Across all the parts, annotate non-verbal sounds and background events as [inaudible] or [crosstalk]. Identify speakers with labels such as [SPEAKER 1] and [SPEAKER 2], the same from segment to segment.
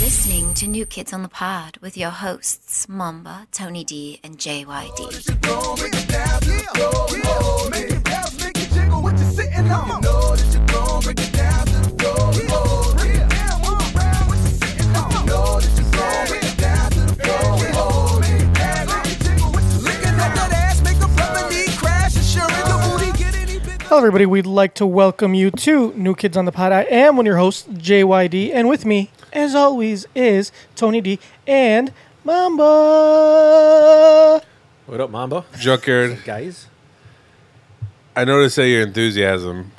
[SPEAKER 1] listening to New Kids on the Pod with your hosts, Mamba, Tony D, and JYD.
[SPEAKER 2] Hello, everybody. We'd like to welcome you to New Kids on the Pod. I am one of your hosts, JYD, and with me, as always, is Tony D and Mamba.
[SPEAKER 3] What up, Mamba?
[SPEAKER 4] Junkyard,
[SPEAKER 3] Guys?
[SPEAKER 4] I noticed that your enthusiasm.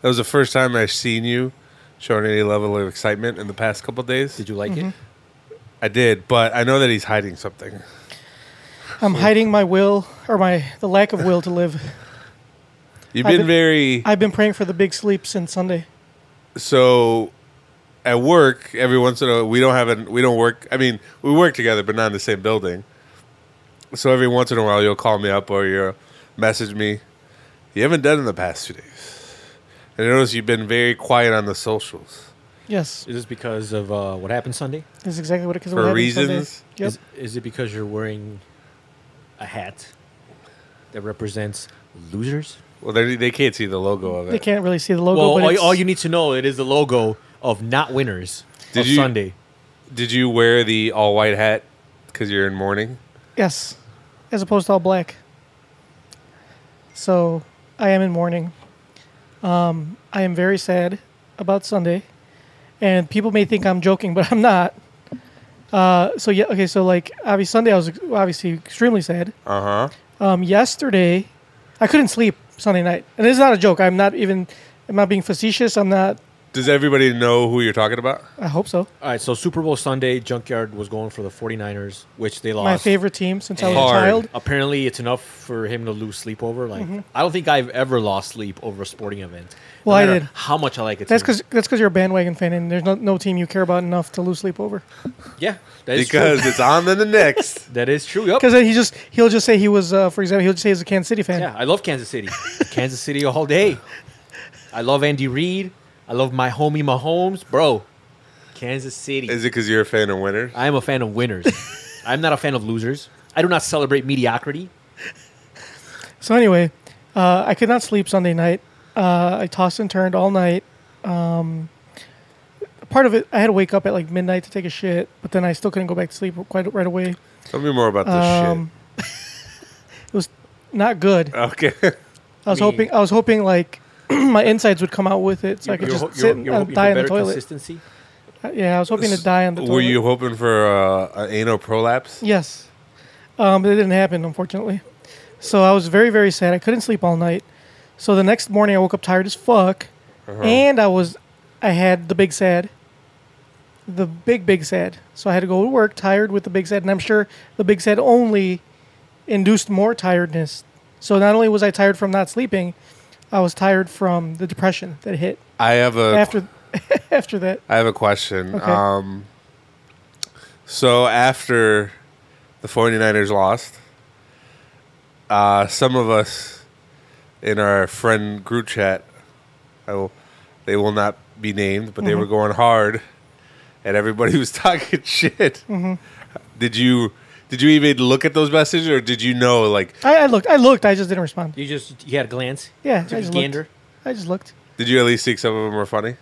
[SPEAKER 4] That was the first time I've seen you showing any level of excitement in the past couple days.
[SPEAKER 3] Did you like it?
[SPEAKER 2] Mm-hmm.
[SPEAKER 4] I did, but I know that he's hiding something.
[SPEAKER 2] I'm hiding my will or my the lack of will to
[SPEAKER 3] [laughs]
[SPEAKER 2] live.
[SPEAKER 4] You've
[SPEAKER 2] I've
[SPEAKER 4] been,
[SPEAKER 2] been-
[SPEAKER 4] very
[SPEAKER 2] I've been praying for the big sleep since Sunday.
[SPEAKER 4] so. At work, every once in a while, we don't have an we don't work. I mean, we work together, but not in the same building. So every once in a while, you'll call me up or you'll message me. You haven't done in the past two days, and I notice you've been very quiet on the socials.
[SPEAKER 2] Yes,
[SPEAKER 3] Is this because of uh, what happened Sunday?
[SPEAKER 2] that's exactly what it because
[SPEAKER 4] For reasons?
[SPEAKER 2] Yep.
[SPEAKER 3] Is, is it because you're wearing a hat that represents losers?
[SPEAKER 4] Well, they they can't see the logo of it.
[SPEAKER 2] they can't really see the logo.
[SPEAKER 3] well,
[SPEAKER 2] but
[SPEAKER 3] all,
[SPEAKER 2] it's-
[SPEAKER 3] all you need to know it is the logo of not winners
[SPEAKER 4] Did
[SPEAKER 3] of
[SPEAKER 4] you-
[SPEAKER 3] Sunday.
[SPEAKER 4] Did you wear the all white hat because you're in mourning?
[SPEAKER 2] Yes, as opposed to all black. So I am in mourning. Um, I am very sad about Sunday, and people may think I'm joking, but [laughs] I'm not. Uh, so yeah, okay. So like, obviously Sunday I was ex- obviously extremely sad.
[SPEAKER 4] Uh huh.
[SPEAKER 2] Um, yesterday, I couldn't sleep Sunday night, and it's not a joke. I'm not even. I'm not being facetious. I'm not.
[SPEAKER 4] Does everybody know who you're talking about?
[SPEAKER 2] I hope so.
[SPEAKER 3] All right, so Super Bowl Sunday, Junkyard was going for the 49ers, which they lost.
[SPEAKER 2] My favorite team since I was
[SPEAKER 4] Hard.
[SPEAKER 2] a child. Mm-hmm.
[SPEAKER 3] Apparently, it's enough for him to lose sleep over. Like, I don't think I've ever lost sleep over a sporting event.
[SPEAKER 2] Well, I
[SPEAKER 3] matter
[SPEAKER 2] did.
[SPEAKER 3] How much I like it.
[SPEAKER 2] That's because that's because you're a bandwagon fan, and there's no, no team you care about enough to lose sleep over.
[SPEAKER 3] yeah, that is
[SPEAKER 4] Because
[SPEAKER 3] true.
[SPEAKER 4] it's on to
[SPEAKER 2] [laughs]
[SPEAKER 4] the next.
[SPEAKER 3] that is true. Yup.
[SPEAKER 2] Because he just he'll just say he was, uh, for example, he'll just say he's a Kansas City fan.
[SPEAKER 3] Yeah, I love Kansas City. Kansas City all day. I love Andy Reid. I love my homie Mahomes, bro. Kansas City.
[SPEAKER 4] Is it because you're a fan of winners?
[SPEAKER 3] I am a fan of winners. I'm not a fan of losers. I do not celebrate mediocrity.
[SPEAKER 2] So anyway, uh, I could not sleep Sunday night. Uh, I tossed and turned all night. Um, part of it, I had to wake up at like midnight to take a shit, but then I still couldn't go back to sleep quite right away.
[SPEAKER 4] Tell me more about this
[SPEAKER 2] Um, It was not good.
[SPEAKER 4] shit. Okay.
[SPEAKER 2] I was
[SPEAKER 3] I mean-
[SPEAKER 2] hoping I was hoping like [clears throat] my insides would come out with it, so I could
[SPEAKER 3] You're
[SPEAKER 2] just
[SPEAKER 3] ho- you're-
[SPEAKER 2] sit
[SPEAKER 3] you're
[SPEAKER 2] and
[SPEAKER 3] hoping
[SPEAKER 2] die
[SPEAKER 3] for
[SPEAKER 2] in the
[SPEAKER 3] better
[SPEAKER 2] toilet. Uh,
[SPEAKER 3] Consistency.
[SPEAKER 2] Yeah, I was hoping to die on the toilet.
[SPEAKER 4] [laughs] Were you hoping for uh, an anal prolapse?
[SPEAKER 2] Yes. Um, but it didn't happen, unfortunately. So I was very, very sad. I couldn't sleep all night. So the next morning, I woke up tired as fuck, and I was, I had the big sad, the big big sad. So I had to go to work tired with the big sad, and I'm sure the big sad only induced more tiredness. So not only was I tired from not sleeping, I was tired from the depression that hit
[SPEAKER 4] I have a
[SPEAKER 2] after [laughs] after that.
[SPEAKER 4] I have a question.
[SPEAKER 2] Okay.
[SPEAKER 4] Um, so after the 49ers lost, uh, some of us in our friend group chat, I will, they will not be named, but they were going hard, and everybody [laughs] was talking shit. Did you did you even look at those messages, or did you know like
[SPEAKER 2] I, I looked, I looked, I just didn't respond.
[SPEAKER 3] You just you had a glance.
[SPEAKER 2] Yeah,
[SPEAKER 3] Took
[SPEAKER 2] I
[SPEAKER 3] a
[SPEAKER 2] just
[SPEAKER 3] gander.
[SPEAKER 2] looked. I just looked.
[SPEAKER 4] did you at least think some of them were funny?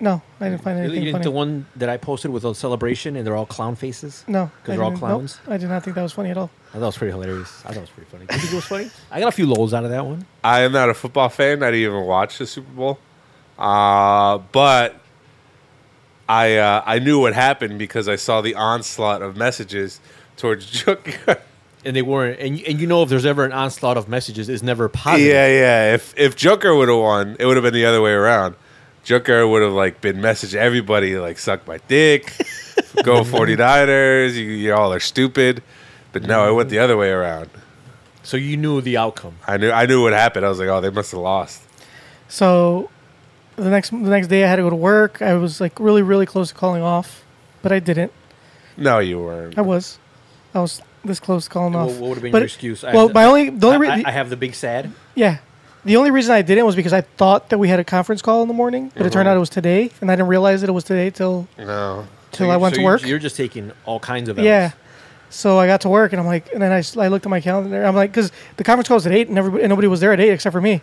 [SPEAKER 2] No, I didn't find
[SPEAKER 3] You
[SPEAKER 2] anything
[SPEAKER 3] didn't
[SPEAKER 2] funny.
[SPEAKER 3] the one that I posted with a celebration and they're all clown faces.
[SPEAKER 2] No, I
[SPEAKER 3] because they're all
[SPEAKER 2] didn't- nope,
[SPEAKER 3] clowns.
[SPEAKER 2] I did not think that was funny at all.
[SPEAKER 3] I thought it was pretty hilarious. I thought it was pretty funny. You think it was funny? I got a few lols out of that one.
[SPEAKER 4] I am not a football fan. I didn't even watch the Super Bowl, uh, but I uh, I knew what happened because I saw the onslaught of messages towards [laughs] Joker. yeah,
[SPEAKER 3] and they weren't. And and you know, if there's ever an onslaught of messages, it's never positive.
[SPEAKER 4] yeah. If if Joker would have won, it would have been the other way around. Joker would have like been messaging everybody like suck my
[SPEAKER 2] [laughs]
[SPEAKER 4] dick, go 49ers, you, you all are stupid. But no, it went the other way around.
[SPEAKER 3] So you knew the outcome.
[SPEAKER 4] I knew I knew what happened. I was like, oh, they must have lost.
[SPEAKER 2] So the next the next day I had to go to work. I was like really really close to calling off, but I didn't.
[SPEAKER 4] No, you weren't.
[SPEAKER 2] I was, I was this close to calling
[SPEAKER 3] What-
[SPEAKER 2] off.
[SPEAKER 3] what would've been
[SPEAKER 2] But-
[SPEAKER 3] your excuse? I
[SPEAKER 2] well,
[SPEAKER 3] have-
[SPEAKER 2] my only the only
[SPEAKER 3] I,
[SPEAKER 2] re-
[SPEAKER 3] I- I have the big sad.
[SPEAKER 2] yeah, the only reason I didn't was because I
[SPEAKER 3] Uh-huh.
[SPEAKER 2] thought that we had a conference call in the morning, but it turned out it was today, and I didn't realize that it was today till
[SPEAKER 4] No.
[SPEAKER 2] till I went
[SPEAKER 3] So
[SPEAKER 2] to
[SPEAKER 3] you-
[SPEAKER 2] work.
[SPEAKER 3] You're just taking all kinds of L's.
[SPEAKER 2] Yeah. So I got to work and I'm like, and then I, s- I looked at my calendar. I'm like, because the conference call was at eight and everybody and nobody was there at eight except for me.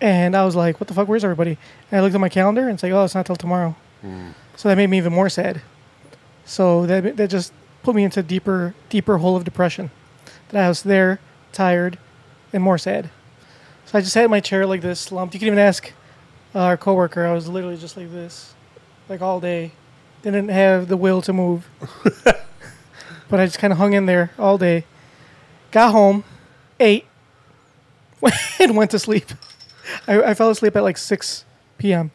[SPEAKER 2] And I was like, what the fuck? Where's everybody? And I looked at my calendar and it's like, oh, it's not till tomorrow. So that made me even more sad. So that that just put me into deeper deeper hole of depression. That I was there, tired, and more sad. So I just sat in my chair like this, slumped. You can even ask uh, our coworker. I was literally just like this, like all day. Didn't have the will to move but I just kind of hung in there all day. Got home, ate, [laughs] and went to sleep. I, I fell asleep at like six p.m.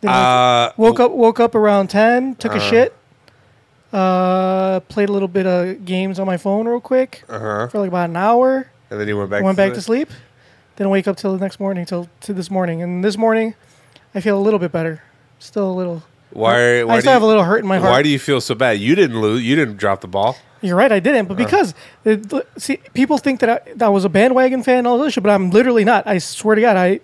[SPEAKER 2] Then
[SPEAKER 4] Uh,
[SPEAKER 2] woke up woke up around ten. Took a shit. Uh, played a little bit of games on my phone real quick
[SPEAKER 4] Uh-huh.
[SPEAKER 2] for like about an hour.
[SPEAKER 4] and then you went back.
[SPEAKER 2] went
[SPEAKER 4] to
[SPEAKER 2] back to sleep. Didn't wake up till the next morning till to this morning. And this morning, I feel a little bit better. Still a little.
[SPEAKER 4] Why? why
[SPEAKER 2] I
[SPEAKER 4] do
[SPEAKER 2] still have
[SPEAKER 4] you-
[SPEAKER 2] a little hurt in my heart.
[SPEAKER 4] Why do you feel so bad? You didn't lose. You didn't drop the ball.
[SPEAKER 2] You're right, I didn't. But
[SPEAKER 4] Uh-huh.
[SPEAKER 2] because it, see, people think that I, that I was a bandwagon fan, and all this shit, but I'm literally not. I swear to God, I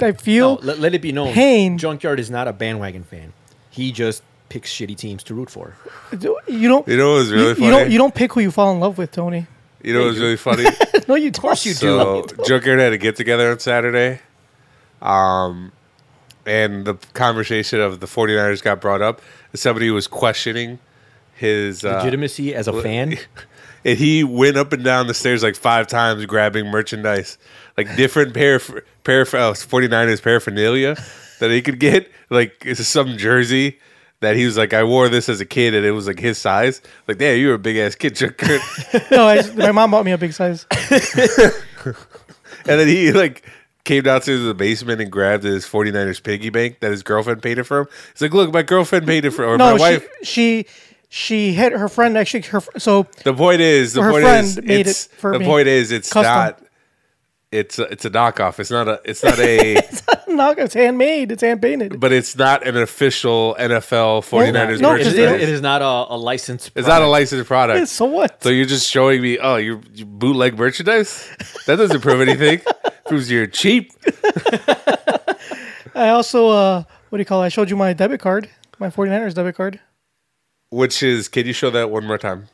[SPEAKER 2] I
[SPEAKER 3] No,
[SPEAKER 2] feel
[SPEAKER 3] let, let it be known.
[SPEAKER 2] Pain.
[SPEAKER 3] Junkyard is not a bandwagon fan. He just picks shitty teams to root for.
[SPEAKER 2] you don't.
[SPEAKER 4] You know what was really
[SPEAKER 2] you,
[SPEAKER 4] funny?
[SPEAKER 2] you don't. You don't pick who you fall in love with, Tony. [laughs]
[SPEAKER 4] You know what was really funny?
[SPEAKER 2] No, you. Of
[SPEAKER 3] course you do.
[SPEAKER 4] so Junkyard had a get together on Saturday, um, and the conversation of the 49ers got brought up. Somebody was questioning his uh,
[SPEAKER 3] Legitimacy as a [laughs] fan.
[SPEAKER 4] and he went up and down the stairs like five times grabbing merchandise, like different parapher- parapher- uh, 49ers paraphernalia that he could get, like it's some jersey that he was like, I wore this as a kid and it was like his size. Like, damn, you were a big ass kid, Junker.
[SPEAKER 2] No, I, my mom bought me a big size.
[SPEAKER 4] [laughs] and then he like came down to the basement and grabbed his 49ers piggy bank that his girlfriend paid it for him. He's like, look, my girlfriend paid it for, or
[SPEAKER 2] No,
[SPEAKER 4] my
[SPEAKER 2] she,
[SPEAKER 4] wife.
[SPEAKER 2] she she hit her friend actually. Her fr- so
[SPEAKER 4] The point is, the
[SPEAKER 2] Her
[SPEAKER 4] point
[SPEAKER 2] friend
[SPEAKER 4] is,
[SPEAKER 2] made
[SPEAKER 4] it's,
[SPEAKER 2] it for
[SPEAKER 4] the
[SPEAKER 2] me.
[SPEAKER 4] point is, it's
[SPEAKER 2] Custom.
[SPEAKER 4] not. It's a, it's a knockoff. It's not a. It's not a.
[SPEAKER 2] no, it's handmade. It's hand
[SPEAKER 4] [laughs]
[SPEAKER 2] painted.
[SPEAKER 4] but it's not an official NFL
[SPEAKER 2] No,
[SPEAKER 3] It
[SPEAKER 4] 49ers merchandise.
[SPEAKER 3] is,
[SPEAKER 2] because they don't-
[SPEAKER 3] it is not a, a licensed.
[SPEAKER 4] it's not a licensed product.
[SPEAKER 2] So what?
[SPEAKER 4] so you're just showing me, oh, you're, you bootleg merchandise? That doesn't prove anything. proves you're cheap.
[SPEAKER 2] I also uh, what do you call? it? I showed you my debit card, my 49ers debit card. [laughs]
[SPEAKER 4] Which is, can you show that one more time?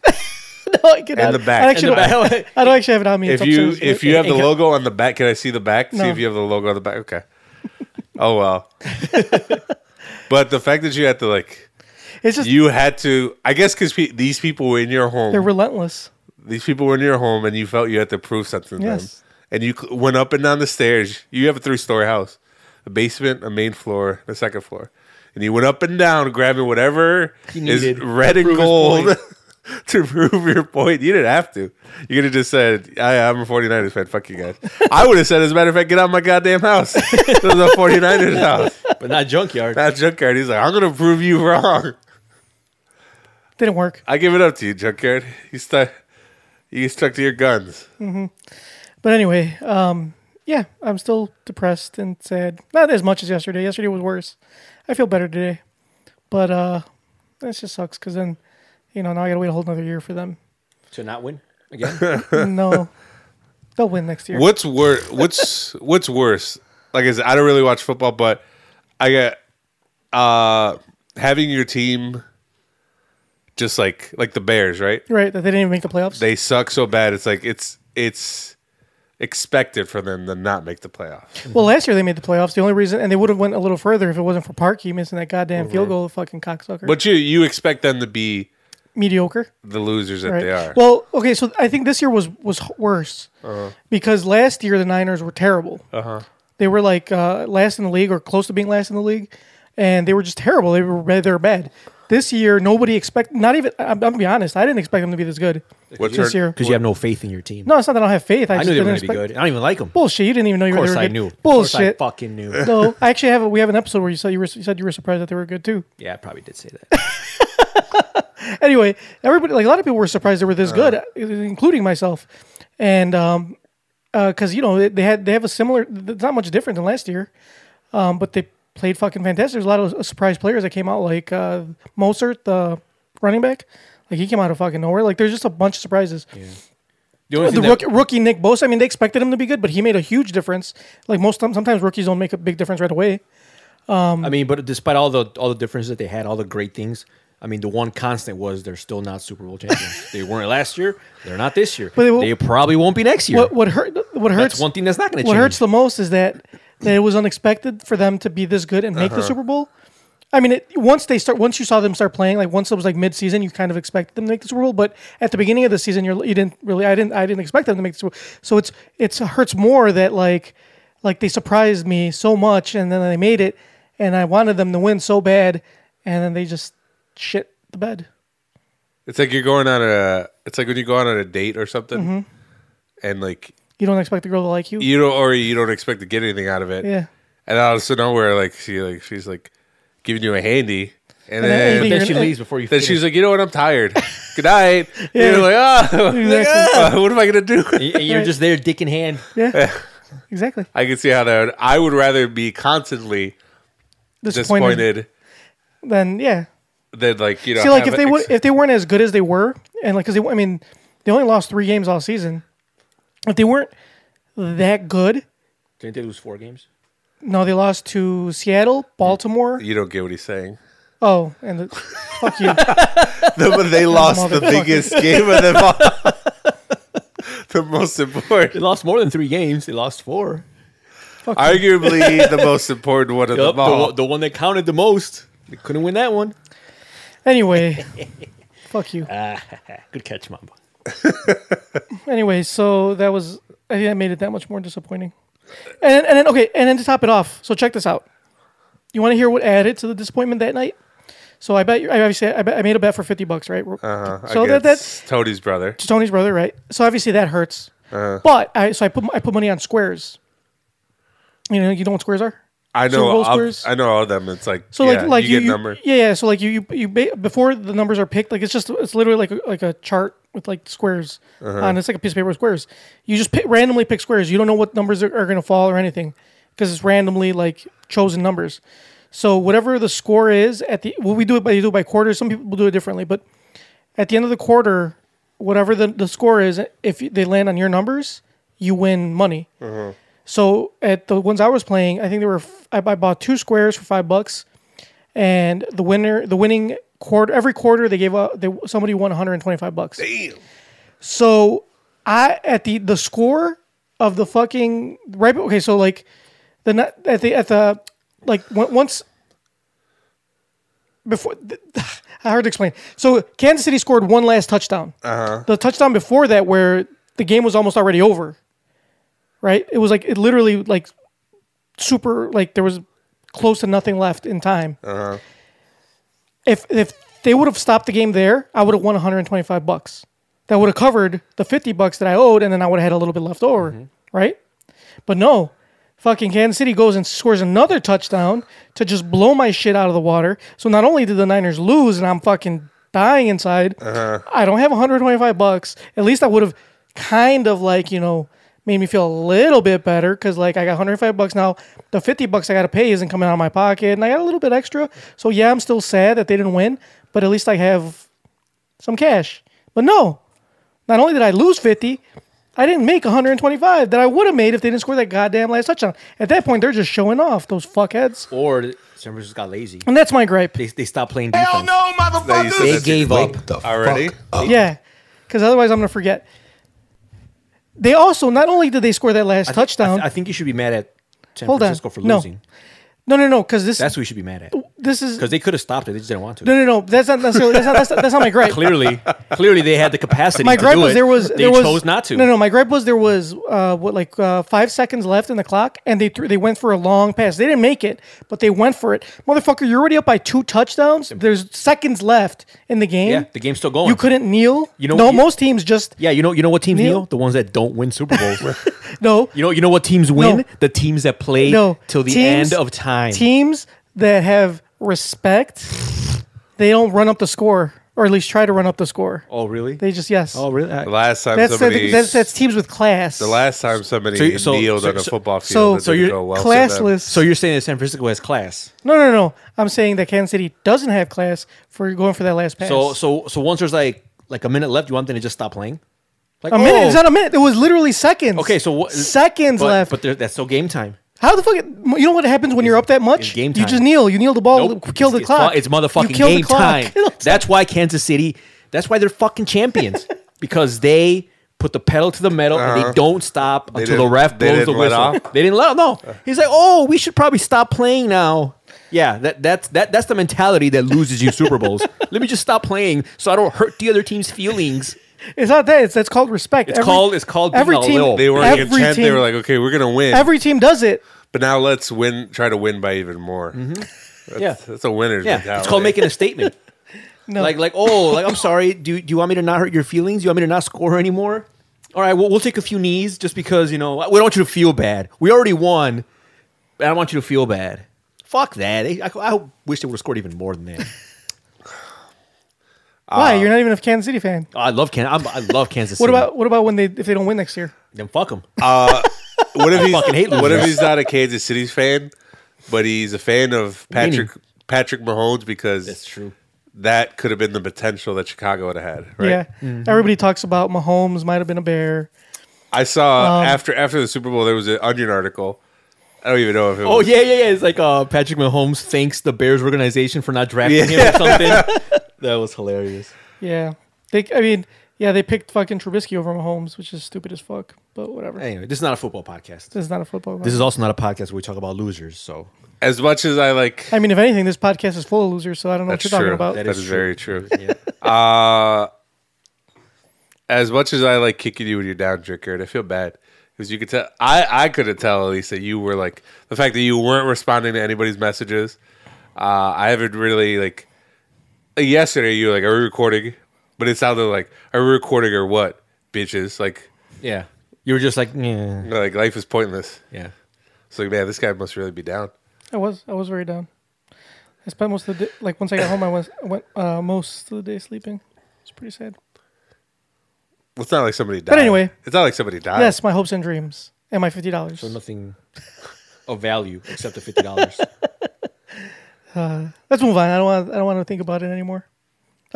[SPEAKER 2] no, I cannot.
[SPEAKER 4] the back.
[SPEAKER 2] I,
[SPEAKER 4] In
[SPEAKER 2] actually,
[SPEAKER 3] [laughs] the back.
[SPEAKER 2] I don't actually have it on me.
[SPEAKER 4] If
[SPEAKER 2] It's
[SPEAKER 4] you
[SPEAKER 2] upstairs.
[SPEAKER 4] if you have the
[SPEAKER 3] It- it-
[SPEAKER 4] logo on the back, can I see the back? See
[SPEAKER 2] No.
[SPEAKER 4] if you have the logo on the back. Okay. Oh well. but the fact that you had to like,
[SPEAKER 2] it's just
[SPEAKER 4] you had to, I guess, because pe- these people were in your home.
[SPEAKER 2] they're relentless.
[SPEAKER 4] these people were in your home and you felt you had to prove something to
[SPEAKER 2] Yes.
[SPEAKER 4] them. And you cl- went up and down the stairs. You have a three story house a basement, a main floor, and a second floor. And you went up and down grabbing whatever is
[SPEAKER 3] needed
[SPEAKER 4] red
[SPEAKER 3] to
[SPEAKER 4] and
[SPEAKER 3] prove his
[SPEAKER 4] gold [laughs] to prove your point. You didn't have to. You could have just said, I, I'm a 49ers fan. Fuck you guys. I would have said, as a matter of fact, get out of my goddamn house. [laughs] this is a 49ers house.
[SPEAKER 3] but not Junkyard.
[SPEAKER 4] Not Junkyard. He's like, I'm going to prove you wrong.
[SPEAKER 2] Didn't work.
[SPEAKER 4] I give it up to you, Junkyard. You stuck, you stuck to your guns.
[SPEAKER 2] But anyway, um, yeah, I'm still depressed and sad. Not as much as yesterday. Yesterday was worse. I feel better today, but uh, that just sucks because then, you know, now I gotta wait a whole another year for
[SPEAKER 4] [laughs]
[SPEAKER 2] them.
[SPEAKER 3] to not win [laughs] again.
[SPEAKER 2] no, they'll win next year.
[SPEAKER 4] What's worse? What's what's worse? Like I said, I don't really watch football, but I get uh, having your team just like like the Bears, right?
[SPEAKER 2] Right? That they didn't even make the playoffs.
[SPEAKER 4] They suck so bad. It's like it's it's expected for them to not make the playoffs.
[SPEAKER 2] well, last year they made the playoffs. The only reason, and they would have went a little further if it wasn't for Parkey missing that goddamn field goal, fucking cocksucker.
[SPEAKER 4] But you you expect them to be
[SPEAKER 2] mediocre.
[SPEAKER 4] the losers that they are.
[SPEAKER 2] Well, okay, so I think this year was was h- worse
[SPEAKER 3] Uh-huh.
[SPEAKER 2] because last year the Niners were terrible. Uh-huh. They were like uh, last in the league or close to being last in the league, and they were just terrible. They were bad- they were bad. This year, nobody expect not even. I'm, I'm gonna be honest. I didn't expect them to be this good
[SPEAKER 4] What's
[SPEAKER 2] this year.
[SPEAKER 3] Because you have no faith in your team.
[SPEAKER 2] No, it's not that I don't have faith. I,
[SPEAKER 3] I
[SPEAKER 2] just
[SPEAKER 3] knew they
[SPEAKER 2] didn't
[SPEAKER 3] were going to be
[SPEAKER 2] expect-
[SPEAKER 3] good. I don't even like them. Of
[SPEAKER 2] Bullshit! You didn't even know you were.
[SPEAKER 3] course
[SPEAKER 2] they were
[SPEAKER 3] I
[SPEAKER 2] good.
[SPEAKER 3] knew. Of course I
[SPEAKER 2] Bullshit.
[SPEAKER 3] fucking knew.
[SPEAKER 2] [laughs] no, I actually have. A, we have an episode where you said you were you said you were surprised that they were good too.
[SPEAKER 3] Yeah, I probably did say that.
[SPEAKER 2] anyway, everybody, like a lot of people were surprised they were this good, uh, including myself, and um, because you know they had they have a similar, it's not much different than last year, um, but they played fucking fantastic. There's a lot of uh, surprise players that came out, like uh, Mosert, the running back, like he came out of fucking nowhere. Like there's just a bunch of surprises. Uh,
[SPEAKER 3] The only
[SPEAKER 2] The
[SPEAKER 3] thing that-
[SPEAKER 2] rookie, rookie Nick Bosa, I mean, they expected him to be good, but he made a huge difference. Like most times, sometimes rookies don't make a big difference right away.
[SPEAKER 3] I mean, but despite all the all the differences that they had, all the great things. I mean, the one constant was they're still not Super Bowl [laughs] champions. they weren't last year. They're not this year.
[SPEAKER 2] But they
[SPEAKER 3] they,
[SPEAKER 2] will-
[SPEAKER 3] probably won't be next year.
[SPEAKER 2] What what hurt? What hurts?
[SPEAKER 3] That's one thing that's not going to
[SPEAKER 2] What
[SPEAKER 3] change.
[SPEAKER 2] hurts the most is that that it was unexpected for them to be this good and make the Super Bowl. I mean, it, once they start, once you saw them start playing, like once it was like mid-season, you kind of expected them to make the Super Bowl. But at the beginning of the season, you're, you didn't really, I didn't, I didn't expect them to make the Super Bowl. So it's it's hurts more that like like they surprised me so much, and then they made it, and I wanted them to win so bad, and then they just shit the bed.
[SPEAKER 4] It's like you're going on a. It's like when you go out on a date or something,
[SPEAKER 2] Mm-hmm.
[SPEAKER 4] and like
[SPEAKER 2] You don't expect the girl to like you.
[SPEAKER 4] you don't or you don't expect to get anything out of it.
[SPEAKER 2] Yeah.
[SPEAKER 4] And out of nowhere, like she like she's like giving you a handy,
[SPEAKER 2] And
[SPEAKER 4] and, then.
[SPEAKER 2] then-
[SPEAKER 3] But then
[SPEAKER 2] You're-
[SPEAKER 3] she leaves before you.
[SPEAKER 4] then
[SPEAKER 3] finish.
[SPEAKER 4] she's like, you know what? I'm [laughs] tired. Good night. You're [laughs] like, oh,
[SPEAKER 2] Exactly.
[SPEAKER 4] what am I gonna do? [laughs]
[SPEAKER 3] and and you're just there, dick in hand.
[SPEAKER 2] [laughs] Yeah. Exactly.
[SPEAKER 4] I can see how that. Would, I would rather be constantly
[SPEAKER 2] Disappointed.
[SPEAKER 4] disappointed
[SPEAKER 2] Then yeah.
[SPEAKER 4] than like you know.
[SPEAKER 2] See, like
[SPEAKER 4] have
[SPEAKER 2] if they
[SPEAKER 4] ex-
[SPEAKER 2] were if they weren't as good as they were, and like because they, I mean, they only lost three games all season. If they weren't that good,
[SPEAKER 3] Didn't they lose four games?
[SPEAKER 2] no, they lost to Seattle, Baltimore.
[SPEAKER 4] you don't get what he's saying.
[SPEAKER 2] Oh, and the, fuck you.
[SPEAKER 4] [laughs] No, but they lost the
[SPEAKER 2] motherfucker.
[SPEAKER 4] biggest game of them all. [laughs] the most important,
[SPEAKER 3] They lost more than three games. They lost four.
[SPEAKER 4] arguably the most important one of
[SPEAKER 3] Yup,
[SPEAKER 4] them all.
[SPEAKER 3] the, one- the one that counted the most. They couldn't win that one.
[SPEAKER 2] Anyway, fuck you.
[SPEAKER 3] Ah, [laughs] Good catch, Mamba.
[SPEAKER 2] Anyway, so that was I think that made it that much more disappointing. And then, and then okay, and then to top it off, so check this out. You want to hear what added to the disappointment that night? So I bet you, I obviously I, bet, I made a bet for fifty bucks, right?
[SPEAKER 4] Uh-huh,
[SPEAKER 2] so that that
[SPEAKER 4] that's Tony's brother.
[SPEAKER 2] to Tony's brother, right? So obviously that hurts. But I so I put I put money on squares. You know, you know what squares are?
[SPEAKER 4] I
[SPEAKER 2] Super
[SPEAKER 4] know.
[SPEAKER 2] Bowl
[SPEAKER 4] of-
[SPEAKER 2] squares?
[SPEAKER 4] I know all of them. It's like
[SPEAKER 2] So
[SPEAKER 4] yeah,
[SPEAKER 2] like like
[SPEAKER 4] you, get number.
[SPEAKER 2] yeah yeah. So like you you, you ba- before the numbers are picked, like it's just it's literally like a, like a chart with like squares
[SPEAKER 4] Uh-huh.
[SPEAKER 2] on. It's like a piece of paper with squares. You just pick, randomly pick squares. You don't know what numbers are, are going to fall or anything because it's randomly like chosen numbers. So whatever the score is at the well, we do it by you do it by quarters. Some people do it differently, but at the end of the quarter, whatever the, the score is, if you- they land on your numbers, you win money.
[SPEAKER 4] Uh-huh.
[SPEAKER 2] So at the ones I was playing, I think there were f- I, I bought two squares for five bucks, and the winner, the winning quarter, every quarter they gave out, they, somebody won 125 bucks.
[SPEAKER 4] Damn.
[SPEAKER 2] So I at the the score of the fucking right. Okay, so like the ni- at the at the like on- once before th- [sighs] I hard to explain. So Kansas City scored one last touchdown. Uh-huh. The touchdown before that, where the game was almost already over. Right, it was like it literally like super like there was close to nothing left in time. Uh-huh. If if they would have stopped the game there, I would have won 125 bucks. That would have covered the 50 bucks that I owed, and then I would have had a little bit left over, right? But no, fucking Kansas City goes and scores another touchdown to just blow my shit out of the water. So not only did the Niners lose, and I'm fucking dying inside, I don't have 125 bucks. At least I would have kind of like you know made me feel a little bit better because like I got 105 bucks now. The 50 bucks I got to pay isn't coming out of my pocket, and I got a little bit extra. So yeah, I'm still sad that they didn't win, but at least I have some cash. But no, not only did I lose 50, I didn't make 125 that I would have made if they didn't score that goddamn last touchdown. At that point, they're just showing off those fuckheads.
[SPEAKER 3] Or San Francisco got lazy.
[SPEAKER 2] And that's my gripe.
[SPEAKER 3] They, they stopped playing defense.
[SPEAKER 4] That you said
[SPEAKER 3] They
[SPEAKER 4] that
[SPEAKER 3] gave
[SPEAKER 4] you-
[SPEAKER 3] up.
[SPEAKER 4] already.
[SPEAKER 3] Oh.
[SPEAKER 2] Yeah, because otherwise I'm gonna forget. They also not only did they score that last
[SPEAKER 3] I thi- I,
[SPEAKER 2] touchdown.
[SPEAKER 3] thi- I think you should be mad at San
[SPEAKER 2] Hold on.
[SPEAKER 3] Francisco for
[SPEAKER 2] No.
[SPEAKER 3] losing.
[SPEAKER 2] no, no, no, because this
[SPEAKER 3] That's what you should be mad at.
[SPEAKER 2] this is
[SPEAKER 3] Because they could have stopped it. They just didn't want to.
[SPEAKER 2] no, no, no. That's not necessarily that's not that's, not- that's
[SPEAKER 3] [laughs]
[SPEAKER 2] not my gripe. [laughs]
[SPEAKER 3] Clearly, clearly they had the capacity
[SPEAKER 2] My
[SPEAKER 3] to
[SPEAKER 2] gripe
[SPEAKER 3] do
[SPEAKER 2] was
[SPEAKER 3] it.
[SPEAKER 2] there was
[SPEAKER 3] they
[SPEAKER 2] there was
[SPEAKER 3] chose not to.
[SPEAKER 2] No, no, my gripe was there was uh, what like uh, five seconds left in the clock, and they threw, they went for a long pass. They didn't make it, but they went for it. Motherfucker, you're already up by two touchdowns. There's seconds left in the game.
[SPEAKER 3] Yeah, the game's still going.
[SPEAKER 2] You couldn't kneel.
[SPEAKER 3] You know-
[SPEAKER 2] no,
[SPEAKER 3] you-
[SPEAKER 2] most teams just
[SPEAKER 3] Yeah, you know, you know what teams
[SPEAKER 2] Neil?
[SPEAKER 3] kneel? The ones that don't win Super
[SPEAKER 2] [laughs]
[SPEAKER 3] Bowls.
[SPEAKER 2] no.
[SPEAKER 3] you know, you know what teams win?
[SPEAKER 2] No.
[SPEAKER 3] The teams that play
[SPEAKER 2] no
[SPEAKER 3] till the
[SPEAKER 2] Teams-
[SPEAKER 3] end of time.
[SPEAKER 2] Teams that have respect, they don't run up the score, or at least try to run up the score.
[SPEAKER 3] oh, really?
[SPEAKER 2] They just yes.
[SPEAKER 3] oh, really? I-
[SPEAKER 4] The last time
[SPEAKER 2] that's,
[SPEAKER 4] somebody,
[SPEAKER 2] that's that's teams with class.
[SPEAKER 4] the last time somebody
[SPEAKER 3] So you- so-
[SPEAKER 4] kneeled
[SPEAKER 3] so-
[SPEAKER 4] on a
[SPEAKER 3] so-
[SPEAKER 4] football field,
[SPEAKER 2] so-
[SPEAKER 4] it
[SPEAKER 2] so
[SPEAKER 4] didn't
[SPEAKER 3] you're
[SPEAKER 4] go well for them.
[SPEAKER 2] classless.
[SPEAKER 3] so you're saying that San Francisco has class?
[SPEAKER 2] No, no, no. I'm saying that Kansas City doesn't have class for going for that last pass.
[SPEAKER 3] So, so, so once there's like like a minute left, you want them to just stop playing? Like
[SPEAKER 2] a minute?
[SPEAKER 3] oh.
[SPEAKER 2] It's not a minute. It was literally seconds.
[SPEAKER 3] Okay, so what?
[SPEAKER 2] Seconds
[SPEAKER 3] but,
[SPEAKER 2] left.
[SPEAKER 3] but there, that's still game time.
[SPEAKER 2] How the fuck? You know what happens when you're up that much?
[SPEAKER 3] game
[SPEAKER 2] You
[SPEAKER 3] time.
[SPEAKER 2] just kneel. You kneel the ball. Kill the
[SPEAKER 3] it's,
[SPEAKER 2] clock.
[SPEAKER 3] It's, fu- it's
[SPEAKER 2] You
[SPEAKER 3] motherfucking
[SPEAKER 2] kill the
[SPEAKER 3] game
[SPEAKER 2] clock. [laughs]
[SPEAKER 3] time. That's why Kansas City. That's why they're
[SPEAKER 2] [laughs]
[SPEAKER 3] fucking champions because they put the pedal to the metal and they don't stop until the
[SPEAKER 4] didn't-
[SPEAKER 3] ref
[SPEAKER 4] Uh-huh. they
[SPEAKER 3] blows the
[SPEAKER 4] didn't let
[SPEAKER 3] whistle.
[SPEAKER 4] off? Uh.
[SPEAKER 3] They didn't let no. He's like, oh, we should probably stop playing now. Yeah, that that's that that's the mentality that loses you Super
[SPEAKER 2] [laughs]
[SPEAKER 3] Bowls. Let me just stop playing so I don't hurt the other team's feelings.
[SPEAKER 2] It's not that. It's that's called respect.
[SPEAKER 3] It's called- it's called being
[SPEAKER 2] every
[SPEAKER 3] a
[SPEAKER 2] team.
[SPEAKER 3] little
[SPEAKER 4] They were
[SPEAKER 2] every
[SPEAKER 4] content.
[SPEAKER 2] team,
[SPEAKER 4] They were like, okay, we're gonna win,
[SPEAKER 2] every team does it.
[SPEAKER 4] but now let's win. Try to win by even more.
[SPEAKER 3] Yeah,
[SPEAKER 4] That's a winner's
[SPEAKER 3] yeah.
[SPEAKER 4] mentality.
[SPEAKER 3] It's called making a [laughs] statement.
[SPEAKER 2] No,
[SPEAKER 3] Like like oh like I'm sorry. Do do you want me to not hurt your feelings? You want me to not score anymore? All right, we'll, we'll take a few knees just because you know we don't want you to feel bad. We already won, but I don't want you to feel bad. Fuck that. They- I, I wish they would have scored even more than that. Ah.
[SPEAKER 2] why? You're not even a Kansas City fan.
[SPEAKER 3] [laughs] I love Can I'm, I love Kansas.
[SPEAKER 2] What
[SPEAKER 3] City.
[SPEAKER 2] about what about when they if they don't win next year?
[SPEAKER 3] then? Fuck them.
[SPEAKER 4] [laughs] What if he's
[SPEAKER 3] fucking hate
[SPEAKER 4] what if
[SPEAKER 3] losers.
[SPEAKER 4] he's not a Kansas City fan, but he's a fan of
[SPEAKER 3] Winning.
[SPEAKER 4] Patrick Patrick Mahomes because That could have been the potential that Chicago would have had, right?
[SPEAKER 2] Yeah, everybody talks about Mahomes might have been a bear.
[SPEAKER 4] I saw
[SPEAKER 2] Um,
[SPEAKER 4] after after the Super Bowl there was an Onion article. I don't even know if it
[SPEAKER 3] Oh
[SPEAKER 4] was
[SPEAKER 3] yeah, yeah, yeah. It's like uh, Patrick Mahomes thanks the Bears organization for not drafting him or something. [laughs] that was hilarious.
[SPEAKER 2] Yeah, they. I mean, yeah, they picked fucking Trubisky over Mahomes, which is stupid as fuck. But whatever.
[SPEAKER 3] Anyway, this is not a football podcast.
[SPEAKER 2] This is not a football.
[SPEAKER 3] This
[SPEAKER 2] podcast.
[SPEAKER 3] is also not a podcast where we talk about losers. So
[SPEAKER 4] as much as I like
[SPEAKER 2] I mean, if anything, this podcast is full of losers. So I don't know
[SPEAKER 4] That's
[SPEAKER 2] what you're
[SPEAKER 4] true.
[SPEAKER 2] talking about.
[SPEAKER 4] That
[SPEAKER 3] That
[SPEAKER 4] is,
[SPEAKER 3] is true.
[SPEAKER 4] very true. Uh,
[SPEAKER 3] yeah.
[SPEAKER 4] As much as I like kicking you when you're down, Rickard, I feel bad because you could tell. I I could have tell at least that you were like the fact that you weren't responding to anybody's messages. Uh, I haven't really like like, yesterday. You were like, "Are we recording?" But it sounded like, "Are we recording or what, bitches?" Like
[SPEAKER 3] yeah, you were just like yeah,
[SPEAKER 4] like life is pointless.
[SPEAKER 3] yeah.
[SPEAKER 4] So like, man, this guy must really be down.
[SPEAKER 2] I was I was very down. I spent most of the day, like once I got home, I was I went uh, most of the day sleeping. It's pretty sad.
[SPEAKER 4] Well, It's not like somebody died.
[SPEAKER 2] anyway.
[SPEAKER 4] it's not like somebody died.
[SPEAKER 2] Yes, my hopes and dreams and my fifty dollars.
[SPEAKER 3] nothing of value except the fifty [laughs] dollars.
[SPEAKER 2] Let's move on. I don't want I don't want to think about it anymore.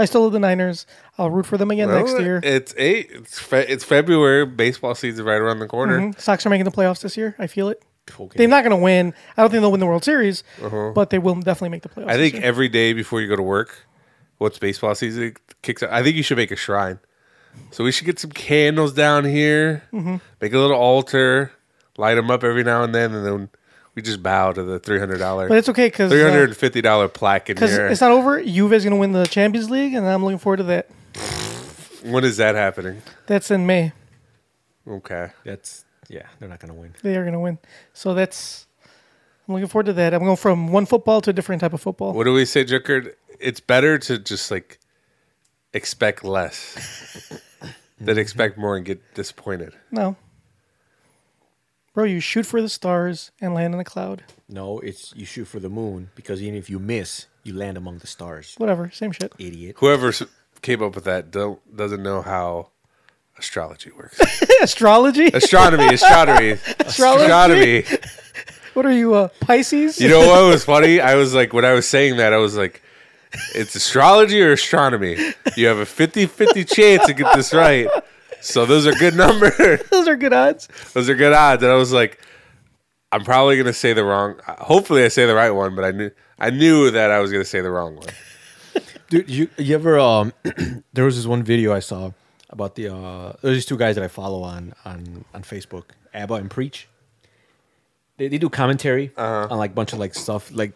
[SPEAKER 2] I still love the Niners. I'll root for them again
[SPEAKER 4] Well,
[SPEAKER 2] next year.
[SPEAKER 4] It's eight. It's, fe- it's February. Baseball season right around the corner.
[SPEAKER 2] Sox are making the playoffs this year. I feel it.
[SPEAKER 3] Okay.
[SPEAKER 2] They're not going to win. I don't think they'll win the World Series, but they will definitely make the playoffs.
[SPEAKER 4] Uh-huh. I think
[SPEAKER 2] this year.
[SPEAKER 4] every day before you go to work, once baseball season kicks out, I think you should make a shrine. So we should get some candles down here,
[SPEAKER 2] Mm-hmm.
[SPEAKER 4] make a little altar, light them up every now and then, and then we just bow to the three hundred dollar,
[SPEAKER 2] but it's okay because
[SPEAKER 4] three hundred and fifty dollar plaque in here.
[SPEAKER 2] it's not over. Juve's going to win the Champions League, and I'm looking forward to that.
[SPEAKER 4] when is that happening?
[SPEAKER 2] That's in May.
[SPEAKER 4] Okay,
[SPEAKER 3] That's yeah. They're not gonna win.
[SPEAKER 2] They are going to win. So that's. I'm looking forward to that. I'm going from one football to a different type of football.
[SPEAKER 4] what do we say, Junkard? It's better to just like expect less than expect more and get disappointed.
[SPEAKER 2] No. Bro, you shoot for the stars and land in a cloud.
[SPEAKER 3] No, it's you shoot for the moon because even if you miss, you land among the stars.
[SPEAKER 2] Whatever. Same shit.
[SPEAKER 3] Idiot.
[SPEAKER 4] Whoever s- came up with that don't doesn't know how astrology works.
[SPEAKER 2] [laughs] Astrology?
[SPEAKER 4] Astronomy, astronomy,
[SPEAKER 2] Astrology?
[SPEAKER 4] astronomy.
[SPEAKER 2] What are you, uh, Pisces?
[SPEAKER 4] You know what was funny? I was like, when I was saying that, I was like, it's astrology or astronomy. You have a 50 50 chance to get this right. So those are good numbers.
[SPEAKER 2] [laughs] Those are good odds.
[SPEAKER 4] Those are good odds. And I was like, I'm probably gonna say the wrong. Hopefully, I say the right one. But I knew I knew that I was gonna say the wrong one.
[SPEAKER 3] Dude, you you ever um? [clears throat] there was this one video I saw about the uh. There's these two guys that I follow on on on Facebook, Abba and Preach. They they do commentary on like a bunch of like stuff like.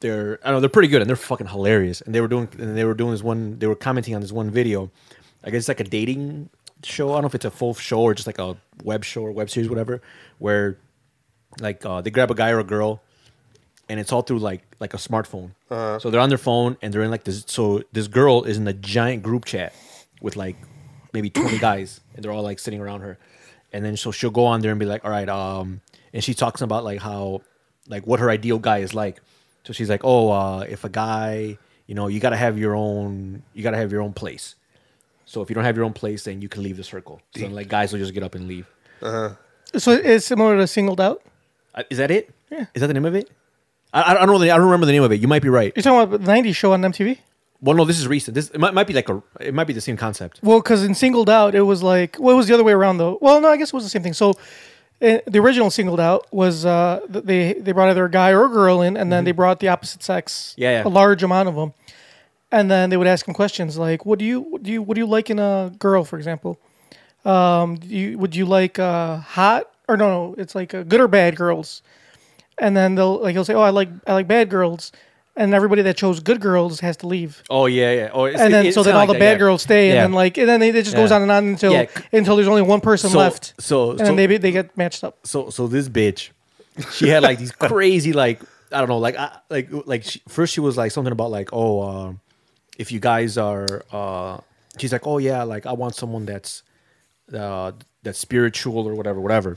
[SPEAKER 3] They're I don't know they're pretty good and they're fucking hilarious and they were doing and they were doing this one they were commenting on this one video, I guess it's like a dating show I don't know if it's a full show or just like a web show or web series whatever where like uh, they grab a guy or a girl and it's all through like like a smartphone so they're on their phone and they're in like this so this girl is in a giant group chat with like maybe 20 guys and they're all like sitting around her and then so she'll go on there and be like all right um and she talks about like how like what her ideal guy is like so she's like oh uh if a guy you know you gotta have your own you gotta have your own place so if you don't have your own place then you can leave the circle so then, like guys will just get up and leave
[SPEAKER 2] So it's similar to Singled Out.
[SPEAKER 3] Uh, Is that it?
[SPEAKER 2] Yeah.
[SPEAKER 3] Is that the name of it? I, I don't know. The, I don't remember the name of it. You might be right.
[SPEAKER 2] You're talking about the 90s show on MTV?
[SPEAKER 3] Well, no, this is recent. This it might, might be like a. It might be the same concept.
[SPEAKER 2] Well, because in Singled Out, it was like, well, it was the other way around, though. Well, no, I guess it was the same thing. So and the original singled out was uh, th- they they brought either a guy or a girl in, and then they brought the opposite sex.
[SPEAKER 3] Mm-hmm. Yeah, yeah.
[SPEAKER 2] a large amount of them, and then they would ask them questions like, "What do you what do you what do you like in a girl, for example? Um, do you, would you like uh, hot or no no? It's like uh, good or bad girls." And then they'll like he'll say, "Oh, I like I like bad girls," and everybody that chose good girls has to leave.
[SPEAKER 3] Oh yeah, yeah. Oh, it's,
[SPEAKER 2] And then
[SPEAKER 3] it- it
[SPEAKER 2] so then
[SPEAKER 3] sound
[SPEAKER 2] all
[SPEAKER 3] like
[SPEAKER 2] the
[SPEAKER 3] that,
[SPEAKER 2] bad
[SPEAKER 3] yeah.
[SPEAKER 2] girls stay, and
[SPEAKER 3] Yeah.
[SPEAKER 2] then like and then it just goes
[SPEAKER 3] Yeah.
[SPEAKER 2] on and on until
[SPEAKER 3] Yeah, c-
[SPEAKER 2] until there's only one person
[SPEAKER 3] So-
[SPEAKER 2] left.
[SPEAKER 3] so-
[SPEAKER 2] and then
[SPEAKER 3] so-
[SPEAKER 2] they be- they get matched up.
[SPEAKER 3] so so this bitch, she had like
[SPEAKER 2] [laughs]
[SPEAKER 3] these crazy like I don't know like I, like like she, first she was like something about like oh um if you guys are uh she's like oh yeah like I want someone that's uh that's spiritual or whatever whatever,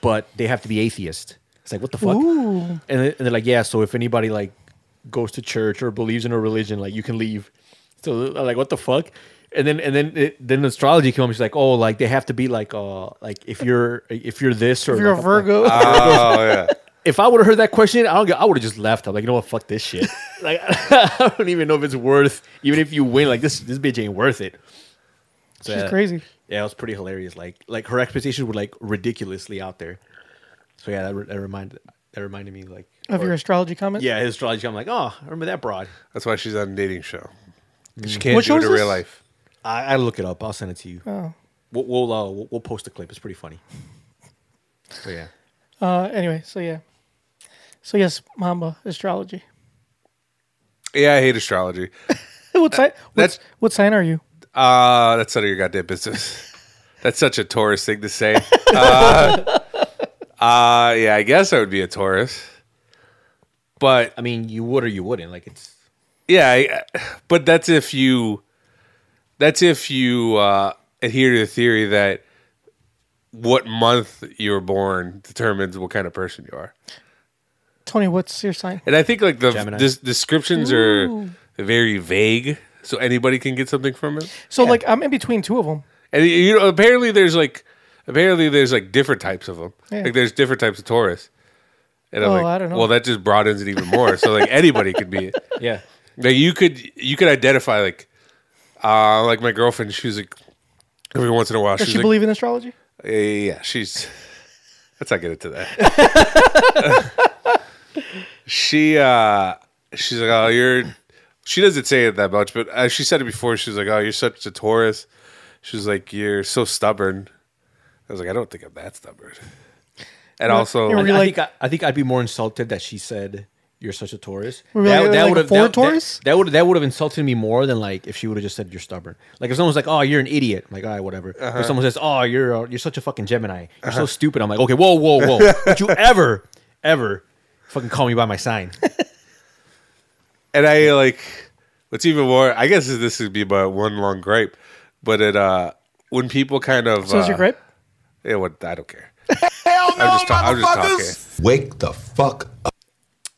[SPEAKER 3] but they have to be atheist. It's like what the fuck, and, they- and they're like yeah so if anybody like goes to church or believes in a religion like you can leave. So I'm like what the fuck. And then and then it, then astrology came up. She's like, oh, like they have to be like uh like if you're if you're this or
[SPEAKER 2] If you're a
[SPEAKER 3] like,
[SPEAKER 2] Virgo,
[SPEAKER 4] [laughs] Oh yeah.
[SPEAKER 3] if I would have heard that question, I don't. get- I would have just left. I'm like, you know what? Fuck this [laughs] shit. like, I don't even know if it's worth. Even if you win, like this, this bitch ain't worth it. So,
[SPEAKER 2] she's
[SPEAKER 3] yeah.
[SPEAKER 2] crazy.
[SPEAKER 3] Yeah, it was pretty hilarious. Like, like her expectations were like ridiculously out there. So yeah, that, re- that reminded that reminded me like
[SPEAKER 2] Of your
[SPEAKER 3] or-
[SPEAKER 2] astrology comment,
[SPEAKER 3] yeah his astrology. I'm like, oh, I remember that broad. Mm.
[SPEAKER 4] That's why she's on a dating show. 'Cause She can't
[SPEAKER 2] What show
[SPEAKER 4] do it
[SPEAKER 2] is
[SPEAKER 4] in real
[SPEAKER 2] this?
[SPEAKER 4] life.
[SPEAKER 3] I, I look it up. I'll send it to you. Oh. We'll we'll, uh, we'll we'll post a clip. It's pretty
[SPEAKER 2] [laughs]
[SPEAKER 3] funny. So yeah,
[SPEAKER 2] Uh, anyway, so yeah, so yes, Mamba astrology. [laughs]
[SPEAKER 4] Yeah, I hate astrology.
[SPEAKER 2] What sign? What's,
[SPEAKER 4] that's-
[SPEAKER 2] what sign are you?
[SPEAKER 4] Uh, that's none of your goddamn business. [laughs] that's such a Taurus thing to say. Uh, [laughs] uh, yeah, I guess I would be a Taurus. But
[SPEAKER 3] I mean, you would or you wouldn't. Like it's
[SPEAKER 4] yeah, I, but that's if you that's if you uh, adhere to the theory that what month you were born determines what kind of person you are.
[SPEAKER 2] Tony, what's your sign?
[SPEAKER 4] And I think like the
[SPEAKER 3] Gemini.
[SPEAKER 4] des- descriptions are very vague, so anybody can get something from it.
[SPEAKER 2] So like I'm in between two of them.
[SPEAKER 4] And you- you know, apparently there's like apparently there's like different types of them.
[SPEAKER 2] Yeah.
[SPEAKER 4] Like there's different types of Taurus. And I'm
[SPEAKER 2] Oh,
[SPEAKER 4] like,
[SPEAKER 2] I don't know.
[SPEAKER 4] well, that just broadens it even more. so like anybody could be it.
[SPEAKER 3] yeah.
[SPEAKER 4] Like you could you could identify like uh like my girlfriend. She's like every once in a while
[SPEAKER 2] Does
[SPEAKER 4] she's
[SPEAKER 2] she
[SPEAKER 4] like,
[SPEAKER 2] believe in astrology?
[SPEAKER 4] yeah, yeah, yeah, she's. [laughs] Let's not get into that. [laughs] she uh she's like, oh, you're. She doesn't say it that much, but uh, she said it before. She was like, oh, you're such a Taurus. She was like, you're so stubborn. I was like, I don't think I'm that stubborn. And also,
[SPEAKER 2] you're
[SPEAKER 3] I,
[SPEAKER 2] really-
[SPEAKER 3] I
[SPEAKER 2] like-
[SPEAKER 3] think I, I think I'd be more insulted that she said you're such a Taurus.
[SPEAKER 2] Were we like- like a
[SPEAKER 3] would've-
[SPEAKER 2] Ford
[SPEAKER 3] that-
[SPEAKER 2] Taurus?
[SPEAKER 3] That, that would that would have insulted me more than like if she would have just said you're stubborn. Like if someone's like, "Oh, you're an idiot," I'm like, "All right, whatever."
[SPEAKER 2] Uh-huh.
[SPEAKER 3] Or someone says, "Oh, you're uh, you're such a fucking Gemini. You're so stupid." I'm like, "Okay, whoa, whoa,
[SPEAKER 2] [laughs]
[SPEAKER 3] whoa! Would you ever, ever fucking call me by
[SPEAKER 2] [laughs]
[SPEAKER 3] my sign?"
[SPEAKER 4] and I like what's even more. I guess this would be but one long gripe, but it uh when people kind of
[SPEAKER 2] So is your
[SPEAKER 4] uh,
[SPEAKER 2] gripe?
[SPEAKER 4] Yeah, what I
[SPEAKER 2] [laughs]
[SPEAKER 4] don't care. Hell no, I'm just, ta- I'm just talking.
[SPEAKER 5] Wake the fuck up.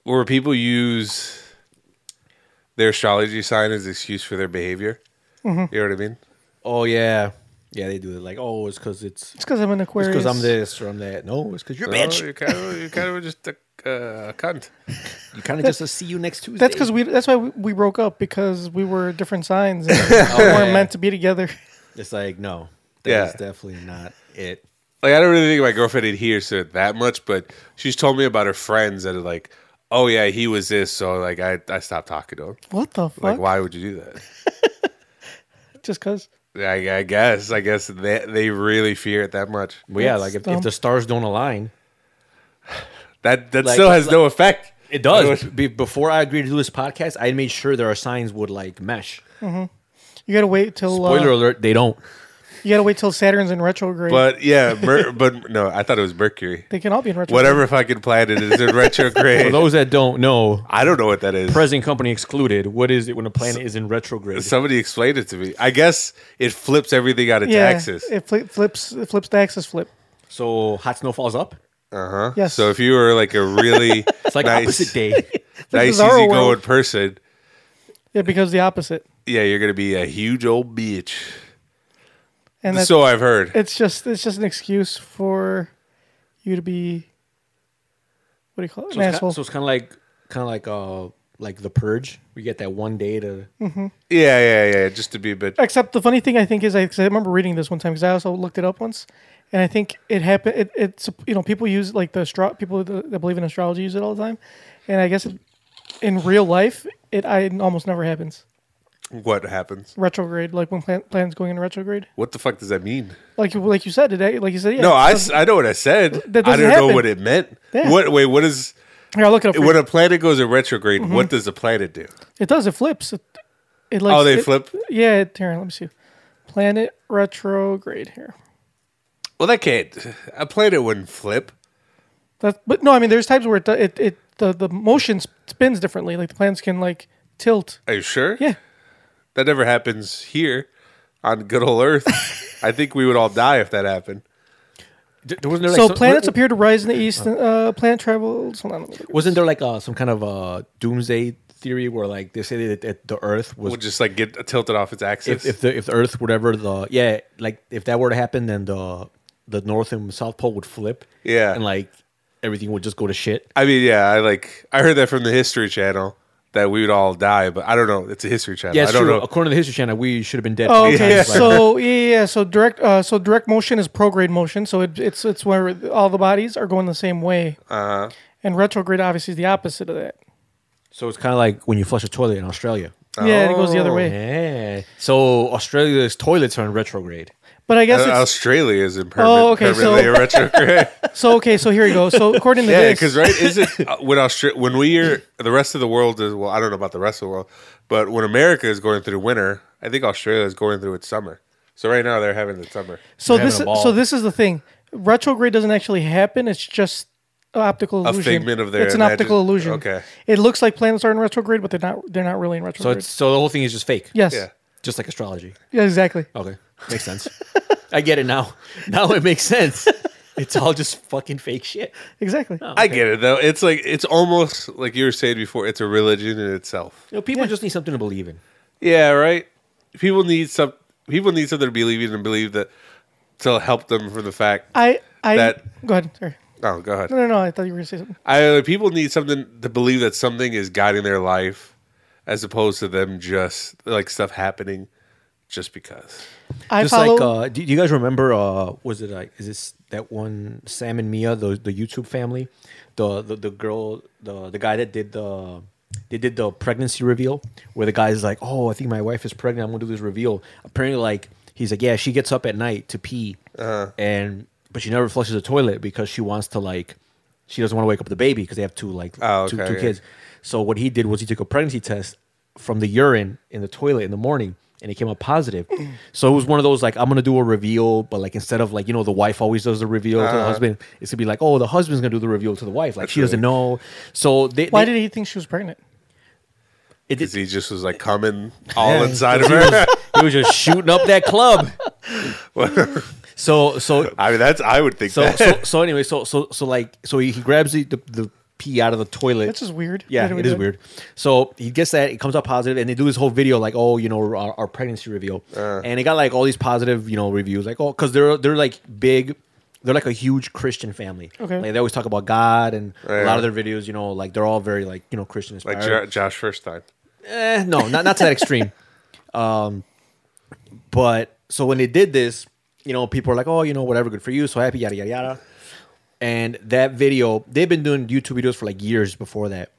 [SPEAKER 4] where people use their astrology sign as excuse for their behavior.
[SPEAKER 2] Mm-hmm.
[SPEAKER 4] You know what I mean?
[SPEAKER 3] oh yeah, yeah, they do it. Like, oh, it's because it's
[SPEAKER 2] It's because I'm an Aquarius.
[SPEAKER 3] because I'm this or I'm that. No, it's because you're a bitch.
[SPEAKER 4] Oh, you're kind of you're kind of just a uh, cunt.
[SPEAKER 3] You kind
[SPEAKER 2] [laughs]
[SPEAKER 3] of just see you next Tuesday.
[SPEAKER 2] That's because we. That's why we, we broke up because we were different signs. And we weren't
[SPEAKER 3] yeah.
[SPEAKER 2] meant to be together. [laughs]
[SPEAKER 3] it's like no, that's
[SPEAKER 4] Yeah.
[SPEAKER 3] definitely not it.
[SPEAKER 4] Like I don't really think my girlfriend adheres to it that much, but she's told me about her friends that are like, "Oh yeah, he was this," so like I I stopped talking to him.
[SPEAKER 2] What the
[SPEAKER 4] Like,
[SPEAKER 2] fuck?
[SPEAKER 4] why would you do that?
[SPEAKER 2] Just because.
[SPEAKER 4] I, I guess I guess they they really fear it that much.
[SPEAKER 3] Well, yeah,
[SPEAKER 2] That's
[SPEAKER 3] like if,
[SPEAKER 2] dumb.
[SPEAKER 3] if the stars don't align,
[SPEAKER 4] That that
[SPEAKER 3] Like-
[SPEAKER 4] still has no effect.
[SPEAKER 3] it does. Be, before I agreed to do this podcast, I made sure that our signs would like mesh.
[SPEAKER 2] You gotta wait till. Uh,
[SPEAKER 3] Spoiler alert: they don't.
[SPEAKER 2] You gotta wait till Saturn's in retrograde.
[SPEAKER 4] But yeah, mer- but no, I thought it was Mercury.
[SPEAKER 2] they can all be in retrograde.
[SPEAKER 4] Whatever fucking planet
[SPEAKER 3] [laughs]
[SPEAKER 4] is in
[SPEAKER 3] For
[SPEAKER 4] retrograde.
[SPEAKER 3] those that don't know,
[SPEAKER 4] I don't know what that is.
[SPEAKER 3] present company excluded. What is it when a planet is in retrograde?
[SPEAKER 4] Somebody explained it to me. I guess it flips everything out of
[SPEAKER 2] Yeah,
[SPEAKER 4] taxes.
[SPEAKER 2] it fli flips. It flips the axis flip.
[SPEAKER 3] So hot snow falls up.
[SPEAKER 2] Yes.
[SPEAKER 4] Uh-huh. So if you were like a really
[SPEAKER 3] [laughs] It's like
[SPEAKER 4] nice,
[SPEAKER 3] opposite
[SPEAKER 2] [laughs]
[SPEAKER 3] day.
[SPEAKER 4] nice,
[SPEAKER 2] Bizarro
[SPEAKER 4] easygoing
[SPEAKER 2] world.
[SPEAKER 4] person,
[SPEAKER 2] Yeah, because the opposite.
[SPEAKER 4] yeah, you're gonna be a huge old bitch.
[SPEAKER 2] And that's,
[SPEAKER 4] so I've heard.
[SPEAKER 2] it's just it's just an excuse for you to be what do you call it? An
[SPEAKER 3] So it's, kind,
[SPEAKER 2] asshole.
[SPEAKER 3] so it's kind of like kind of like uh like the purge. We get that one day to
[SPEAKER 4] Yeah, yeah, yeah. Just to be a bit.
[SPEAKER 2] Except the funny thing I think is I, 'cause I remember reading this one time because I also looked it up once, and I think it happened. It, it's you know people use like the astro- people that that believe in astrology use it all the time, and I guess it, in real life it I it almost never happens
[SPEAKER 4] What happens?
[SPEAKER 2] retrograde like when plan, planets going in retrograde
[SPEAKER 4] What the fuck does that mean?
[SPEAKER 2] like you- like you said today like you said yeah,
[SPEAKER 4] No, I,
[SPEAKER 2] it
[SPEAKER 4] s- I know what I said.
[SPEAKER 2] That
[SPEAKER 4] I
[SPEAKER 2] doesn't
[SPEAKER 4] don't know
[SPEAKER 2] happen.
[SPEAKER 4] what it meant.
[SPEAKER 2] Yeah.
[SPEAKER 4] What? Wait, what is?
[SPEAKER 2] doesn't- yeah, look it up for
[SPEAKER 4] When
[SPEAKER 2] you.
[SPEAKER 4] a planet goes in retrograde,
[SPEAKER 2] Mm-hmm.
[SPEAKER 4] what does the planet do?
[SPEAKER 2] it does it flips it, it like
[SPEAKER 4] Oh, they
[SPEAKER 2] it-
[SPEAKER 4] flip.
[SPEAKER 2] yeah it, Taryn, let me see planet retrograde here
[SPEAKER 4] Well, that can't. A planet wouldn't flip.
[SPEAKER 2] That's, but no, I mean, there's times where it, it, it the, the motion sp- spins differently. Like the planets can like tilt.
[SPEAKER 4] Are you sure?
[SPEAKER 2] Yeah.
[SPEAKER 4] That never happens here on good
[SPEAKER 2] [laughs]
[SPEAKER 4] old Earth. I think we would all die if that happened.
[SPEAKER 3] Th- there wasn't there like
[SPEAKER 2] so
[SPEAKER 3] some-
[SPEAKER 2] planets
[SPEAKER 3] wa-
[SPEAKER 2] appear to rise in the east. and, uh, planet travels. Hold on. let me look at
[SPEAKER 3] Wasn't there like uh, some kind of uh, doomsday theory where like they say that, that the Earth was
[SPEAKER 4] We'll just like get tilted off its axis.
[SPEAKER 3] if, if the if the Earth whatever the yeah like if that were to happen then the the North and South Pole would flip
[SPEAKER 4] Yeah.
[SPEAKER 3] and like everything would just go to shit.
[SPEAKER 4] I mean, yeah, I like I heard that from the History Channel that we would all die, but I don't know. It's a History Channel.
[SPEAKER 3] Yeah, it's
[SPEAKER 4] I don't
[SPEAKER 3] true.
[SPEAKER 4] know.
[SPEAKER 3] According to the History Channel, we should have been dead.
[SPEAKER 2] Oh,
[SPEAKER 4] [laughs]
[SPEAKER 3] three
[SPEAKER 2] okay.
[SPEAKER 3] times by now.
[SPEAKER 2] So yeah, yeah, yeah. So direct, uh, so direct motion is prograde motion. So it, it's it's where all the bodies are going the same way. Uh-huh. And retrograde obviously is the opposite of that.
[SPEAKER 3] so it's kind of like when you flush a toilet in Australia. Oh,
[SPEAKER 2] Yeah, it goes the other way.
[SPEAKER 4] Oh.
[SPEAKER 3] Yeah. So Australia's toilets are in retrograde.
[SPEAKER 2] But I guess
[SPEAKER 4] Uh,
[SPEAKER 2] it's,
[SPEAKER 4] Australia is in permanent,
[SPEAKER 2] Oh, okay, so-
[SPEAKER 4] permanently in
[SPEAKER 2] [laughs]
[SPEAKER 4] retrograde.
[SPEAKER 2] so. Okay, so here you go.
[SPEAKER 4] [laughs]
[SPEAKER 2] So according to
[SPEAKER 4] yeah,
[SPEAKER 2] this,
[SPEAKER 4] because right is it [laughs] uh, when Austra- when we are the rest of the world is well, I don't know about the rest of the world, but when America is going through winter, I think Australia is going through its summer. So right now they're having the summer.
[SPEAKER 2] So
[SPEAKER 3] Having
[SPEAKER 2] this
[SPEAKER 3] a ball.
[SPEAKER 2] so this is the thing. Retrograde doesn't actually happen. It's just an optical illusion.
[SPEAKER 4] figment of their
[SPEAKER 2] it's an
[SPEAKER 4] imagine-
[SPEAKER 2] optical illusion.
[SPEAKER 4] okay.
[SPEAKER 2] It looks like planets are in retrograde, but they're not. They're not really in
[SPEAKER 3] So
[SPEAKER 2] retrograde.
[SPEAKER 3] it's so the whole thing is just fake.
[SPEAKER 2] yes.
[SPEAKER 4] Yeah.
[SPEAKER 2] Yeah.
[SPEAKER 3] Just like astrology.
[SPEAKER 2] Exactly.
[SPEAKER 3] Okay. Makes sense.
[SPEAKER 2] [laughs]
[SPEAKER 3] I get it now. Now it makes sense. It's all just fucking fake shit.
[SPEAKER 2] Exactly.
[SPEAKER 3] Oh.
[SPEAKER 4] I get it though. It's like it's almost like you were saying before. It's a religion in itself.
[SPEAKER 3] You know, people just need something to believe in.
[SPEAKER 4] Yeah, right. People need some. People need something to believe in and believe that to help them from the fact.
[SPEAKER 2] I. I.
[SPEAKER 4] That-
[SPEAKER 2] go ahead. Sorry.
[SPEAKER 4] oh, go ahead.
[SPEAKER 2] No, no, no. I thought you were gonna say something.
[SPEAKER 4] I people need something to believe that something is guiding their life, as opposed to them just like stuff happening just because.
[SPEAKER 2] I
[SPEAKER 3] just
[SPEAKER 2] follow.
[SPEAKER 3] like uh, do do you guys remember uh, was it like is this that one Sam and Mia the the YouTube family, the the, the girl the the guy that did the they did the pregnancy reveal where the guy's like oh I think my wife is pregnant I'm gonna do this reveal apparently like he's like yeah she gets up at night to pee
[SPEAKER 4] Uh-huh.
[SPEAKER 3] and but she never flushes the toilet because she wants to like she doesn't want to wake up the baby because they have two like
[SPEAKER 4] Oh,
[SPEAKER 3] two,
[SPEAKER 4] okay,
[SPEAKER 3] two
[SPEAKER 4] yeah.
[SPEAKER 3] kids so what he did was he took a pregnancy test from the urine in the toilet in the morning, and it came out positive. [clears throat] so it was one of those like I'm gonna do a reveal, but like instead of like you know the wife always does the reveal to the husband, it's gonna be like oh the husband's gonna do the reveal to the wife, like she doesn't know. So they,
[SPEAKER 2] why
[SPEAKER 3] they-
[SPEAKER 2] did he think she was pregnant?
[SPEAKER 3] it did-
[SPEAKER 4] Because he just was like coming all
[SPEAKER 3] [laughs]
[SPEAKER 4] inside of
[SPEAKER 3] he
[SPEAKER 4] her.
[SPEAKER 3] was, he was just shooting up that club. so so
[SPEAKER 4] I mean, that's I would think
[SPEAKER 3] so
[SPEAKER 4] that. [laughs]
[SPEAKER 3] so so anyway so so so like so he, he grabs the, the the pee out of the toilet.
[SPEAKER 2] That's just weird. Why
[SPEAKER 3] Yeah,
[SPEAKER 2] do we
[SPEAKER 3] it
[SPEAKER 2] do
[SPEAKER 3] is weird. So he gets that. It comes out positive, and they do this whole video like, oh, you know, our, our pregnancy reveal,
[SPEAKER 4] Uh.
[SPEAKER 3] and it got like all these positive, you know, reviews. Like, oh, because they're they're like big, they're like a huge Christian family.
[SPEAKER 2] Okay.
[SPEAKER 3] like they always talk about God, and
[SPEAKER 4] Right.
[SPEAKER 3] a lot of their videos, you know, like they're all very like you know Christian
[SPEAKER 4] like
[SPEAKER 3] inspired.
[SPEAKER 4] Jo- Josh first time.
[SPEAKER 3] Eh, no, not not to that extreme. Um, but so when they did this, you know, people are like, oh, you know, whatever, good for you, so happy, yada yada yada. And that video, they've been doing YouTube videos for like years before that.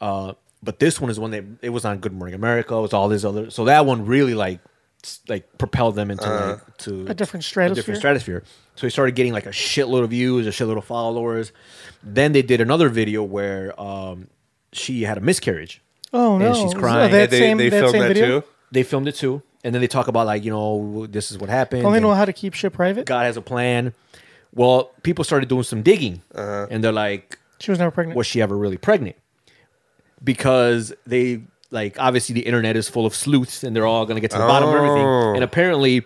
[SPEAKER 3] Uh, but this one is one that it was on Good Morning America. It was all this other. So that one really like s- like propelled them into like, to
[SPEAKER 2] A different
[SPEAKER 3] a different
[SPEAKER 2] stratosphere.
[SPEAKER 3] stratosphere. So he started getting like a shitload of views, a shitload of followers. Then they did another video where um, she had a miscarriage.
[SPEAKER 2] Oh no.
[SPEAKER 3] And she's
[SPEAKER 2] Is that
[SPEAKER 3] crying.
[SPEAKER 2] that
[SPEAKER 4] And they,
[SPEAKER 2] same,
[SPEAKER 4] they
[SPEAKER 2] that
[SPEAKER 4] filmed
[SPEAKER 2] same
[SPEAKER 4] that
[SPEAKER 2] video.
[SPEAKER 4] too.
[SPEAKER 3] They filmed it too, and then they talk about like you know this is what happened.
[SPEAKER 2] Only
[SPEAKER 3] and
[SPEAKER 2] know how to keep shit private.
[SPEAKER 3] God has a plan. Well, people started doing some digging, and they're like,
[SPEAKER 2] She was never pregnant.
[SPEAKER 3] was she ever really pregnant? Because they like obviously the internet is full of sleuths, and they're all gonna get to the bottom of
[SPEAKER 4] Oh.
[SPEAKER 3] everything. And apparently,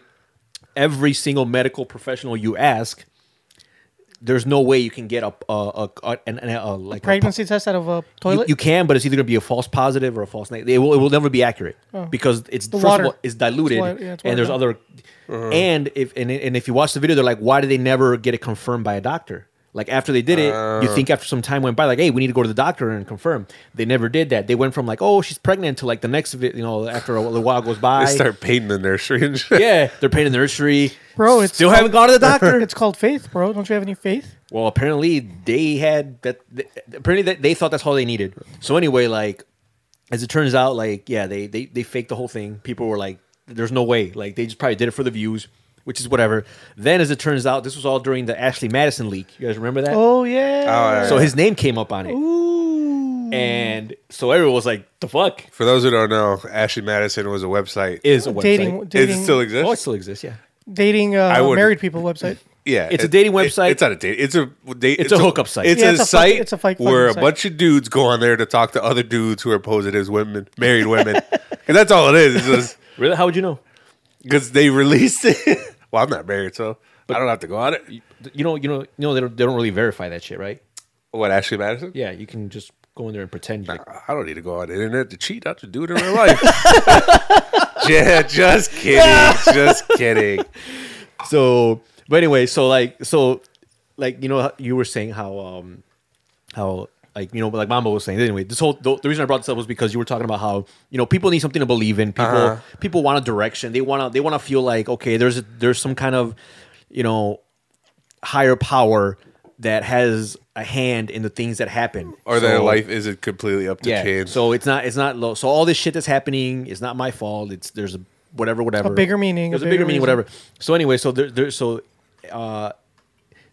[SPEAKER 3] every single medical professional you ask. There's no way you can get a, a, a, a, an- an- a, like a-
[SPEAKER 2] Pregnancy test out of a
[SPEAKER 3] you,
[SPEAKER 2] toilet.
[SPEAKER 3] you can, but it's either going to be a false positive or a false negative. It will, it will never be accurate because it's first
[SPEAKER 2] Oh. water.
[SPEAKER 3] of all it's diluted,
[SPEAKER 2] It's wa- yeah, it's
[SPEAKER 3] and there's
[SPEAKER 2] watered
[SPEAKER 4] Uh-huh.
[SPEAKER 3] other, and if and, and if you watch the video, they're like, why did they never get it confirmed by a doctor? Like after they did it,
[SPEAKER 4] Uh.
[SPEAKER 3] you think after some time went by, like, hey, we need to go to the doctor and confirm. They never did that. They went from like, oh, she's pregnant to like the next, vi- you know, after a little while goes by.
[SPEAKER 4] They start painting the nursery and shit.
[SPEAKER 3] yeah, they're paying the nursery.
[SPEAKER 2] Bro, it's
[SPEAKER 3] Still haven't gone to the doctor.
[SPEAKER 2] [laughs] It's called faith, bro. Don't you have any faith?
[SPEAKER 3] well, apparently they had that. th- Apparently that they thought that's all they needed. So anyway, like as it turns out, like yeah, they they they faked the whole thing. People were like, "There's no way." Like they just probably did it for the views, which is whatever. Then as it turns out, this was all during the Ashley Madison leak. You guys remember that?
[SPEAKER 2] Oh yeah.
[SPEAKER 4] Oh, yeah.
[SPEAKER 3] So his name came up on it. And so everyone was like, the fuck?
[SPEAKER 4] For those who don't know, Ashley Madison was a website.
[SPEAKER 3] Is a
[SPEAKER 2] dating
[SPEAKER 3] website.
[SPEAKER 4] Does
[SPEAKER 2] dating
[SPEAKER 4] it still
[SPEAKER 3] Oh, it
[SPEAKER 4] exists?
[SPEAKER 3] still exists, yeah.
[SPEAKER 2] dating
[SPEAKER 4] I
[SPEAKER 2] uh,
[SPEAKER 4] wouldn't-
[SPEAKER 2] married people website.
[SPEAKER 4] yeah,
[SPEAKER 3] It's a dating
[SPEAKER 4] it-
[SPEAKER 3] website.
[SPEAKER 4] it's not a date. It's a date.
[SPEAKER 3] It's a hookup site.
[SPEAKER 4] It's
[SPEAKER 2] Yeah,
[SPEAKER 4] a
[SPEAKER 2] it's a fuck-
[SPEAKER 4] site.
[SPEAKER 2] it's a fuck- fucking
[SPEAKER 4] where a
[SPEAKER 2] site.
[SPEAKER 4] bunch of dudes go on there to talk to other dudes who are posing as women, married women, [laughs] and that's all it is. It's just
[SPEAKER 3] Really? How would you know?
[SPEAKER 4] because they released it. [laughs] well, I'm not married, so I don't have to go on it.
[SPEAKER 3] You know, you know, you know, they don't, they don't really verify that shit, right?
[SPEAKER 4] What Ashley Madison?
[SPEAKER 3] Yeah, you can just go in there and pretend. You're like,
[SPEAKER 4] I don't need to go on the internet to cheat. I should do it in real life. [laughs] yeah, just
[SPEAKER 3] [laughs]
[SPEAKER 4] kidding. just kidding.
[SPEAKER 3] so but anyway so like so like you know you were saying how um how like you know like mama was saying anyway this whole the, the reason i brought this up was because you were talking about how you know people need something to believe in people people want a direction they want to they want to feel like okay there's a, there's some kind of you know higher power that has a hand in the things that happen
[SPEAKER 4] Or their
[SPEAKER 3] So-
[SPEAKER 4] life isn't completely up to chance.
[SPEAKER 3] so it's not it's not low. So all this shit that's happening is not my fault. It's there's a whatever whatever
[SPEAKER 2] A bigger meaning,
[SPEAKER 3] There's a
[SPEAKER 2] a
[SPEAKER 3] bigger,
[SPEAKER 2] bigger
[SPEAKER 3] meaning
[SPEAKER 2] reason.
[SPEAKER 3] whatever. So anyway, so there, there so uh,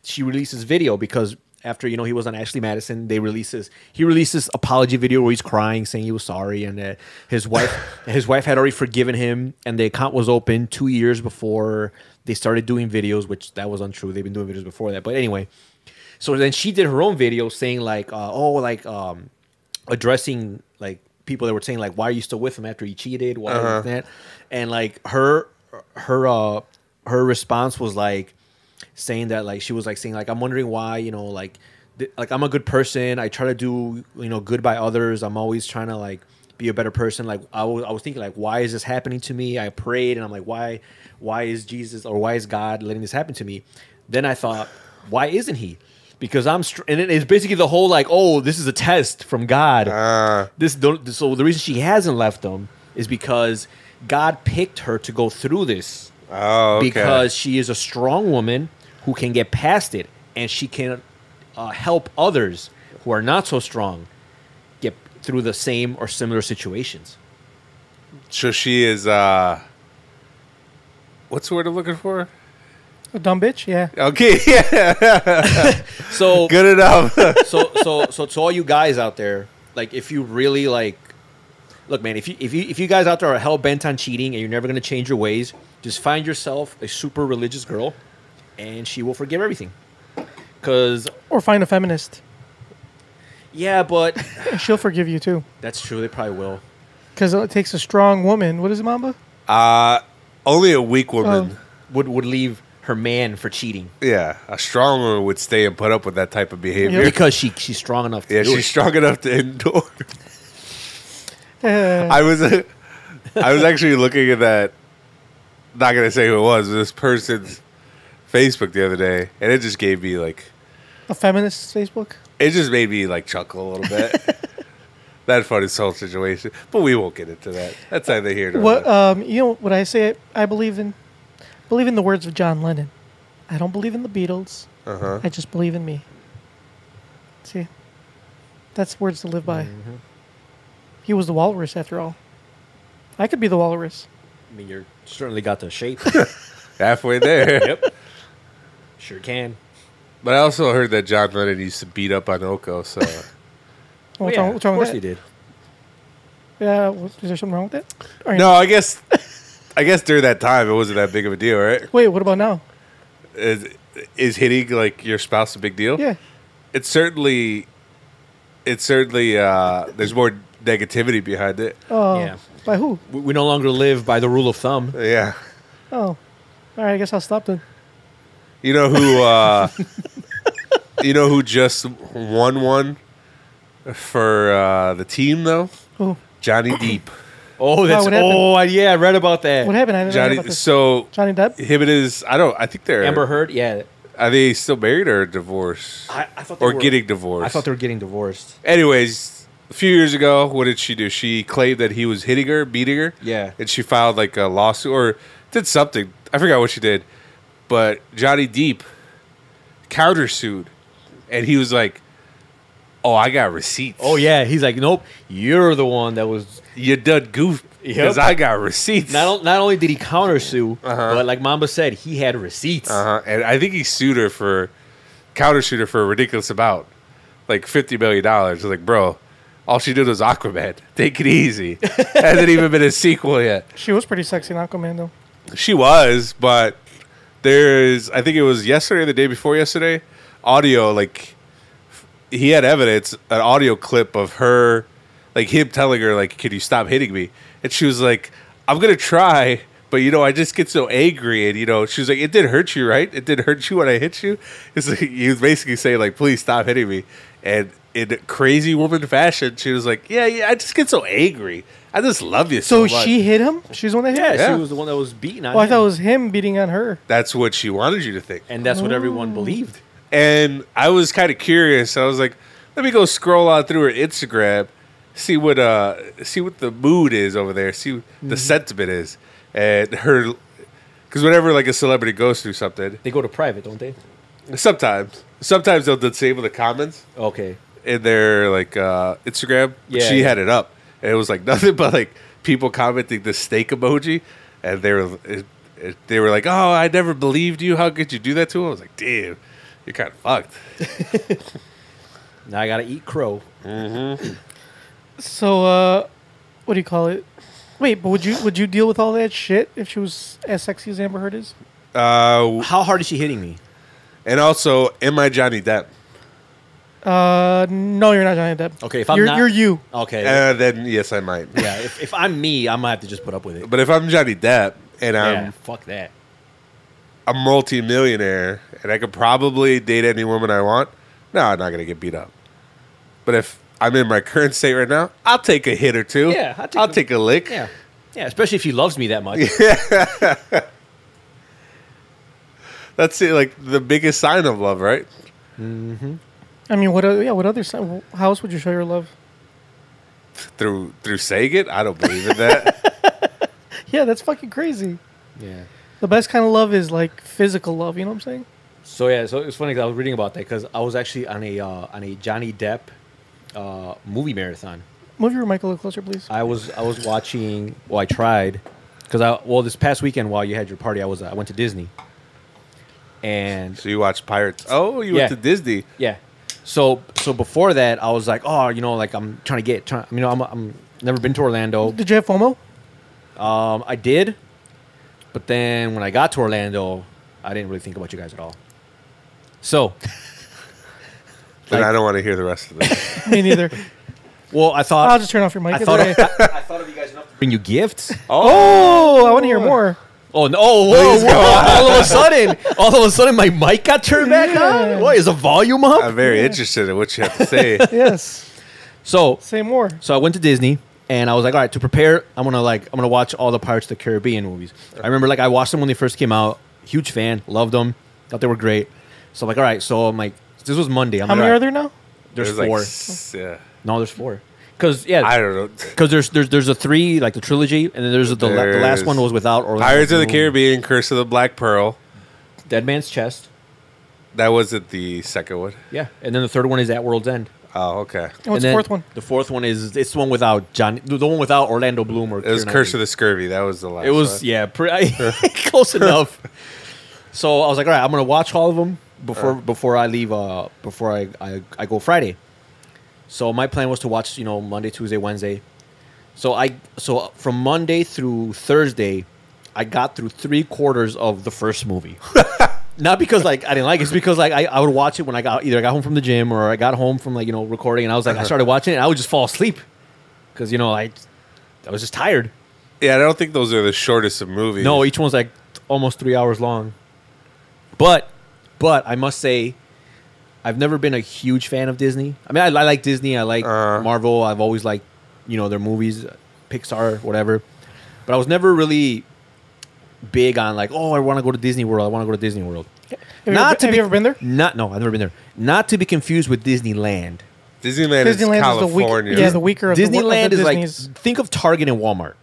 [SPEAKER 3] she releases video because after you know he was on Ashley Madison, they releases he releases apology video where he's crying saying he was sorry and that
[SPEAKER 2] [laughs]
[SPEAKER 3] his wife his wife had already forgiven him and the account was open two years before they started doing videos, which that was untrue. They've been doing videos before that, but anyway. So then she did her own video saying like, uh, oh, like um, addressing like people that were saying like, why are you still with him after he cheated? Why this, that? And like her, her, uh, her response was like saying that like she was like saying like, I'm wondering why you know like, th- like I'm a good person. I try to do you know good by others. I'm always trying to like be a better person. Like I was, I was thinking like, why is this happening to me? I prayed and I'm like, why, why is Jesus or why is God letting this happen to me? Then I thought, why isn't he? Because I'm, str- and it- it's basically the whole like, oh, this is a test from God.
[SPEAKER 4] Uh. Ah,
[SPEAKER 3] this the- so the reason she hasn't left them is because God picked her to go through this
[SPEAKER 4] oh, okay.
[SPEAKER 3] because she is a strong woman who can get past it and she can uh, help others who are not so strong get through the same or similar situations.
[SPEAKER 4] so she is. uh What's the word I'm looking for?
[SPEAKER 2] A dumb bitch. Yeah.
[SPEAKER 4] Okay, [laughs] yeah,
[SPEAKER 3] So
[SPEAKER 4] good enough. [laughs]
[SPEAKER 3] so so so to all you guys out there, like if you really like look man, if you if you if you guys out there are hell bent on cheating and you're never gonna change your ways, just find yourself a super religious girl and she will forgive everything. Cause
[SPEAKER 2] Or find a feminist.
[SPEAKER 3] yeah, but
[SPEAKER 2] And she'll forgive you too.
[SPEAKER 3] that's true, they probably will.
[SPEAKER 2] Because it takes a strong woman. What is it, Mamba? [laughs]
[SPEAKER 4] Only a weak woman.
[SPEAKER 3] Would would leave her man for cheating.
[SPEAKER 4] Yeah, a strong woman would stay and put up with that type of behavior.
[SPEAKER 3] Because she she's strong enough to
[SPEAKER 4] [laughs] Yeah,
[SPEAKER 3] do
[SPEAKER 4] she's
[SPEAKER 3] it.
[SPEAKER 4] strong enough to endure.
[SPEAKER 2] Uh,
[SPEAKER 4] I was, [laughs] I was actually looking at that. Not gonna say who it was. This person's Facebook the other day, and it just gave me like,
[SPEAKER 2] a feminist Facebook.
[SPEAKER 4] it just made me like chuckle a little bit. that funny soul situation, but we won't get into that. That's either here nor
[SPEAKER 2] What
[SPEAKER 4] there.
[SPEAKER 2] um, you know? What I say? I believe in. Believe in the words of John Lennon. I don't believe in the Beatles.
[SPEAKER 4] Uh-huh.
[SPEAKER 2] I just believe in me. See, that's words to live by.
[SPEAKER 3] Mm-hmm.
[SPEAKER 2] He was the walrus, after all. I could be the walrus.
[SPEAKER 3] I mean you're certainly got the shape.
[SPEAKER 4] halfway there.
[SPEAKER 3] yep. Sure can.
[SPEAKER 4] But I also heard that John Lennon used to beat up on Oko,
[SPEAKER 2] [laughs]
[SPEAKER 4] so
[SPEAKER 2] Well, what's
[SPEAKER 3] Oh, Yeah,
[SPEAKER 2] wrong- what's wrong
[SPEAKER 3] of
[SPEAKER 2] with
[SPEAKER 3] course
[SPEAKER 2] that?
[SPEAKER 3] he did.
[SPEAKER 2] Yeah, what- is there something wrong with that? Or-
[SPEAKER 4] no, I guess, I guess during that time it wasn't that big of a deal, right?
[SPEAKER 2] Wait, what about now?
[SPEAKER 4] Is, is hitting like your spouse a big deal?
[SPEAKER 2] Yeah,
[SPEAKER 4] it's certainly it's certainly uh there's more negativity behind it
[SPEAKER 2] Oh,
[SPEAKER 3] Yeah.
[SPEAKER 2] by who?
[SPEAKER 3] We, we no longer live by the rule of thumb.
[SPEAKER 4] yeah
[SPEAKER 2] Oh, all right. I guess I'll stop then.
[SPEAKER 4] you know who uh [laughs] you know who just won one for uh the team though
[SPEAKER 2] Oh,
[SPEAKER 4] johnny deep
[SPEAKER 3] Oh, that's
[SPEAKER 2] what happened?
[SPEAKER 3] oh I- yeah, I read about that.
[SPEAKER 2] what happened? I didn't know about
[SPEAKER 4] johnny
[SPEAKER 2] this.
[SPEAKER 4] so
[SPEAKER 2] Johnny Depp.
[SPEAKER 4] him and his i don't i think they're
[SPEAKER 3] Amber Heard, yeah,
[SPEAKER 4] Are they still married or divorced?
[SPEAKER 3] I, I thought
[SPEAKER 4] or getting divorced.
[SPEAKER 3] I thought they were getting divorced.
[SPEAKER 4] Anyways, a few years ago, what did she do? She claimed that he was hitting her, beating her.
[SPEAKER 3] Yeah.
[SPEAKER 4] And she filed like a lawsuit or did something. I forgot what she did. But Johnny Deep countersued. And he was like, Oh, I got receipts.
[SPEAKER 3] Oh yeah, he's like, nope, you're the one that was.
[SPEAKER 4] You done goof because
[SPEAKER 3] Yep.
[SPEAKER 4] I got receipts.
[SPEAKER 3] Not, on- not only did he countersue, but like Mamba said, he had receipts.
[SPEAKER 4] Uh-huh. And I think he sued her for countersued her for a ridiculous amount, like fifty million dollars. Like, bro, all she did was Aquaman. [laughs] Take it easy. [laughs] Hasn't even been a sequel yet.
[SPEAKER 2] She was pretty sexy in Aquaman, though.
[SPEAKER 4] She was, but there's I think it was yesterday, the day before yesterday, audio like f- he had evidence, an audio clip of her like him telling her like, "Can you stop hitting me?" And she was like, "I'm going to try, but you know, I just get so angry and you know, she was like, "It did hurt you, right? It did hurt you when I hit you." [laughs] It's like he was basically saying like, "Please stop hitting me." And in crazy woman fashion, she was like, "Yeah, yeah, I just get so angry. I just love you
[SPEAKER 2] So
[SPEAKER 4] so, much."
[SPEAKER 2] she hit him. She's the one that hit.
[SPEAKER 3] yeah,
[SPEAKER 2] Him?
[SPEAKER 4] Yeah.
[SPEAKER 3] she was the one that was beaten. On
[SPEAKER 2] Oh, I
[SPEAKER 3] him.
[SPEAKER 2] thought it was him beating on her.
[SPEAKER 4] That's what she wanted you to think.
[SPEAKER 3] and that's what everyone believed.
[SPEAKER 4] and I was kind of curious. I was like, let me go scroll out through her Instagram, see what uh see what the mood is over there, see what the sentiment is, and her because whenever like a celebrity goes through something,
[SPEAKER 3] They go to private, don't they?
[SPEAKER 4] sometimes sometimes they'll disable the comments
[SPEAKER 3] Okay.
[SPEAKER 4] in their like uh Instagram. but
[SPEAKER 3] Yeah,
[SPEAKER 4] she
[SPEAKER 3] yeah.
[SPEAKER 4] had it up, and it was like [laughs] nothing but like people commenting the steak emoji, and they were. It, it- they were like, "Oh, I never believed you. How could you do that to him?" I was like, "Damn, you're kind of fucked."
[SPEAKER 3] Now I gotta eat crow.
[SPEAKER 2] So, uh, what do you call it? Wait, but would you would you deal with all that shit if she was as sexy as Amber Heard is?
[SPEAKER 4] Uh,
[SPEAKER 3] How hard is she hitting me?
[SPEAKER 4] And also, am I Johnny Depp?
[SPEAKER 2] Uh, no, you're not Johnny Depp.
[SPEAKER 3] Okay, if I'm
[SPEAKER 2] you're,
[SPEAKER 3] not-
[SPEAKER 2] you're you.
[SPEAKER 3] Okay.
[SPEAKER 4] Uh, then yes, I might.
[SPEAKER 3] yeah. If, if I'm me, I'm gonna have to just put up with it.
[SPEAKER 4] But if I'm Johnny Depp and I'm
[SPEAKER 3] yeah. Fuck that.
[SPEAKER 4] a multimillionaire and I could probably date any woman I want, no, I'm not gonna get beat up. But if I'm in my current state right now, I'll take a hit or two.
[SPEAKER 3] Yeah, I'll
[SPEAKER 4] I'll
[SPEAKER 3] take
[SPEAKER 4] take,
[SPEAKER 3] a-
[SPEAKER 4] a lick.
[SPEAKER 3] Yeah. Yeah. Especially if she loves me that
[SPEAKER 4] [laughs]
[SPEAKER 3] much.
[SPEAKER 4] That's it, like the biggest sign of love, right?
[SPEAKER 2] I mean, what? o- Yeah, what other si- how else would you show your love?
[SPEAKER 4] Through through saying it, I don't believe
[SPEAKER 3] [laughs]
[SPEAKER 4] in that.
[SPEAKER 2] Yeah, that's fucking crazy.
[SPEAKER 3] yeah.
[SPEAKER 2] The best kind of love is like physical love. You know what I'm saying?
[SPEAKER 3] So yeah, so it's funny 'cause I was reading about that because I was actually on a uh, on a Johnny Depp uh, movie marathon.
[SPEAKER 2] Move your mic a little closer, please.
[SPEAKER 3] I was I was watching. Well, I tried because I well this past weekend while you had your party, I was uh, I went to Disney, and
[SPEAKER 4] so you watch Pirates. Oh, you
[SPEAKER 3] Yeah.
[SPEAKER 4] went to Disney.
[SPEAKER 3] yeah. So so before that, I was like, oh, you know, like I'm trying to get, trying, you know, I'm I'm never been to Orlando.
[SPEAKER 2] Did you have
[SPEAKER 3] [laughs]
[SPEAKER 2] FOMO?
[SPEAKER 3] Um, I did, but then when I got to Orlando, I didn't really think about you guys at all. So
[SPEAKER 4] Then
[SPEAKER 3] Like-
[SPEAKER 4] I don't want to hear the rest of this.
[SPEAKER 2] Me neither.
[SPEAKER 3] well, I thought
[SPEAKER 2] I'll just turn off your mic.
[SPEAKER 3] I
[SPEAKER 2] It's
[SPEAKER 3] thought, I,
[SPEAKER 2] okay.
[SPEAKER 4] [laughs]
[SPEAKER 3] I thought of you guys enough to bring you gifts.
[SPEAKER 2] oh, I want to hear more.
[SPEAKER 3] Oh no! Oh, whoa, whoa. [laughs] All of a sudden, all of a sudden, my mic got turned back on. What is the volume up? [laughs]
[SPEAKER 4] I'm very interested in what you have to say.
[SPEAKER 2] Yes,
[SPEAKER 3] so,
[SPEAKER 2] say more.
[SPEAKER 3] so I went to Disney and I was like, all right, to prepare, I'm gonna like, I'm gonna watch all the Pirates of the Caribbean movies. I remember like I watched them when they first came out. Huge fan, loved them, thought they were great. So I'm like, all right, so I'm like, this was Monday. I'm
[SPEAKER 2] How
[SPEAKER 3] like,
[SPEAKER 2] many
[SPEAKER 3] all
[SPEAKER 2] are
[SPEAKER 3] right,
[SPEAKER 2] there now?
[SPEAKER 3] [laughs] There's,
[SPEAKER 4] like,
[SPEAKER 3] four.
[SPEAKER 4] s- yeah.
[SPEAKER 3] no, there's four. Cause yeah,
[SPEAKER 4] I don't know.
[SPEAKER 3] Because there's there's there's a three like the trilogy, and then there's, a, the, la- the last
[SPEAKER 4] There's
[SPEAKER 3] one was without Orlando
[SPEAKER 4] Pirates of the
[SPEAKER 3] Bloom.
[SPEAKER 4] Caribbean, Curse of the Black Pearl.
[SPEAKER 3] Dead Man's Chest.
[SPEAKER 4] That wasn't the second one.
[SPEAKER 3] Yeah, and then the third one is At World's End.
[SPEAKER 4] Oh, okay.
[SPEAKER 2] And what's
[SPEAKER 3] And
[SPEAKER 2] the
[SPEAKER 3] then
[SPEAKER 2] fourth one?
[SPEAKER 3] The fourth one is it's the one without Johnny, the one without Orlando Bloom or.
[SPEAKER 4] It was Curse of the Scurvy. That was the last.
[SPEAKER 3] It was
[SPEAKER 4] one.
[SPEAKER 3] yeah, [laughs] pretty close enough. So I was like, all right, I'm gonna watch all of them before before I leave. Uh, before I, I I go Friday. So my plan was to watch you know Monday, Tuesday, Wednesday. So I so from Monday through Thursday, I got through three quarters of the first movie. Not because like I didn't like it, it's because like I, I would watch it when I got either I got home from the gym or I got home from like you know recording and I was like I started watching it and I would just fall asleep because you know I I was just tired.
[SPEAKER 4] yeah. I don't think those are the shortest of movies.
[SPEAKER 3] No, each one's like almost three hours long. But, but I must say, I've never been a huge fan of Disney. I mean, I, I like Disney. I like
[SPEAKER 4] Uh.
[SPEAKER 3] Marvel. I've always liked, you know, their movies, Pixar, whatever. But I was never really big on like, oh, I want to go to Disney World. I want to go to Disney World.
[SPEAKER 2] Have you, ever,
[SPEAKER 3] Not to
[SPEAKER 2] have
[SPEAKER 3] be,
[SPEAKER 2] you ever been there?
[SPEAKER 3] Not no, I've never been there. Not to be confused with Disneyland.
[SPEAKER 4] Disneyland, is
[SPEAKER 2] Disneyland is the weak-
[SPEAKER 4] California.
[SPEAKER 2] yeah, the weaker of the wor- of
[SPEAKER 3] Disneyland
[SPEAKER 2] the
[SPEAKER 3] is
[SPEAKER 2] Disney's.
[SPEAKER 3] like think of Target and Walmart.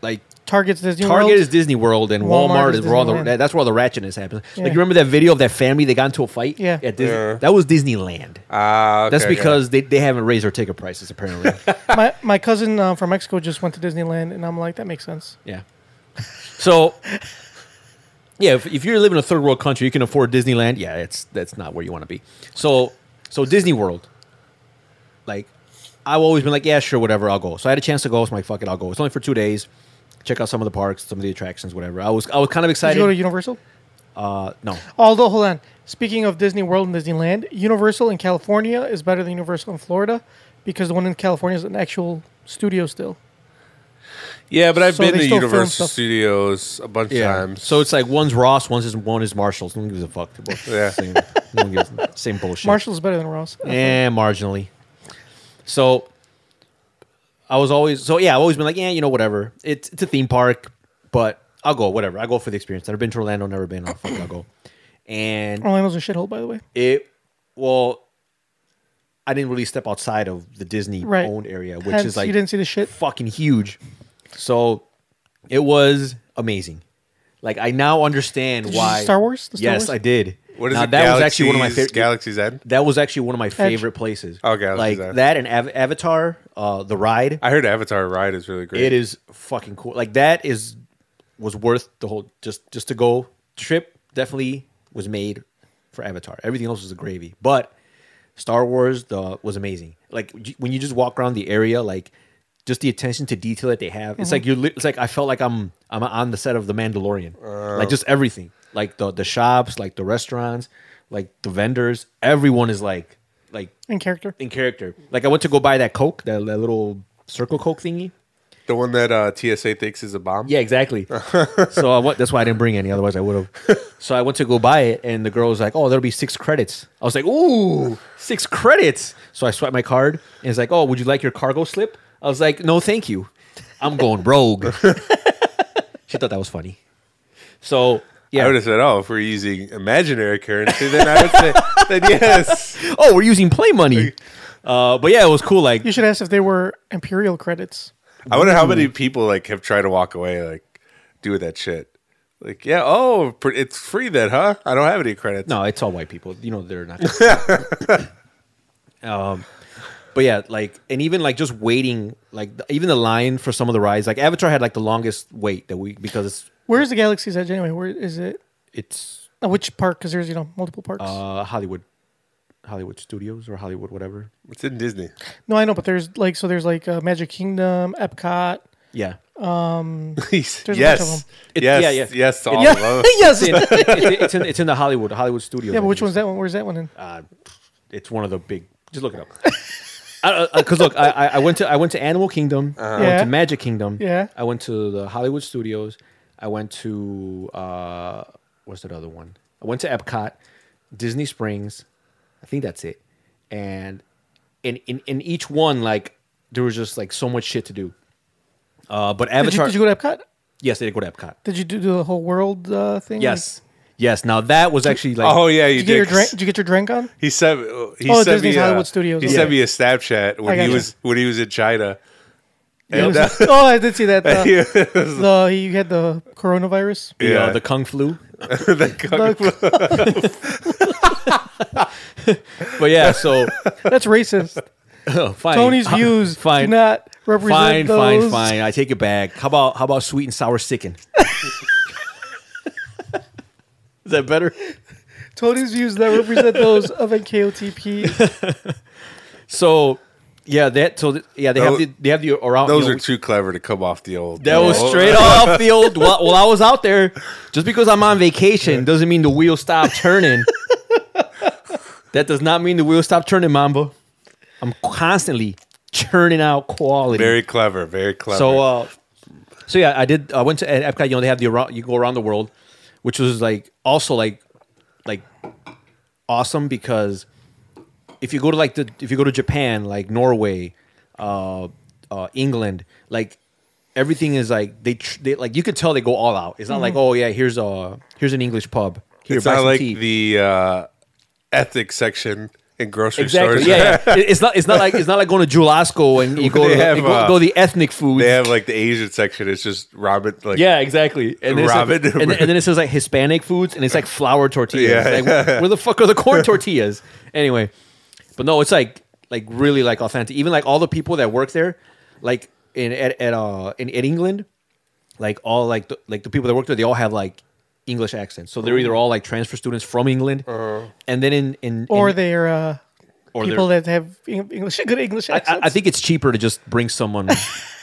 [SPEAKER 3] Like
[SPEAKER 2] Target's Disney
[SPEAKER 3] Target
[SPEAKER 2] World.
[SPEAKER 3] is Disney World and
[SPEAKER 2] Walmart
[SPEAKER 3] Walmart,
[SPEAKER 2] is
[SPEAKER 3] is where all the,
[SPEAKER 2] Disneyland.
[SPEAKER 3] that- that's where all the ratchetness happens.
[SPEAKER 2] Yeah.
[SPEAKER 3] Like you remember that video of that family they got into a fight?
[SPEAKER 2] Yeah.
[SPEAKER 3] At Disney?
[SPEAKER 4] Yeah.
[SPEAKER 3] That was Disneyland.
[SPEAKER 4] Ah, okay,
[SPEAKER 3] that's
[SPEAKER 4] okay.
[SPEAKER 3] because they, they haven't raised their ticket prices
[SPEAKER 4] [laughs]
[SPEAKER 3] apparently.
[SPEAKER 2] my my cousin uh, from Mexico just went to Disneyland, and I'm like, that makes sense.
[SPEAKER 3] yeah. So yeah, if, if you're living in a third world country, you can afford Disneyland. Yeah, it's that's not where you want to be. So so Disney World. Like I've always been like, yeah, sure, whatever, I'll go. So I had a chance to go, so I'm like, fuck it, I'll go. It's only for two days. Check out some of the parks, some of the attractions, whatever. I was I was kind of
[SPEAKER 2] Did
[SPEAKER 3] excited.
[SPEAKER 2] you go to Universal?
[SPEAKER 3] uh, no,
[SPEAKER 2] Although, hold on. Speaking of Disney World and Disneyland, Universal in California is better than Universal in Florida because the one in California is an actual studio still.
[SPEAKER 4] yeah, but I've
[SPEAKER 2] So
[SPEAKER 4] been
[SPEAKER 2] they
[SPEAKER 4] to
[SPEAKER 2] still film
[SPEAKER 4] Universal
[SPEAKER 2] stuff.
[SPEAKER 4] Studios a bunch of times.
[SPEAKER 3] So it's like one's Ross, one's is one is Marshall's. No one gives a fuck. They're both
[SPEAKER 4] Yeah.
[SPEAKER 3] the same, no one gives, same bullshit.
[SPEAKER 2] Marshall's better than Ross.
[SPEAKER 3] eh, marginally. So I was always so yeah. I've always been like yeah, you know whatever. It's it's a theme park, but I'll go whatever. I will go for the experience. Never been to Orlando, never been. I'll fuck, it, I'll go. And
[SPEAKER 2] Orlando's a shithole, by the way.
[SPEAKER 3] it well, I didn't really step outside of the Disney
[SPEAKER 2] Right.
[SPEAKER 3] owned area, which
[SPEAKER 2] Hence,
[SPEAKER 3] is like
[SPEAKER 2] you didn't see the shit.
[SPEAKER 3] fucking huge. So it was amazing. Like I now understand
[SPEAKER 2] Did you see
[SPEAKER 3] why
[SPEAKER 2] Star Wars? The Star
[SPEAKER 3] yes,
[SPEAKER 2] Wars?
[SPEAKER 3] I did.
[SPEAKER 4] what is
[SPEAKER 3] Now,
[SPEAKER 4] it?
[SPEAKER 3] That was actually one of my
[SPEAKER 4] Galaxy's-
[SPEAKER 3] favorite.
[SPEAKER 4] Galaxy's End.
[SPEAKER 3] that was actually one of my favorite places.
[SPEAKER 4] Oh, Galaxy's
[SPEAKER 3] like
[SPEAKER 4] Edge.
[SPEAKER 3] that and Av- Avatar, uh, the ride.
[SPEAKER 4] I heard Avatar Ride is really great.
[SPEAKER 3] It is fucking cool. Like that is was worth the whole just just to go trip. Definitely was made for Avatar. Everything else was a gravy, but Star Wars the was amazing. Like j- when you just walk around the area, like just the attention to detail that they have. It's like you. are It's like I felt like I'm I'm on the set of The Mandalorian. like just everything. Like the the shops, like the restaurants, like the vendors. Everyone is like like
[SPEAKER 2] In character.
[SPEAKER 3] in character. Like I went to go buy that Coke, that, that little circle Coke thingy.
[SPEAKER 4] the one that uh, TSA thinks is a bomb.
[SPEAKER 3] Yeah, exactly. so I went, that's why I didn't bring any. Otherwise, I would have. So I went to go buy it, and the girl was like, "Oh, there'll be six credits." I was like, "Ooh, six credits!" So I swiped my card, and it's like, "Oh, would you like your cargo slip?" I was like, "No, thank you. I'm going rogue." she thought that was funny. So
[SPEAKER 4] I would
[SPEAKER 3] yeah.
[SPEAKER 4] have said, "Oh, if we're using imaginary currency, then I would say, [laughs] then yes."
[SPEAKER 3] Oh, we're using play money. Uh, but yeah, it was cool. Like
[SPEAKER 2] You should ask if they were Imperial credits.
[SPEAKER 4] I wonder how many people like have tried to walk away, like do that shit. Like, yeah, oh, pr- it's free then, huh? I don't have any credits.
[SPEAKER 3] No, it's all white people. You know they're not. [laughs] um, but yeah, like, and even like just waiting, like th- even the line for some of the rides, like Avatar had like the longest wait that we because it's
[SPEAKER 2] Where is the Galaxy's Edge anyway? Where is it?
[SPEAKER 3] it's
[SPEAKER 2] Uh, Which park? Because there's you know multiple parks.
[SPEAKER 3] uh, Hollywood, Hollywood Studios or Hollywood whatever.
[SPEAKER 4] It's in Disney.
[SPEAKER 2] no, I know, but there's like so there's like uh, Magic Kingdom, Epcot.
[SPEAKER 3] Yeah,
[SPEAKER 4] Please,
[SPEAKER 2] There's a bunch of
[SPEAKER 4] yes,
[SPEAKER 2] them.
[SPEAKER 3] It-
[SPEAKER 4] yes,
[SPEAKER 3] yeah, yeah.
[SPEAKER 4] yes, to all of
[SPEAKER 2] yeah, [laughs]
[SPEAKER 4] them.
[SPEAKER 2] yes.
[SPEAKER 3] it's in, it's, it's in it's in the Hollywood Hollywood Studios.
[SPEAKER 2] Yeah,
[SPEAKER 3] I
[SPEAKER 2] but which
[SPEAKER 3] think.
[SPEAKER 2] one's that one? Where's that one in?
[SPEAKER 3] Uh, it's one of the big. Just look it up. Because look, [laughs] I, I I went to I went to Animal Kingdom. I went
[SPEAKER 2] Uh-huh. Yeah.
[SPEAKER 3] to Magic Kingdom.
[SPEAKER 2] Yeah.
[SPEAKER 3] I went to the Hollywood Studios. I went to uh, what's that other one? I went to Epcot, Disney Springs. I think that's it. And in in, in each one, like there was just like so much shit to do. Uh, but
[SPEAKER 2] Did you,
[SPEAKER 3] Avatar.
[SPEAKER 2] did you go Mm. to Epcot?
[SPEAKER 3] yes, they did go to Epcot.
[SPEAKER 2] Did you do the whole world uh, thing?
[SPEAKER 3] Yes, yes. Now that was actually like
[SPEAKER 4] Oh yeah,
[SPEAKER 2] Did
[SPEAKER 4] you
[SPEAKER 2] you get your
[SPEAKER 4] did. 'cause
[SPEAKER 2] drink? Did you get your drink on?
[SPEAKER 4] He sent. He
[SPEAKER 2] Oh,
[SPEAKER 4] sent
[SPEAKER 2] Disney's
[SPEAKER 4] me a,
[SPEAKER 2] Hollywood Studios.
[SPEAKER 4] He
[SPEAKER 2] Yeah.
[SPEAKER 4] sent me a Snapchat when he
[SPEAKER 2] gotcha.
[SPEAKER 4] was when he was in China.
[SPEAKER 2] It was- [laughs] oh, I did see
[SPEAKER 3] [laughs]
[SPEAKER 2] that. The,
[SPEAKER 4] [laughs] Yeah,
[SPEAKER 2] the, you had the coronavirus.
[SPEAKER 3] the, uh,
[SPEAKER 4] yeah. [laughs]
[SPEAKER 3] the Kung Flu.
[SPEAKER 2] The-
[SPEAKER 3] But
[SPEAKER 2] [laughs]
[SPEAKER 3] yeah, so
[SPEAKER 2] that's
[SPEAKER 3] [laughs]
[SPEAKER 2] racist.
[SPEAKER 3] fine. Uh,
[SPEAKER 2] Tony's views
[SPEAKER 3] fine.
[SPEAKER 2] do not represent
[SPEAKER 3] fine, fine,
[SPEAKER 2] those.
[SPEAKER 3] fine. I take it back. How about how about sweet and sour [laughs] sicken? Is that better?
[SPEAKER 2] Tony's views do not represent those of
[SPEAKER 3] [laughs]
[SPEAKER 2] NKOTP.
[SPEAKER 3] So, yeah, that so th- yeah they have
[SPEAKER 4] Those-
[SPEAKER 3] the they have the around.
[SPEAKER 4] Those
[SPEAKER 3] you
[SPEAKER 4] are
[SPEAKER 3] know,
[SPEAKER 4] too clever to come off the
[SPEAKER 3] [laughs]
[SPEAKER 4] old.
[SPEAKER 3] that was
[SPEAKER 4] Oh,
[SPEAKER 3] straight off the
[SPEAKER 4] [laughs]
[SPEAKER 3] old. While, while I was out there, just because I'm on vacation doesn't mean the wheel stopped
[SPEAKER 4] [laughs]
[SPEAKER 3] turning. that does not mean the wheel stopped turning, Mamba. I'm constantly churning out quality.
[SPEAKER 4] Very clever. Very clever.
[SPEAKER 3] So, uh, so yeah, I did. I went to at Epcot. You know, they have the around, you go around the world, which was like also like like awesome because if you go to like the if you go to Japan, like Norway, uh, uh, England, like everything is like they, tr- they like you could tell they go all out. It's not like oh yeah, here's a here's an English pub. Here,
[SPEAKER 4] it's
[SPEAKER 3] buy
[SPEAKER 4] not
[SPEAKER 3] some
[SPEAKER 4] like
[SPEAKER 3] tea.
[SPEAKER 4] the uh, ethics section in grocery
[SPEAKER 3] exactly.
[SPEAKER 4] stores.
[SPEAKER 3] Yeah,
[SPEAKER 4] [laughs]
[SPEAKER 3] yeah. It- it's not. It's not like it's not like going to Julasco and you go
[SPEAKER 4] They
[SPEAKER 3] to,
[SPEAKER 4] have,
[SPEAKER 3] you go,
[SPEAKER 4] uh,
[SPEAKER 3] go the ethnic food.
[SPEAKER 4] They have like the Asian section. It's just ramen. Like,
[SPEAKER 3] yeah, exactly. And then, it's like-
[SPEAKER 4] Robin.
[SPEAKER 3] and, then- and then it says like Hispanic foods, and it's like flour tortillas.
[SPEAKER 4] Yeah.
[SPEAKER 3] Like, where the fuck are the corn tortillas? Anyway, but no, it's like like really like authentic. Even like all the people that work there, like in at, at uh in, in England, like all like the, like the people that work there, they all have like English accents. So they're either all like transfer students from England,
[SPEAKER 4] Uh-huh.
[SPEAKER 3] and then in in
[SPEAKER 2] or
[SPEAKER 3] in-
[SPEAKER 2] they're uh,
[SPEAKER 3] or they're-
[SPEAKER 2] people that have Eng- English, good English
[SPEAKER 3] I- I,
[SPEAKER 2] accents.
[SPEAKER 3] I think it's cheaper to just bring someone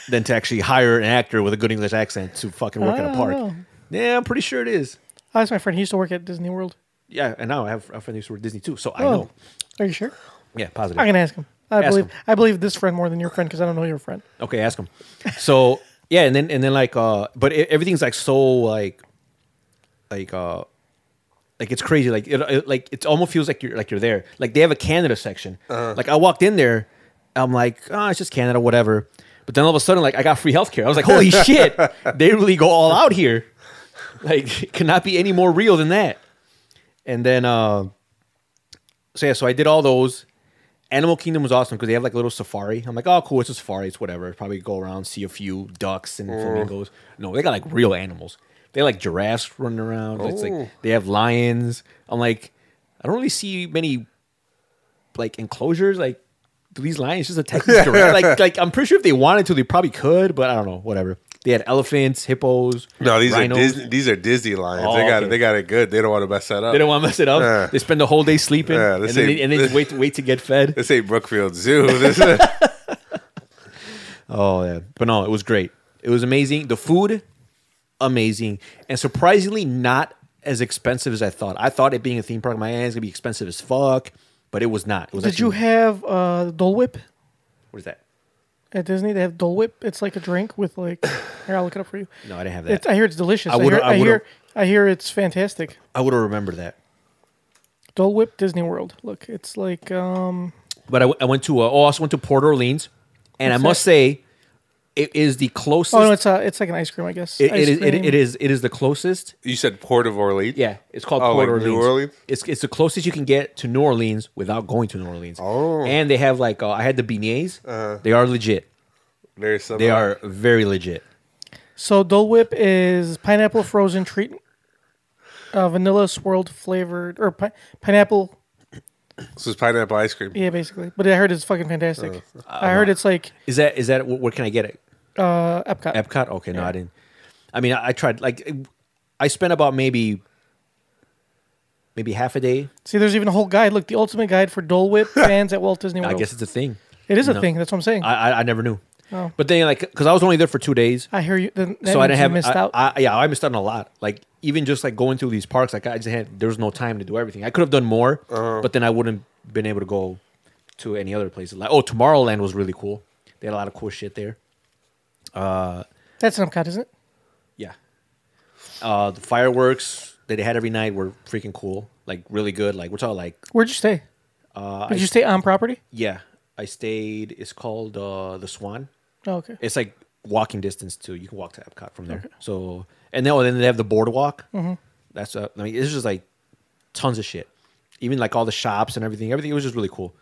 [SPEAKER 3] than to actually hire an actor with a good English accent to fucking work in
[SPEAKER 2] I
[SPEAKER 3] a
[SPEAKER 2] don't
[SPEAKER 3] park.
[SPEAKER 2] know.
[SPEAKER 3] Yeah, I'm pretty sure it is.
[SPEAKER 2] Oh, that's my friend. He used to work at Disney World.
[SPEAKER 3] Yeah, and now I have a friend who used to work at Disney too, so I
[SPEAKER 2] Oh,
[SPEAKER 3] know.
[SPEAKER 2] are you sure?
[SPEAKER 3] Yeah, positive.
[SPEAKER 2] I'm gonna ask him. I
[SPEAKER 3] Ask
[SPEAKER 2] believe
[SPEAKER 3] him.
[SPEAKER 2] I believe this friend more than your friend because I don't know your friend.
[SPEAKER 3] Okay, ask him. So [laughs] yeah, and then and then like uh, but e- everything's like so like, like uh, like it's crazy. Like it, it like it almost feels like you're like you're there. Like they have a Canada section. Like I walked in there, I'm like, oh, it's just Canada, whatever. But then all of a sudden, like I got free healthcare. I was like, holy shit, they really go all out here. [laughs] Like it cannot be any more real than that. And then uh, so yeah, so I did all those. Animal Kingdom was awesome because they have like a little safari. I'm like, oh, cool, it's a safari, it's whatever. Probably go around, see a few ducks and
[SPEAKER 4] Mm.
[SPEAKER 3] flamingos. No, they got like real animals. They have, like giraffes running around. It's
[SPEAKER 4] Oh.
[SPEAKER 3] like they have lions. I'm like, I don't really see many like enclosures. Like, do these lions just attack
[SPEAKER 4] [laughs]
[SPEAKER 3] these giraffes? like, like I'm pretty sure if they wanted to, they probably could, but I don't know. Whatever. They had elephants, hippos.
[SPEAKER 4] No, these
[SPEAKER 3] rhinos.
[SPEAKER 4] are Disney. These are Disney lions.
[SPEAKER 3] Oh,
[SPEAKER 4] they got
[SPEAKER 3] okay.
[SPEAKER 4] it. They got it good. They don't want to mess that up.
[SPEAKER 3] They don't want to mess it up.
[SPEAKER 4] Yeah.
[SPEAKER 3] They spend the whole day sleeping,
[SPEAKER 4] Yeah,
[SPEAKER 3] and
[SPEAKER 4] this
[SPEAKER 3] then,
[SPEAKER 4] ain't-
[SPEAKER 3] they, and then just wait, wait to get fed.
[SPEAKER 4] This ain't
[SPEAKER 3] [laughs]
[SPEAKER 4] Brookfield Zoo. This is
[SPEAKER 3] Oh yeah, but no, it was great. It was amazing. The food, amazing, and surprisingly not as expensive as I thought. I thought it being a theme park, my is gonna be expensive as fuck, but it was not. It was
[SPEAKER 2] Did you
[SPEAKER 3] actually-
[SPEAKER 2] have uh, Dole Whip
[SPEAKER 3] what is that?
[SPEAKER 2] at Disney? They have Dole Whip. It's like a drink with
[SPEAKER 3] [coughs]
[SPEAKER 2] like. here, I'll look it up for you.
[SPEAKER 3] No, I didn't have that.
[SPEAKER 2] It's, I hear it's delicious.
[SPEAKER 3] I
[SPEAKER 2] I,
[SPEAKER 3] would've-
[SPEAKER 2] hear,
[SPEAKER 3] I
[SPEAKER 2] I,
[SPEAKER 3] would've-
[SPEAKER 2] hear I hear it's fantastic.
[SPEAKER 3] I would have remembered that.
[SPEAKER 2] Dole Whip Disney World. Look, it's like um
[SPEAKER 3] But I, w- I went to uh, oh, I also went to Port Orleans, and I
[SPEAKER 2] What's
[SPEAKER 3] must
[SPEAKER 2] that?
[SPEAKER 3] say, it is the closest.
[SPEAKER 2] oh no, it's uh it's like an ice cream, I guess.
[SPEAKER 3] it,
[SPEAKER 2] Ice
[SPEAKER 3] it is it,
[SPEAKER 2] cream.
[SPEAKER 3] it is it is the closest
[SPEAKER 4] you said Port of Orleans.
[SPEAKER 3] Yeah, it's called
[SPEAKER 4] Oh,
[SPEAKER 3] Port
[SPEAKER 4] like
[SPEAKER 3] Orleans.
[SPEAKER 4] New Orleans?
[SPEAKER 3] It's it's the closest you can get to New Orleans without going to New Orleans. Oh, and they have like uh, I had the beignets.
[SPEAKER 4] Uh-huh.
[SPEAKER 3] they are legit.
[SPEAKER 4] There's some.
[SPEAKER 3] They are very legit.
[SPEAKER 2] So Dole Whip is pineapple frozen treat, uh, vanilla swirled flavored or pi- pineapple.
[SPEAKER 4] This is pineapple ice cream.
[SPEAKER 2] Yeah, basically. But I heard it's fucking fantastic.
[SPEAKER 3] Uh,
[SPEAKER 2] I heard it's like
[SPEAKER 3] Is that is that wh- where can I get it?
[SPEAKER 2] uh, Epcot.
[SPEAKER 3] Epcot. Okay, no, I didn't. I mean, I, I tried. Like, I spent about maybe maybe half a day.
[SPEAKER 2] See, there's even a whole guide. Look, the ultimate guide for Dole
[SPEAKER 3] [laughs]
[SPEAKER 2] Whip fans at Walt Disney World.
[SPEAKER 3] I guess it's a thing.
[SPEAKER 2] it is a
[SPEAKER 3] no.
[SPEAKER 2] thing. That's what I'm saying. I,
[SPEAKER 3] I I, I never knew.
[SPEAKER 2] Oh.
[SPEAKER 3] But then like because I was only there for two days.
[SPEAKER 2] hear you. Then that
[SPEAKER 3] so
[SPEAKER 2] means
[SPEAKER 3] I didn't
[SPEAKER 2] you
[SPEAKER 3] have
[SPEAKER 2] missed
[SPEAKER 3] I,
[SPEAKER 2] out.
[SPEAKER 3] I, yeah, I missed out on a lot. Like even just like going through these parks, like I just had there was no time to do everything. I could have done more, but then I wouldn't been able to go to any other places. Like oh, Tomorrowland was really cool. They had a lot of cool shit there.
[SPEAKER 2] That's an Epcot, isn't it?
[SPEAKER 3] Yeah, uh, the fireworks that they had every night were freaking cool. Like really good. Like we're talking like
[SPEAKER 2] Where'd you stay? Uh, Did you stay on property?
[SPEAKER 3] yeah. I stayed. It's called uh, the Swan.
[SPEAKER 2] Oh, okay.
[SPEAKER 3] It's like walking distance too. You can walk to Epcot from there. So and then oh, then they have the boardwalk.
[SPEAKER 2] Mm-hmm.
[SPEAKER 3] That's uh, I mean it's just like tons of shit. Even like all the shops and everything. Everything it was just really cool.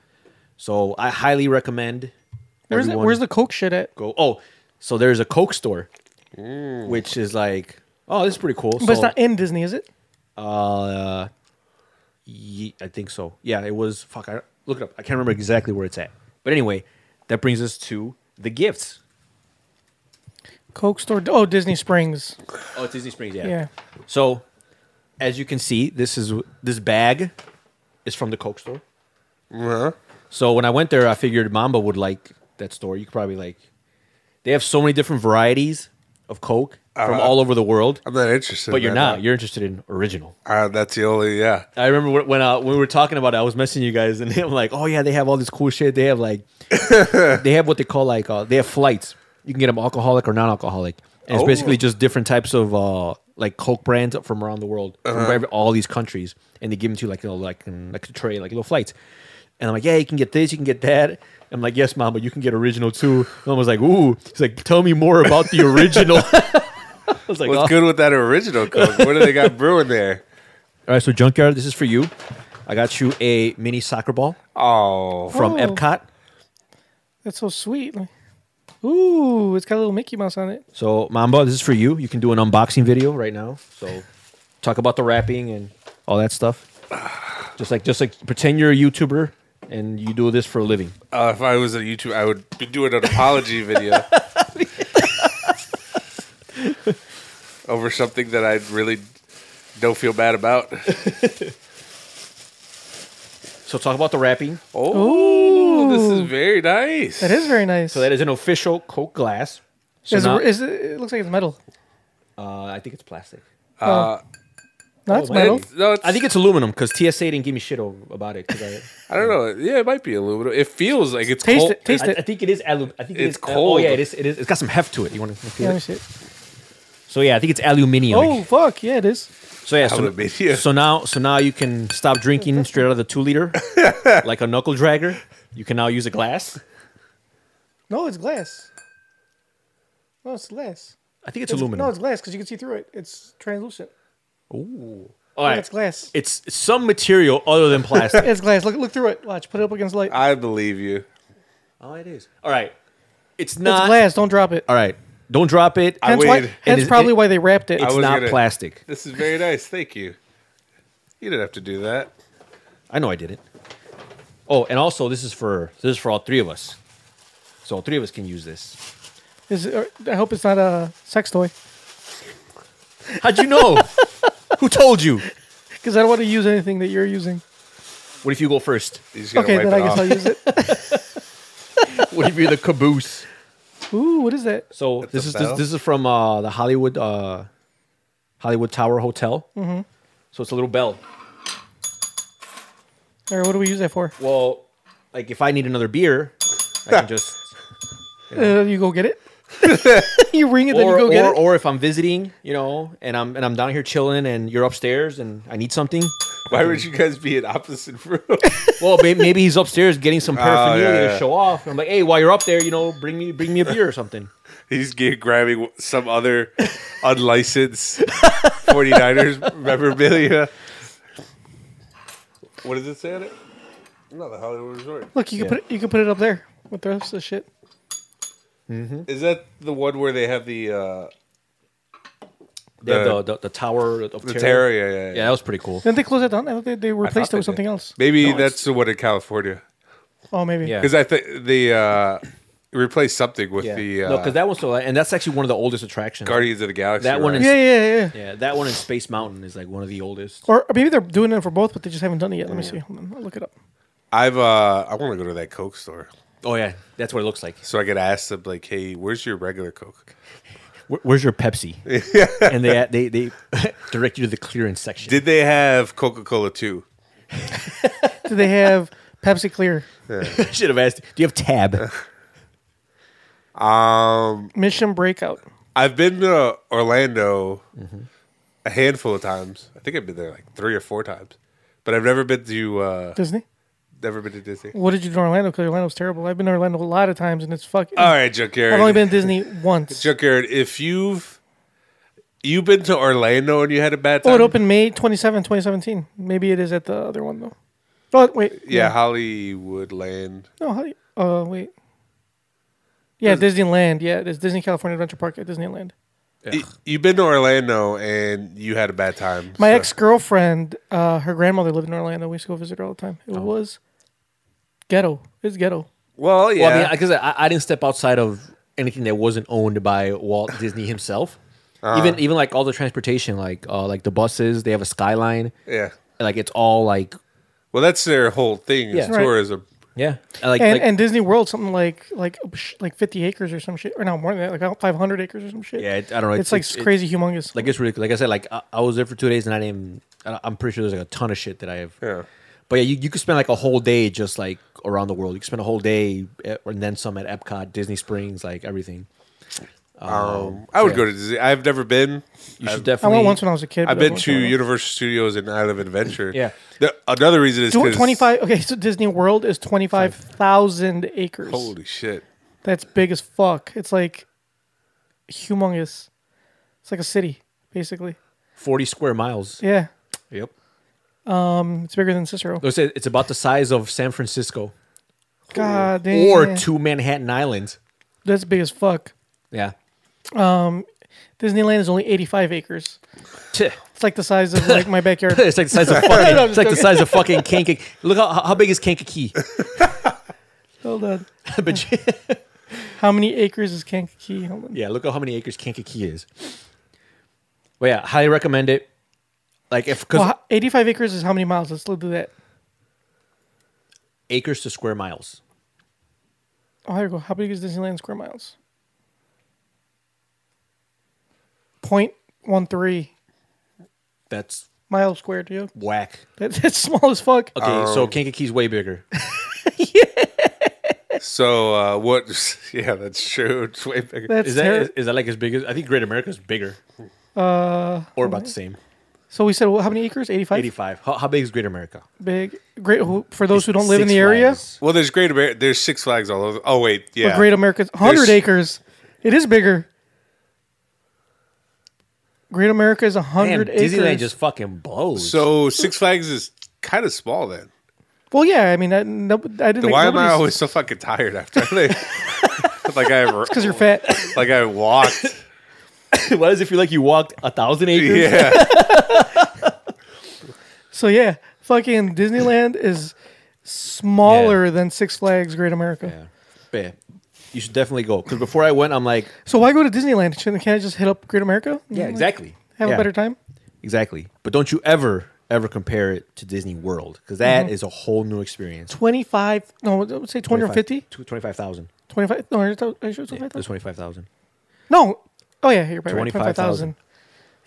[SPEAKER 3] So I highly recommend.
[SPEAKER 2] Where's the,
[SPEAKER 3] everyone
[SPEAKER 2] where's the Coke shit at?
[SPEAKER 3] go? Oh, so there's a Coke store, which is like oh this is pretty cool.
[SPEAKER 2] But it's not in Disney, is it?
[SPEAKER 3] Uh, ye- I think so. Yeah, it was. Fuck, I look it up. I can't remember exactly where it's at. But anyway, that brings us to the gifts.
[SPEAKER 2] Coke store. Oh, Disney Springs.
[SPEAKER 3] Oh, it's Disney Springs.
[SPEAKER 2] Yeah.
[SPEAKER 3] So, as you can see, this is this bag is from the Coke store.
[SPEAKER 4] Uh-huh.
[SPEAKER 3] So when I went there, I figured Mamba would like that store. You could probably like. They have so many different varieties of Coke from
[SPEAKER 4] Uh,
[SPEAKER 3] all over the world,
[SPEAKER 4] I'm not interested.
[SPEAKER 3] but
[SPEAKER 4] in
[SPEAKER 3] you're
[SPEAKER 4] that.
[SPEAKER 3] not. You're interested in original.
[SPEAKER 4] Uh, that's the only. Yeah.
[SPEAKER 3] I remember wh- when uh, when we were talking about it, I was messaging you guys, and [laughs] I'm like, "Oh yeah, they have all this cool shit. They have
[SPEAKER 4] [laughs]
[SPEAKER 3] like, they have what they call like uh, they have flights. You can get them alcoholic or non-alcoholic. And it's
[SPEAKER 4] Oh.
[SPEAKER 3] basically just different types of uh, like Coke brands from around the world,
[SPEAKER 4] Uh-huh.
[SPEAKER 3] from every, all these countries, and they give them to you like you know, like in, like a tray, like little flights. And I'm like, yeah, you can get this, you can get that. I'm like, yes, mom, but you can get original too. And I was like, ooh, he's like, tell me more about the original. [laughs] I was like,
[SPEAKER 4] What's
[SPEAKER 3] "Oh." [laughs]
[SPEAKER 4] good with that original Coke? what do they got brewing there?
[SPEAKER 3] All right, so Junkyard, this is for you. I got you a mini soccer ball
[SPEAKER 4] Oh,
[SPEAKER 3] from
[SPEAKER 2] Oh.
[SPEAKER 3] Epcot.
[SPEAKER 2] That's so sweet. Like, ooh, it's got a little Mickey Mouse on it.
[SPEAKER 3] So Mamba, this is for you. You can do an unboxing video right now. So talk about the wrapping and all that stuff. Just like just like pretend you're a YouTuber and you do this for a living.
[SPEAKER 4] uh, if I was a YouTube, I would be doing an apology
[SPEAKER 3] [laughs]
[SPEAKER 4] video over something that I really don't feel bad about.
[SPEAKER 3] So talk about the wrapping.
[SPEAKER 4] Oh, this is very nice.
[SPEAKER 2] That is very nice.
[SPEAKER 3] So that is an official Coke glass. So
[SPEAKER 2] Is it-
[SPEAKER 3] now-
[SPEAKER 2] is it, it looks like it's metal.
[SPEAKER 3] uh, I think it's plastic.
[SPEAKER 2] Uh, no, it's
[SPEAKER 3] oh,
[SPEAKER 2] metal.
[SPEAKER 4] It- no, it's,
[SPEAKER 3] I think it's aluminum because TSA didn't give me shit over, about it. 'cause
[SPEAKER 2] [laughs]
[SPEAKER 3] I,
[SPEAKER 4] I don't know. Yeah, it might be aluminum. It feels like it's
[SPEAKER 2] Taste
[SPEAKER 4] cold.
[SPEAKER 2] it. Taste
[SPEAKER 3] I,
[SPEAKER 2] it.
[SPEAKER 3] I think it is alu- I think it
[SPEAKER 4] It's
[SPEAKER 3] is- uh,
[SPEAKER 4] cold.
[SPEAKER 3] Oh yeah, it is. It is. It's got some heft to it. You want to
[SPEAKER 2] Yeah,
[SPEAKER 3] feel
[SPEAKER 2] let me
[SPEAKER 3] it?
[SPEAKER 2] see it.
[SPEAKER 3] So yeah, I think it's aluminium.
[SPEAKER 2] Oh fuck, yeah, it is.
[SPEAKER 3] So yeah, so,
[SPEAKER 4] Aluminium.
[SPEAKER 3] so now so now you can stop drinking straight out of the two [laughs] liter, like a knuckle dragger. You can now use a glass.
[SPEAKER 2] No, it's glass. No, it's glass.
[SPEAKER 3] I think it's, aluminum.
[SPEAKER 2] No, it's glass because you can see through it. It's translucent.
[SPEAKER 3] All right.
[SPEAKER 2] It's glass.
[SPEAKER 3] It's some material other than plastic.
[SPEAKER 2] [laughs] It's glass. Look, look through it. Watch. Put it up against the light.
[SPEAKER 4] I believe you.
[SPEAKER 3] oh, it is. All right. It's
[SPEAKER 2] It's
[SPEAKER 3] not.
[SPEAKER 2] glass. Don't drop it.
[SPEAKER 3] All right. Don't drop it.
[SPEAKER 4] I
[SPEAKER 2] That's why.
[SPEAKER 4] waited.
[SPEAKER 3] It
[SPEAKER 2] That's
[SPEAKER 3] is-
[SPEAKER 2] probably
[SPEAKER 3] it-
[SPEAKER 2] why they wrapped it.
[SPEAKER 3] it's
[SPEAKER 4] was
[SPEAKER 3] not
[SPEAKER 4] gonna-
[SPEAKER 3] plastic.
[SPEAKER 4] This is very nice. Thank you. You didn't have to do that.
[SPEAKER 3] I know I did it. Oh, and also this is for this is for all three of us. So all three of us can use this.
[SPEAKER 2] Is it- or- I hope it's not a sex toy
[SPEAKER 3] How'd you [laughs] know? Who told you?
[SPEAKER 2] because I don't want to use anything that you're using.
[SPEAKER 3] What if you go first?
[SPEAKER 4] You just gotta
[SPEAKER 2] Okay,
[SPEAKER 4] wipe
[SPEAKER 2] then
[SPEAKER 4] it
[SPEAKER 2] I guess
[SPEAKER 4] off.
[SPEAKER 2] I'll use it.
[SPEAKER 3] What if you're the caboose?
[SPEAKER 2] Ooh, what is that?
[SPEAKER 3] So this
[SPEAKER 4] a
[SPEAKER 3] is this,
[SPEAKER 4] bell.
[SPEAKER 3] this is from uh, the Hollywood uh, Hollywood Tower Hotel. Mm-hmm. So it's a little bell.
[SPEAKER 2] Or what do we use that for?
[SPEAKER 3] Well, like if I need another beer, I
[SPEAKER 4] [laughs]
[SPEAKER 3] can just
[SPEAKER 2] Uh, you go get it. you ring it, then you
[SPEAKER 3] or
[SPEAKER 2] go get
[SPEAKER 3] or,
[SPEAKER 2] it.
[SPEAKER 3] or if I'm visiting, you know, and I'm and I'm down here chilling, and you're upstairs, and I
[SPEAKER 2] [laughs]
[SPEAKER 3] need something.
[SPEAKER 4] [laughs] Why would you guys be in opposite rooms? [laughs]
[SPEAKER 3] Well, may- maybe he's upstairs getting some paraphernalia
[SPEAKER 4] Oh, yeah.
[SPEAKER 3] to show off. I'm like, hey, while you're up there, you know, bring me bring me a beer or
[SPEAKER 4] [laughs]
[SPEAKER 3] something.
[SPEAKER 4] He's get, grabbing some other
[SPEAKER 2] [laughs]
[SPEAKER 4] unlicensed 49ers memorabilia. What does it say on it? No, the Hollywood Resort.
[SPEAKER 2] Look, you can put it, you can put it up there with the rest of the shit.
[SPEAKER 4] Is that the one where they have the uh,
[SPEAKER 3] They have
[SPEAKER 4] The-
[SPEAKER 3] the, the, the tower of
[SPEAKER 4] the
[SPEAKER 3] terror.
[SPEAKER 4] terror? Yeah, yeah, yeah.
[SPEAKER 3] Yeah, that was pretty
[SPEAKER 4] [laughs]
[SPEAKER 3] cool.
[SPEAKER 2] Didn't they close that down? I thought they, they replaced it
[SPEAKER 4] they
[SPEAKER 2] with something
[SPEAKER 4] did.
[SPEAKER 2] else.
[SPEAKER 4] Maybe
[SPEAKER 3] No,
[SPEAKER 4] that's
[SPEAKER 3] it's-
[SPEAKER 4] the one in California.
[SPEAKER 2] Oh, maybe.
[SPEAKER 3] Yeah.
[SPEAKER 4] Because I think they uh, replaced something with
[SPEAKER 3] Yeah,
[SPEAKER 4] the uh,
[SPEAKER 3] no, because that one's so, and that's actually one of the oldest attractions.
[SPEAKER 4] Guardians of the Galaxy.
[SPEAKER 3] That one
[SPEAKER 4] ride.
[SPEAKER 3] is-
[SPEAKER 2] Yeah, yeah, yeah.
[SPEAKER 3] Yeah, that one in Space Mountain is like one of the oldest.
[SPEAKER 2] Or maybe they're doing it for both, but they just haven't done it yet. Let me see. Hold on, I'll look it up.
[SPEAKER 4] I've uh, I want to go to that Coke store
[SPEAKER 3] Oh yeah, that's what it looks like.
[SPEAKER 4] so I could ask them like, "Hey, where's your regular Coke?"
[SPEAKER 3] Where, where's your [laughs] Pepsi? and they they they [laughs] direct you to the clearance section.
[SPEAKER 4] Did they have Coca Cola too?
[SPEAKER 2] Do they have [laughs] Pepsi Clear?
[SPEAKER 3] [laughs] should have asked. Do you have Tab?
[SPEAKER 2] Mission Breakout.
[SPEAKER 4] Um, I've been to Orlando
[SPEAKER 3] Mm-hmm.
[SPEAKER 4] a handful of times. I think I've been there like three or four times, but I've never been to uh,
[SPEAKER 2] Disney.
[SPEAKER 4] never been to Disney.
[SPEAKER 2] What did you do in Orlando? Because Orlando's terrible. I've been to Orlando a lot of times, and it's fucking.
[SPEAKER 4] All right, Junkyard.
[SPEAKER 2] I've only been to Disney
[SPEAKER 3] [laughs]
[SPEAKER 2] once.
[SPEAKER 4] Junkyard. If you've you've been to Orlando and you had a bad
[SPEAKER 2] Oh,
[SPEAKER 4] time,
[SPEAKER 2] it opened May 27, 2017. Maybe it is at the other one though. Oh wait,
[SPEAKER 4] yeah, Hollywood Land.
[SPEAKER 2] no, how do you? Uh, wait. Yeah, Disneyland. Yeah, it is Disney California Adventure Park at Disneyland.
[SPEAKER 4] Y- You've been to Orlando and you had a bad time.
[SPEAKER 2] My
[SPEAKER 4] so-
[SPEAKER 2] ex girlfriend, uh, her grandmother lived in Orlando. We used to go visit her all the time.
[SPEAKER 3] Oh.
[SPEAKER 2] It was ghetto. It's ghetto.
[SPEAKER 4] Well, yeah.
[SPEAKER 3] Well, I mean, because I, I, didn't step outside of anything that wasn't owned by Walt Disney himself. Even even like all the transportation, like uh, like the buses, they have a skyline.
[SPEAKER 4] yeah.
[SPEAKER 3] Like it's all like
[SPEAKER 4] Well, that's their whole thing is
[SPEAKER 3] Yeah. Right.
[SPEAKER 4] tourism.
[SPEAKER 3] yeah, like
[SPEAKER 2] And,
[SPEAKER 3] like,
[SPEAKER 2] and Disney World, something like like sh- like fifty acres or some shit, or no more than that, like five hundred acres or some shit.
[SPEAKER 3] Yeah, it- I don't know.
[SPEAKER 2] It's,
[SPEAKER 3] It's-
[SPEAKER 2] like
[SPEAKER 3] it's-
[SPEAKER 2] crazy, humongous.
[SPEAKER 3] like it's really like I said, like I, I was there for two days and I didn't. I- I'm pretty sure there's like a ton of shit that I have.
[SPEAKER 4] Yeah.
[SPEAKER 3] But yeah, you, you could spend like a whole day just like around the world. You could spend a whole day at, and then some at Epcot, Disney Springs, like everything.
[SPEAKER 4] Um, I would
[SPEAKER 3] yeah.
[SPEAKER 4] go to Disney. I've never been.
[SPEAKER 3] You should
[SPEAKER 2] I
[SPEAKER 3] definitely.
[SPEAKER 2] went once when I was a kid.
[SPEAKER 4] I've
[SPEAKER 2] but I
[SPEAKER 4] been
[SPEAKER 2] went
[SPEAKER 4] to
[SPEAKER 2] when I was-
[SPEAKER 4] Universal Studios and Island of Adventure.
[SPEAKER 3] Yeah.
[SPEAKER 4] The- another reason is
[SPEAKER 2] Do-
[SPEAKER 4] 'cause-
[SPEAKER 2] 25 okay so disney world is 25000 acres
[SPEAKER 4] Holy shit!
[SPEAKER 2] that's big as fuck it's like humongous it's like a city basically
[SPEAKER 3] forty square miles.
[SPEAKER 2] yeah
[SPEAKER 3] Yep.
[SPEAKER 2] Um, it's bigger than Cicero.
[SPEAKER 3] They say It's about the size of San Francisco
[SPEAKER 2] God damn.
[SPEAKER 3] or two Manhattan Islands.
[SPEAKER 2] That's big as fuck.
[SPEAKER 3] Yeah.
[SPEAKER 2] Disneyland is only 85 acres.
[SPEAKER 3] Tch. [laughs]
[SPEAKER 2] It's like the size of like my
[SPEAKER 4] [laughs]
[SPEAKER 2] backyard.
[SPEAKER 3] It's like the
[SPEAKER 2] [laughs]
[SPEAKER 3] size of fucking. it's like the size of fucking Kankakee. Look how how big is Kankakee? [laughs]
[SPEAKER 2] Hold on.
[SPEAKER 3] but you-
[SPEAKER 2] [laughs] How many acres is Kankakee? Hold on.
[SPEAKER 3] yeah, look at how many acres Kankakee is. But yeah, highly recommend it. Like if because
[SPEAKER 2] Well, h- 85 acres is how many miles? Let's look at that.
[SPEAKER 3] acres to square miles.
[SPEAKER 2] Oh, here we go. How big is Disneyland in square miles? 0.13
[SPEAKER 3] That's
[SPEAKER 2] miles squared. Yep.
[SPEAKER 3] whack.
[SPEAKER 2] That, [laughs] that's small as fuck.
[SPEAKER 3] Okay,
[SPEAKER 2] Um,
[SPEAKER 3] so Kankakee's way
[SPEAKER 2] [laughs]
[SPEAKER 3] bigger.
[SPEAKER 4] So uh, what? [laughs] Yeah, that's true. [laughs] It's way bigger.
[SPEAKER 2] That's
[SPEAKER 3] Is that
[SPEAKER 2] terri-
[SPEAKER 3] is, is that like as big as I think Great America's bigger. Uh, or about the same.
[SPEAKER 2] so we said well, how many acres? 85?
[SPEAKER 3] Eighty five. How, how big is Great America?
[SPEAKER 2] Big. Great. who- For those who don't live in
[SPEAKER 3] Six
[SPEAKER 2] the area,
[SPEAKER 3] Flags.
[SPEAKER 4] well, there's Great Amer- There's Six Flags all over. Oh wait, yeah.
[SPEAKER 2] but Great America's 100
[SPEAKER 4] There's-
[SPEAKER 2] acres. It is bigger. Great America is
[SPEAKER 3] Damn,
[SPEAKER 2] 100 acres.
[SPEAKER 3] Disneyland just fucking blows.
[SPEAKER 4] so Six Flags is kind of small then.
[SPEAKER 2] well, yeah. I mean, I, no, I didn't.
[SPEAKER 4] Then
[SPEAKER 2] make-
[SPEAKER 4] why am I
[SPEAKER 2] nobody's-
[SPEAKER 4] always so fucking tired after I leave?
[SPEAKER 3] [laughs]
[SPEAKER 4] like I
[SPEAKER 2] Because you're fat. [laughs]
[SPEAKER 4] like I walked.
[SPEAKER 3] [laughs] what is if you like you walked a thousand acres?
[SPEAKER 4] Yeah,
[SPEAKER 2] So yeah, fucking
[SPEAKER 3] [laughs]
[SPEAKER 2] Disneyland is smaller than Six Flags Great America.
[SPEAKER 3] Yeah. But yeah, you should definitely go. Because before I went, I'm like,
[SPEAKER 2] So why go to Disneyland? Shouldn't can't I just hit up Great America? and,
[SPEAKER 3] yeah,
[SPEAKER 2] like,
[SPEAKER 3] exactly.
[SPEAKER 2] Have
[SPEAKER 3] Yeah,
[SPEAKER 2] a better time.
[SPEAKER 3] Exactly. But don't you ever, ever compare it to Disney World. Because that is
[SPEAKER 2] Mm-hmm.
[SPEAKER 3] a whole new experience.
[SPEAKER 2] Twenty five. No, I would say 250?
[SPEAKER 3] 25,000.
[SPEAKER 2] 25 No, I thought- are you sure it's
[SPEAKER 3] Yeah, it was
[SPEAKER 2] 25,000?
[SPEAKER 3] 25,000.
[SPEAKER 2] No. Oh yeah, you're right. right,
[SPEAKER 3] 25,000.
[SPEAKER 2] 25,000.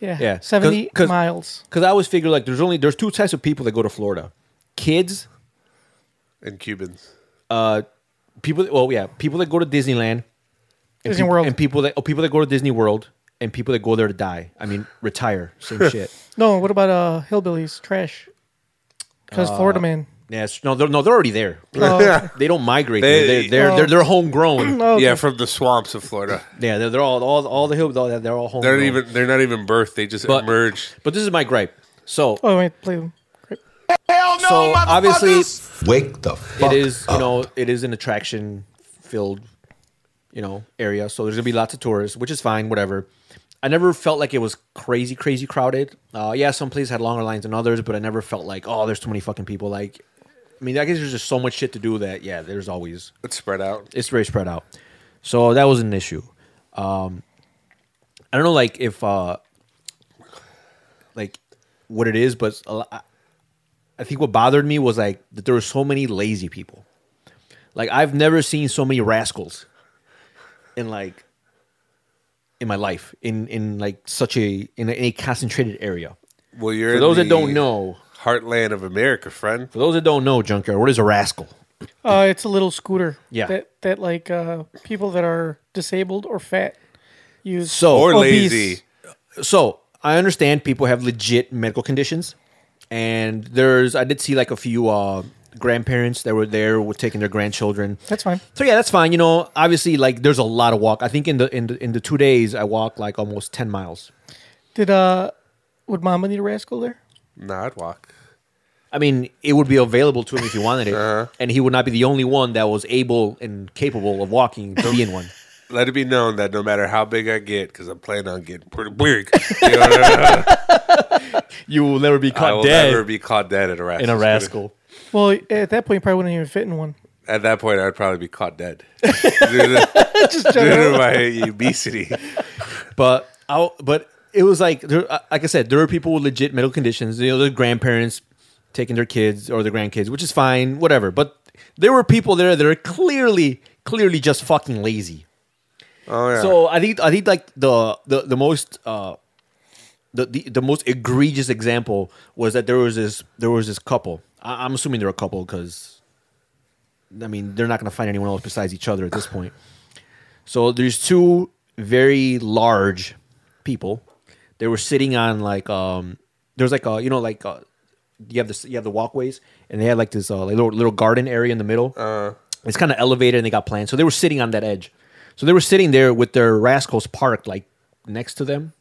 [SPEAKER 2] Yeah.
[SPEAKER 3] Yeah, 'cause-
[SPEAKER 2] Seventy
[SPEAKER 3] 'cause-
[SPEAKER 2] miles.
[SPEAKER 3] Because I always figure like there's only there's two types of people that go to Florida: kids,
[SPEAKER 4] and Cubans.
[SPEAKER 3] people. Well, yeah, people that go to Disneyland, and
[SPEAKER 2] Disney
[SPEAKER 3] peop-
[SPEAKER 2] World.
[SPEAKER 3] and people that oh, people that go to Disney World, and people that go there to die. I mean, retire.
[SPEAKER 2] [laughs]
[SPEAKER 3] Same shit.
[SPEAKER 2] No, what about uh hillbillies? Trash. Because
[SPEAKER 3] Uh,
[SPEAKER 2] Florida man.
[SPEAKER 3] Yeah, it's- no, they're, no, they're already there. They don't migrate. They,
[SPEAKER 4] They-
[SPEAKER 3] are they're, they're they're homegrown.
[SPEAKER 2] Oh,
[SPEAKER 4] Yeah,
[SPEAKER 2] okay.
[SPEAKER 4] from the swamps of Florida.
[SPEAKER 3] Yeah, they're, they're all all all the hills. All that, they're all homegrown.
[SPEAKER 4] They're not even. They're not even birth. They just
[SPEAKER 3] But-
[SPEAKER 4] emerge.
[SPEAKER 3] But this is my gripe. So
[SPEAKER 2] Oh wait, play them. Great.
[SPEAKER 3] so obviously
[SPEAKER 5] Wake the fuck
[SPEAKER 3] it is you
[SPEAKER 5] up.
[SPEAKER 3] know it is an attraction filled you know area so there's gonna be lots of tourists which is fine whatever i never felt like it was crazy crazy crowded uh yeah some places had longer lines than others but i never felt like oh there's too many fucking people like i mean i guess there's just so much shit to do that yeah there's always
[SPEAKER 4] It's spread out.
[SPEAKER 3] it's very spread out so that was an issue um i don't know like if uh like what it is but a lo- I- i think what bothered me was like that there were so many lazy people like i've never seen so many rascals in like in my life in in like such a in a, in a concentrated area
[SPEAKER 4] Well, you're
[SPEAKER 3] for
[SPEAKER 4] in
[SPEAKER 3] those that
[SPEAKER 4] the
[SPEAKER 3] don't know
[SPEAKER 4] heartland of America, friend.
[SPEAKER 3] for those that don't know junkyard what is a rascal
[SPEAKER 2] Uh, it's a little scooter.
[SPEAKER 3] Yeah.
[SPEAKER 2] That that like uh, people that are disabled or fat use. Oh,
[SPEAKER 3] so
[SPEAKER 4] Or
[SPEAKER 2] Obese.
[SPEAKER 4] lazy.
[SPEAKER 3] so I understand people have legit medical conditions, and there's I did see like a few uh, grandparents that were there were taking their grandchildren.
[SPEAKER 2] That's fine.
[SPEAKER 3] So yeah, that's fine. You know, obviously, like there's a lot of walk. I think in the in the in the two days I walked like almost ten miles.
[SPEAKER 2] Did uh, would Mama need a rascal there?
[SPEAKER 4] Nah, I'd walk.
[SPEAKER 3] I mean, it would be available to him if he wanted it, and he would not be the only one that was able and capable of walking to be in one.
[SPEAKER 4] Let it be known that no matter how big I get, because I'm planning on getting pretty
[SPEAKER 3] [laughs]
[SPEAKER 4] big, you know what I mean?
[SPEAKER 3] [laughs] You will never be
[SPEAKER 4] I
[SPEAKER 3] caught
[SPEAKER 4] will
[SPEAKER 3] dead
[SPEAKER 4] never be caught dead at a [laughs] rascal.
[SPEAKER 3] in a
[SPEAKER 4] scooter.
[SPEAKER 3] rascal.
[SPEAKER 2] Well, at that point, you probably wouldn't even fit in one.
[SPEAKER 4] At that point, I'd probably be caught
[SPEAKER 3] [laughs]
[SPEAKER 4] dead due to,
[SPEAKER 2] Just
[SPEAKER 4] due
[SPEAKER 2] general.
[SPEAKER 4] to my obesity.
[SPEAKER 3] But I but it was like there, uh, like I said, there are people with legit medical conditions. You know, their grandparents taking their kids or their grandkids, which is fine, whatever. But there were people there that are clearly, clearly just fucking lazy.
[SPEAKER 4] Oh yeah.
[SPEAKER 3] So I think I think like the the the most uh, the, the the most egregious example was that there was this there was this couple. I, I'm assuming they're a couple because I mean they're not going to find anyone else besides each other at this point. So there's two very large people. They were sitting on like um there's like a you know like uh you have this you have the walkways and they had like this uh, like little little garden area in the middle. Uh, it's kind of elevated and they got plants. So they were sitting on that edge. So they were sitting there with their rascals parked like next to them.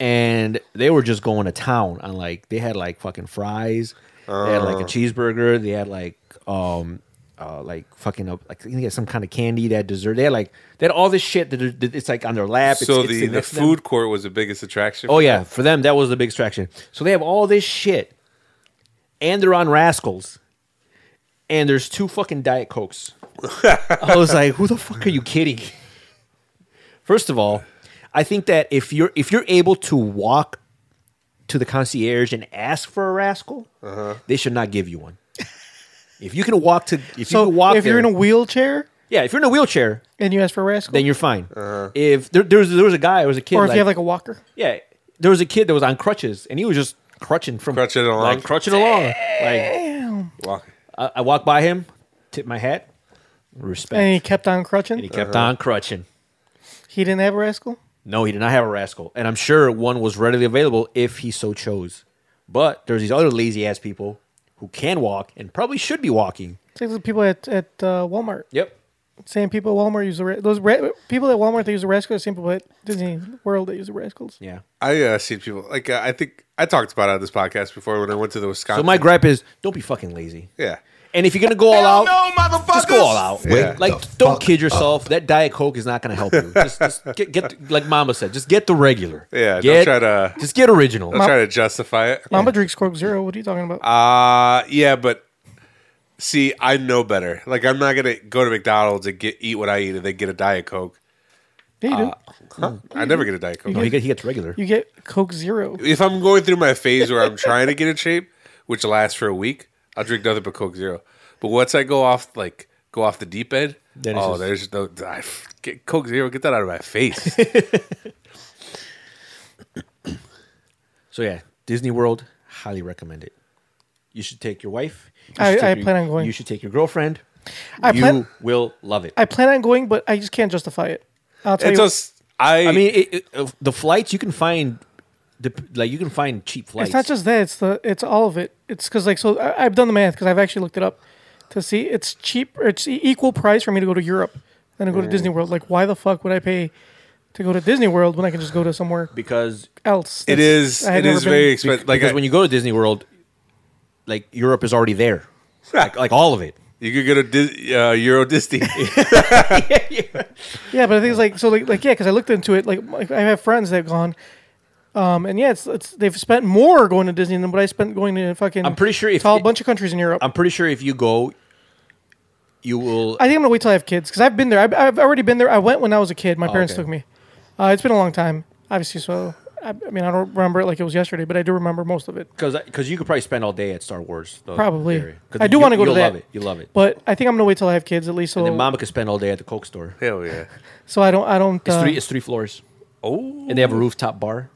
[SPEAKER 3] and they were just going to town on like they had like fucking fries, they had like
[SPEAKER 4] Oh.
[SPEAKER 3] a cheeseburger, they had like um uh like fucking uh, like they had some kind of candy, that dessert, they had like they had all this shit that that it's like on their lap. It's-
[SPEAKER 4] So
[SPEAKER 3] it's
[SPEAKER 4] the, the
[SPEAKER 3] next to them.
[SPEAKER 4] food court was the biggest attraction.
[SPEAKER 3] Oh yeah, for them that was the big distraction. So they have all this shit, and they're on Rascals, and there's two fucking Diet Cokes. I was like, who the fuck are you kidding? First of all, I think that if you're if you're able to walk to the concierge and ask for a rascal, they should not give you one. If you can walk to, if you
[SPEAKER 2] So
[SPEAKER 3] can walk,
[SPEAKER 2] if you're in a
[SPEAKER 3] there-
[SPEAKER 2] wheelchair
[SPEAKER 3] yeah, if you're in a wheelchair,
[SPEAKER 2] and you ask for a rascal,
[SPEAKER 3] then you're fine. If there, there was there was a guy, there was a kid,
[SPEAKER 2] or if you have like a walker,
[SPEAKER 3] yeah, there was a kid that was on crutches, and he was just crutching from
[SPEAKER 4] Crutching along.
[SPEAKER 3] like crutching along. Like
[SPEAKER 4] Walk-
[SPEAKER 3] I, I walked by him, tipped my hat, respect,
[SPEAKER 2] and he kept on crutching,
[SPEAKER 3] and he
[SPEAKER 2] he,
[SPEAKER 4] Uh-huh.
[SPEAKER 3] kept on crutching.
[SPEAKER 2] didn't have a rascal.
[SPEAKER 3] No, he did not have a rascal, and I'm sure one was readily available if he so chose. But there's these other lazy ass people who can walk and probably should be walking.
[SPEAKER 2] It's like the people at at uh, Walmart.
[SPEAKER 3] Yep.
[SPEAKER 2] Same people at Walmart use the ra- those ra- people at Walmart they use the rascal. Same people at Disney World that use the rascals.
[SPEAKER 3] Yeah.
[SPEAKER 4] I uh, seen people like uh, I think I talked about it on this podcast before when I went to the Wisconsin.
[SPEAKER 3] So my gripe is, don't be fucking lazy.
[SPEAKER 4] yeah,
[SPEAKER 3] And if you're gonna go all out, just go all out.
[SPEAKER 5] Yeah. Wake
[SPEAKER 3] Like,
[SPEAKER 5] the
[SPEAKER 3] don't
[SPEAKER 5] fuck
[SPEAKER 3] kid yourself. That diet coke is not gonna help you. Just, just get, get, like Mama said, just get the regular.
[SPEAKER 4] Yeah, don't
[SPEAKER 3] Get-
[SPEAKER 4] try to-
[SPEAKER 3] Just get original.
[SPEAKER 4] I'm trying to justify it.
[SPEAKER 2] Mama drinks Coke Zero. What are you talking about?
[SPEAKER 4] Uh yeah, but see, I know better. Like I'm not gonna go to McDonald's and get eat what I eat and then get a diet coke.
[SPEAKER 2] yeah, you
[SPEAKER 4] uh,
[SPEAKER 2] do.
[SPEAKER 4] I never get a diet coke.
[SPEAKER 3] no, he, get, he gets regular.
[SPEAKER 2] You get Coke Zero.
[SPEAKER 4] if I'm going through my phase where I'm trying to get in shape, which lasts for a week, I'll drink nothing but Coke Zero. But once I go off like go off the deep end,
[SPEAKER 3] Then it's
[SPEAKER 4] oh,
[SPEAKER 3] just-
[SPEAKER 4] there's no I, get Coke Zero. Get that out of
[SPEAKER 3] [laughs]
[SPEAKER 4] my face.
[SPEAKER 3] So yeah, Disney World, highly recommend it. You should take your wife. You
[SPEAKER 2] I-
[SPEAKER 3] should take
[SPEAKER 2] I
[SPEAKER 3] your-
[SPEAKER 2] plan on going.
[SPEAKER 3] You should take your girlfriend.
[SPEAKER 2] I
[SPEAKER 3] you
[SPEAKER 2] plan-
[SPEAKER 3] will love it. I,
[SPEAKER 2] I plan on going, but I just can't justify it. I'll tell
[SPEAKER 4] it's
[SPEAKER 2] you.
[SPEAKER 4] just I. I mean,
[SPEAKER 3] mean, it, it, of the flights you can find, the, like you can find cheap flights.
[SPEAKER 2] It's not just that. It's the it's all of it. It's because like so I, I've done the math because I've actually looked it up to see it's cheap. Or it's e- equal price for me to go to Europe than to go to
[SPEAKER 4] Mm.
[SPEAKER 2] Disney World. Like why the fuck would I pay to go to Disney World when I can just go to somewhere
[SPEAKER 3] because
[SPEAKER 2] else?
[SPEAKER 4] it is. It is very expensive. Like
[SPEAKER 3] because
[SPEAKER 4] I-
[SPEAKER 3] when you go to Disney World, like Europe is already there, like, like all of it.
[SPEAKER 4] you could go to Dis- uh,
[SPEAKER 3] [laughs]
[SPEAKER 4] Euro Disney.
[SPEAKER 2] Yeah, but I think it's like so like like yeah because I looked into it. Like, like I have friends that have gone. Um, and yeah, it's, it's they've spent more going to Disney than what I spent going to fucking.
[SPEAKER 3] I'm pretty sure if
[SPEAKER 2] to a whole
[SPEAKER 3] it-
[SPEAKER 2] bunch of countries in Europe.
[SPEAKER 3] I'm pretty sure if you go, you will.
[SPEAKER 2] I think I'm gonna wait till I have kids because I've been there. I've, I've already been there. I went when I was a kid. My parents
[SPEAKER 3] Oh, okay.
[SPEAKER 2] took me. Uh, it's been a long time, obviously. So I, I mean, I don't remember it like it was yesterday, but I do remember most of it.
[SPEAKER 3] Because you could probably spend all day at Star Wars. though,
[SPEAKER 2] Probably.
[SPEAKER 3] area. 'Cause
[SPEAKER 2] I do
[SPEAKER 3] you-
[SPEAKER 2] wanna go to
[SPEAKER 3] you'll
[SPEAKER 2] that.
[SPEAKER 3] love it. You love it.
[SPEAKER 2] But I think I'm gonna wait till I have kids at least, so
[SPEAKER 3] and Mama could spend all day at the Coke store.
[SPEAKER 4] Hell yeah.
[SPEAKER 2] so I don't I don't.
[SPEAKER 3] It's
[SPEAKER 2] uh,
[SPEAKER 3] three. It's three floors,
[SPEAKER 4] Oh,
[SPEAKER 3] and they have a rooftop bar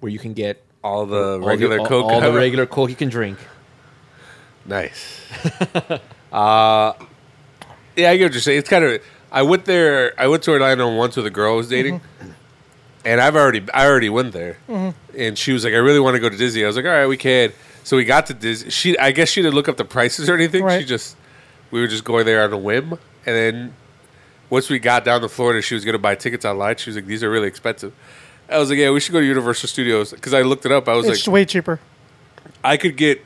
[SPEAKER 3] where you can get
[SPEAKER 4] all the
[SPEAKER 3] all
[SPEAKER 4] regular
[SPEAKER 3] the, all-
[SPEAKER 4] Coke.
[SPEAKER 3] all
[SPEAKER 4] [laughs]
[SPEAKER 3] the regular Coke you can drink.
[SPEAKER 4] Nice. [laughs] uh, yeah, I get what you're saying. It's kind of. I went there. I went to Orlando once with a girl I was dating,
[SPEAKER 2] Mm-hmm.
[SPEAKER 4] and I've already, I already went there, and she was like, "I really want to go to Disney." I was like, "All right, we can." So we got to Disney. She, I guess, she didn't look up the prices or anything. She
[SPEAKER 2] Right.
[SPEAKER 4] just, we were just going there on a whim, and then once we got down to Florida, she was going to buy tickets online. She was like, "These are really expensive." I was like, "Yeah, we should go to Universal Studios." Because I looked it up. I was
[SPEAKER 2] It's
[SPEAKER 4] like,
[SPEAKER 2] just way cheaper.
[SPEAKER 4] I could get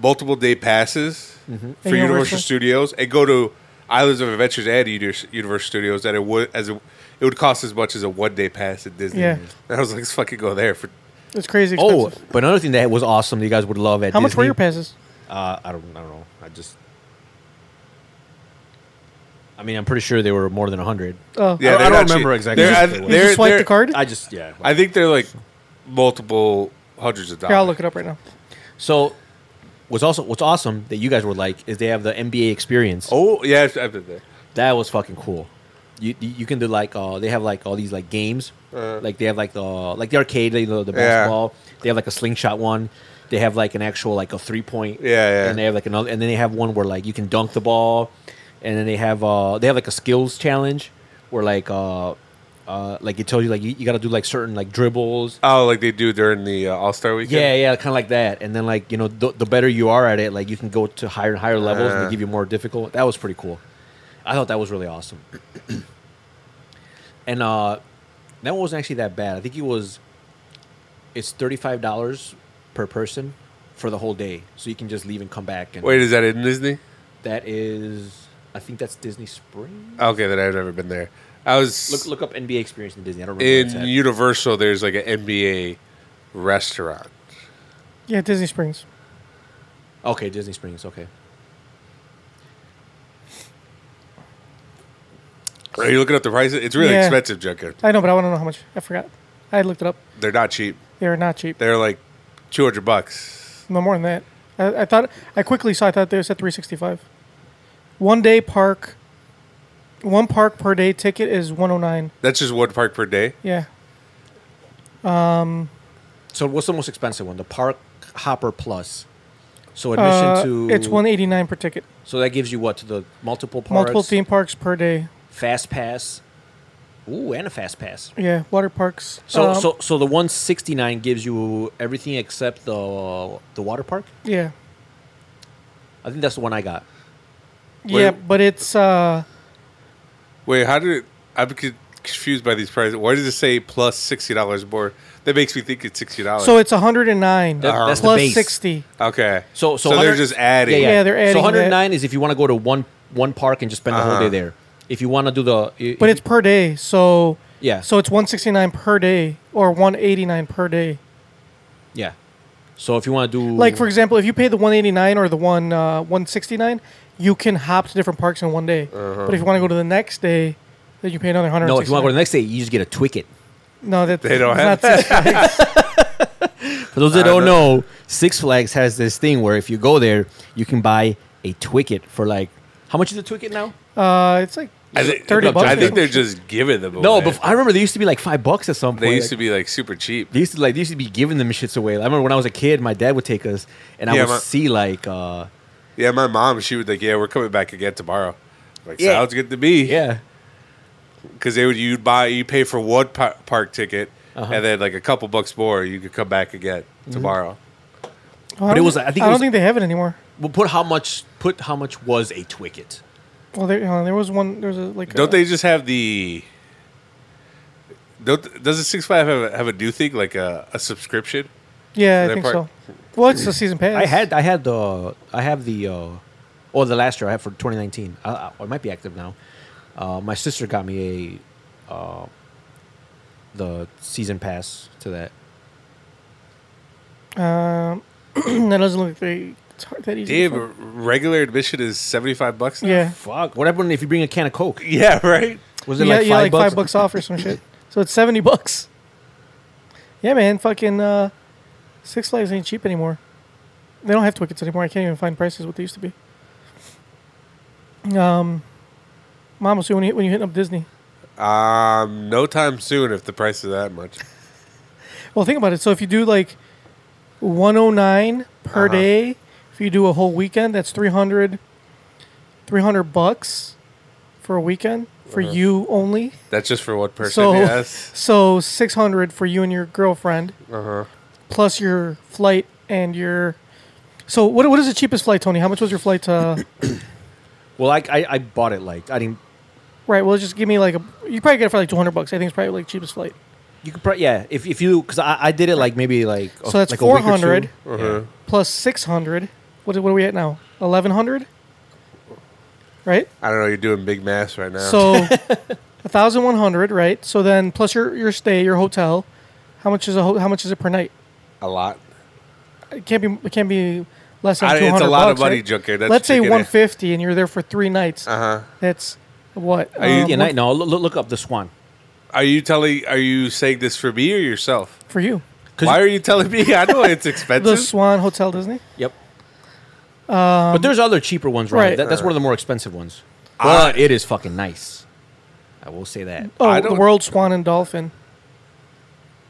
[SPEAKER 4] multiple day passes for
[SPEAKER 2] Mm-hmm. And
[SPEAKER 4] Universal.
[SPEAKER 2] Universal?
[SPEAKER 4] Studios and go to Islands of Adventures and Uni- Universal Studios, and it would as a, it would cost as much as a one day pass at Disney.
[SPEAKER 2] Yeah.
[SPEAKER 4] And I was like, let's fucking go there for.
[SPEAKER 2] It's crazy.
[SPEAKER 3] Oh,
[SPEAKER 2] Expensive.
[SPEAKER 3] but another thing that was awesome that you guys would love at
[SPEAKER 2] how much
[SPEAKER 3] Disney,
[SPEAKER 2] were your passes?
[SPEAKER 3] Uh, I don't. I don't know. I just. I mean, I'm pretty sure they were more than hundred.
[SPEAKER 2] Oh,
[SPEAKER 4] Yeah,
[SPEAKER 3] I
[SPEAKER 4] they
[SPEAKER 3] don't
[SPEAKER 4] got
[SPEAKER 3] remember
[SPEAKER 4] you-
[SPEAKER 3] exactly
[SPEAKER 4] they're-
[SPEAKER 3] what
[SPEAKER 4] I-
[SPEAKER 3] they were.
[SPEAKER 2] Did
[SPEAKER 4] they're-
[SPEAKER 2] you swipe
[SPEAKER 4] they're-
[SPEAKER 2] the card?
[SPEAKER 3] I just yeah.
[SPEAKER 4] I think they're like multiple hundreds of dollars.
[SPEAKER 2] Here, I'll look it up right now.
[SPEAKER 3] so what's also what's awesome that you guys would like is they have the NBA experience.
[SPEAKER 4] Oh yeah, I've- I've been there.
[SPEAKER 3] That was fucking cool. You, you you can do like uh they have like all these like games like they have like the like the arcade they the, the
[SPEAKER 4] Uh-huh. Yeah.
[SPEAKER 3] basketball they have like a slingshot one they have like an actual like a three point
[SPEAKER 4] Yeah, yeah.
[SPEAKER 3] and they have like another and then they have one where like you can dunk the ball and then they have uh they have like a skills challenge where like uh uh like it tells you like you, you got to do like certain like dribbles
[SPEAKER 4] Oh, like they do during the uh, All Star weekend.
[SPEAKER 3] yeah, yeah, kind of like that. And then like you know, the, the better you are at it, like you can go to higher and higher levels, and
[SPEAKER 4] Uh.
[SPEAKER 3] they give you more difficult. That was pretty cool. I thought that was really awesome. and uh, that one wasn't actually that bad. I think it was it's thirty five dollars per person for the whole day, so you can just leave and come back. And
[SPEAKER 4] Wait, is that in Disney?
[SPEAKER 3] that is, I think that's Disney Spring.
[SPEAKER 4] Okay, then I've never been there. I was
[SPEAKER 3] Look look up NBA experience in Disney. I don't remember. where it's
[SPEAKER 4] in
[SPEAKER 3] at.
[SPEAKER 4] Universal. There's like an NBA restaurant.
[SPEAKER 2] Yeah, Disney Springs.
[SPEAKER 3] Okay, Disney Springs. Okay.
[SPEAKER 4] Are you looking up the prices? It's really
[SPEAKER 2] Yeah.
[SPEAKER 4] expensive, Junker.
[SPEAKER 2] I know, but I want to know how much. I forgot. I had looked it up.
[SPEAKER 4] They're not cheap.
[SPEAKER 2] They're not cheap.
[SPEAKER 4] They're like two hundred bucks.
[SPEAKER 2] No more than that. I, I thought I quickly saw. I thought they was at three sixty five. One day park. One park per day ticket is one oh nine.
[SPEAKER 4] That's just one park per day.
[SPEAKER 2] Yeah,
[SPEAKER 3] So what's the most expensive one? The Park Hopper Plus. So admission
[SPEAKER 2] uh,
[SPEAKER 3] to
[SPEAKER 2] it's one eighty nine per ticket.
[SPEAKER 3] So that gives you what to the multiple parts,
[SPEAKER 2] Multiple theme parks per day.
[SPEAKER 3] fast pass. Ooh, and a fast pass.
[SPEAKER 2] Yeah, water parks.
[SPEAKER 3] So
[SPEAKER 2] Um,
[SPEAKER 3] so so the one sixty nine gives you everything except the the water park.
[SPEAKER 2] yeah,
[SPEAKER 3] I think that's the one I got.
[SPEAKER 2] yeah, but it's uh,
[SPEAKER 4] Wait, how did it, I'm con- confused by these prices? Why does it say plus sixty dollars more? That makes me think it's sixty dollars.
[SPEAKER 2] so it's hundred and nine
[SPEAKER 3] That- that's Oh, the base.
[SPEAKER 2] sixty.
[SPEAKER 4] okay.
[SPEAKER 3] So so,
[SPEAKER 4] Uh-huh. they're
[SPEAKER 3] 100
[SPEAKER 4] just adding.
[SPEAKER 2] Yeah, they're adding
[SPEAKER 3] So
[SPEAKER 2] that.
[SPEAKER 3] one hundred nine is if you want to go to one one park and just spend the whole day
[SPEAKER 4] Uh-huh.
[SPEAKER 3] there. If you want to do the i-
[SPEAKER 2] But
[SPEAKER 3] if-
[SPEAKER 2] it's per day, so
[SPEAKER 3] Yeah.
[SPEAKER 2] so it's one sixty nine per day or one eighty nine per day.
[SPEAKER 3] yeah. So if you want to do
[SPEAKER 2] Like for example, if you pay the one eighty nine or the one uh, one sixty nine, you can hop to different parks in one day. But if you want to go to the next day, then you pay another hundred.
[SPEAKER 3] no, if you want to go to the next day, you just get a Twicket.
[SPEAKER 2] no, that
[SPEAKER 4] They don't
[SPEAKER 2] it's
[SPEAKER 4] have
[SPEAKER 2] not six-
[SPEAKER 3] For those that
[SPEAKER 4] I
[SPEAKER 3] don't
[SPEAKER 4] know.
[SPEAKER 3] know, Six Flags has this thing where if you go there, you can buy a Twicket for like how much is a Twicket now?
[SPEAKER 2] uh, it's like
[SPEAKER 4] I think,
[SPEAKER 2] thirty bucks.
[SPEAKER 4] I
[SPEAKER 2] or
[SPEAKER 4] think
[SPEAKER 2] some
[SPEAKER 4] they're
[SPEAKER 2] shit.
[SPEAKER 4] just giving them.
[SPEAKER 3] No,
[SPEAKER 4] away.
[SPEAKER 3] but I remember they used to be like five bucks at some point.
[SPEAKER 4] Oh, they used to
[SPEAKER 3] Like,
[SPEAKER 4] be like super cheap.
[SPEAKER 3] They used to like they used to be giving them shits away. I remember when I was a kid, my dad would take us, and I
[SPEAKER 4] Yeah,
[SPEAKER 3] would
[SPEAKER 4] my-
[SPEAKER 3] see like, uh,
[SPEAKER 4] Yeah, my mom, she was like, "Yeah, we're coming back again tomorrow." I'm Like
[SPEAKER 3] Yeah.
[SPEAKER 4] sounds good to me.
[SPEAKER 3] yeah,
[SPEAKER 4] because they would you'd buy you pay for one par- park ticket
[SPEAKER 3] Uh-huh. Mm-hmm.
[SPEAKER 4] and then like a couple bucks more, you could come back again tomorrow.
[SPEAKER 2] Well,
[SPEAKER 3] but it
[SPEAKER 2] don't-
[SPEAKER 3] was- I think it
[SPEAKER 2] don't
[SPEAKER 3] was-
[SPEAKER 2] think they have it anymore.
[SPEAKER 3] we'll put how much put how much was a Twicket.
[SPEAKER 2] Well, there, uh, there was one. There was a, like uh,
[SPEAKER 4] Don't
[SPEAKER 2] a-
[SPEAKER 4] they just have the? Don't doesn't Six Five have a, have a new thing like a, a subscription?
[SPEAKER 2] Yeah, I
[SPEAKER 4] that
[SPEAKER 2] think
[SPEAKER 4] part-
[SPEAKER 2] so. Well, it's the season pass.
[SPEAKER 3] I had I had the I have the uh, or the last year I had for 2019. I, I, I might be active now. Uh, my sister got me a uh, the season pass to that.
[SPEAKER 2] Um, [clears throat] that doesn't look like they, it's hard, that easy. to
[SPEAKER 4] Damn,
[SPEAKER 2] find.
[SPEAKER 4] a regular admission is seventy five bucks. now?
[SPEAKER 2] Yeah.
[SPEAKER 3] Fuck, what happened if you bring a can of Coke?
[SPEAKER 4] yeah, right.
[SPEAKER 3] Was it
[SPEAKER 2] [laughs] yeah,
[SPEAKER 3] like, five,
[SPEAKER 2] yeah, like
[SPEAKER 3] bucks?
[SPEAKER 2] five bucks off or some shit. So it's seventy bucks. Yeah, man, fucking uh, Six Flags ain't cheap anymore. They don't have tickets anymore. I can't even find prices what they used to be. Um, Mom will see when you when you hitting up Disney.
[SPEAKER 4] Um, no time soon if the price is that much.
[SPEAKER 2] Well, think about it. So if you do like one oh nine per
[SPEAKER 4] Uh-huh.
[SPEAKER 2] day, if you do a whole weekend, that's 300, 300 bucks for a weekend for you only.
[SPEAKER 4] That's just for one person.
[SPEAKER 2] so
[SPEAKER 4] yes.
[SPEAKER 2] so 600 for you and your girlfriend
[SPEAKER 4] Uh huh.
[SPEAKER 2] plus your flight and your so what, what is the cheapest flight tony how much was your flight to
[SPEAKER 3] Well, I, I I bought it like I didn't.
[SPEAKER 2] right well just give me like a you probably get it for like 200 bucks i think it's probably like cheapest flight
[SPEAKER 3] You could probably yeah. If if you because I, I did it like maybe like a-
[SPEAKER 2] So that's
[SPEAKER 3] like a week or two.
[SPEAKER 2] 400.
[SPEAKER 3] Yeah.
[SPEAKER 2] plus 600 what, what are we at now 1100 right
[SPEAKER 4] I don't know. You're doing big mass right now.
[SPEAKER 2] so 1100 right so then plus your, your stay your hotel how much is a ho- how much is it per night
[SPEAKER 4] a lot.
[SPEAKER 2] it can't be it can't be less than
[SPEAKER 4] I-
[SPEAKER 2] 200
[SPEAKER 4] it's a lot of
[SPEAKER 2] bucks,
[SPEAKER 4] money,
[SPEAKER 2] right?
[SPEAKER 4] Junker. That's
[SPEAKER 2] let's say
[SPEAKER 4] chicken,
[SPEAKER 2] 150
[SPEAKER 4] eh?
[SPEAKER 2] and you're there for three nights
[SPEAKER 4] Uh huh.
[SPEAKER 2] That's what?
[SPEAKER 4] you-
[SPEAKER 2] um,
[SPEAKER 3] Yeah,
[SPEAKER 2] one
[SPEAKER 3] night. No, look, look- look up the Swan.
[SPEAKER 4] Are you telling? Are you saying this for me or yourself?
[SPEAKER 2] for you.
[SPEAKER 3] 'Cause
[SPEAKER 4] Why are you telling me? I know
[SPEAKER 2] [laughs]
[SPEAKER 4] it's
[SPEAKER 2] The
[SPEAKER 4] expensive.
[SPEAKER 2] Swan Hotel Disney.
[SPEAKER 3] Yep. but there's other cheaper ones, right?
[SPEAKER 2] Um, right.
[SPEAKER 3] That, that's one of the more expensive ones.
[SPEAKER 4] I-
[SPEAKER 3] But it is fucking nice. I will say that.
[SPEAKER 2] Oh,
[SPEAKER 4] I
[SPEAKER 2] the
[SPEAKER 4] don't-
[SPEAKER 2] World Swan and Dolphin.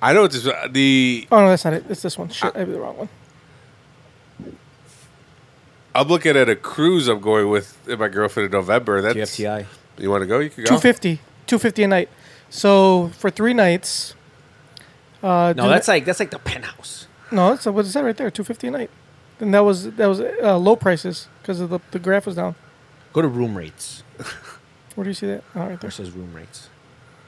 [SPEAKER 4] I know it's uh, the.
[SPEAKER 2] Oh no, that's not it. It's this one. Shit,
[SPEAKER 4] Uh,
[SPEAKER 2] I did the wrong one.
[SPEAKER 4] I'm looking at a cruise I'm going with my girlfriend in November. That's
[SPEAKER 3] GFTI.
[SPEAKER 4] You want to go? You can go.
[SPEAKER 2] Two fifty. Two fifty a night. So for three nights. Uh,
[SPEAKER 3] No,
[SPEAKER 2] do
[SPEAKER 3] that's
[SPEAKER 2] that-
[SPEAKER 3] like that's like the penthouse.
[SPEAKER 2] no, that's what it said right there. Two fifty a night. And that was that was uh, low prices because the the graph was down.
[SPEAKER 3] Go to room rates
[SPEAKER 2] Where do you see that? Oh, right there.
[SPEAKER 3] versus room rates.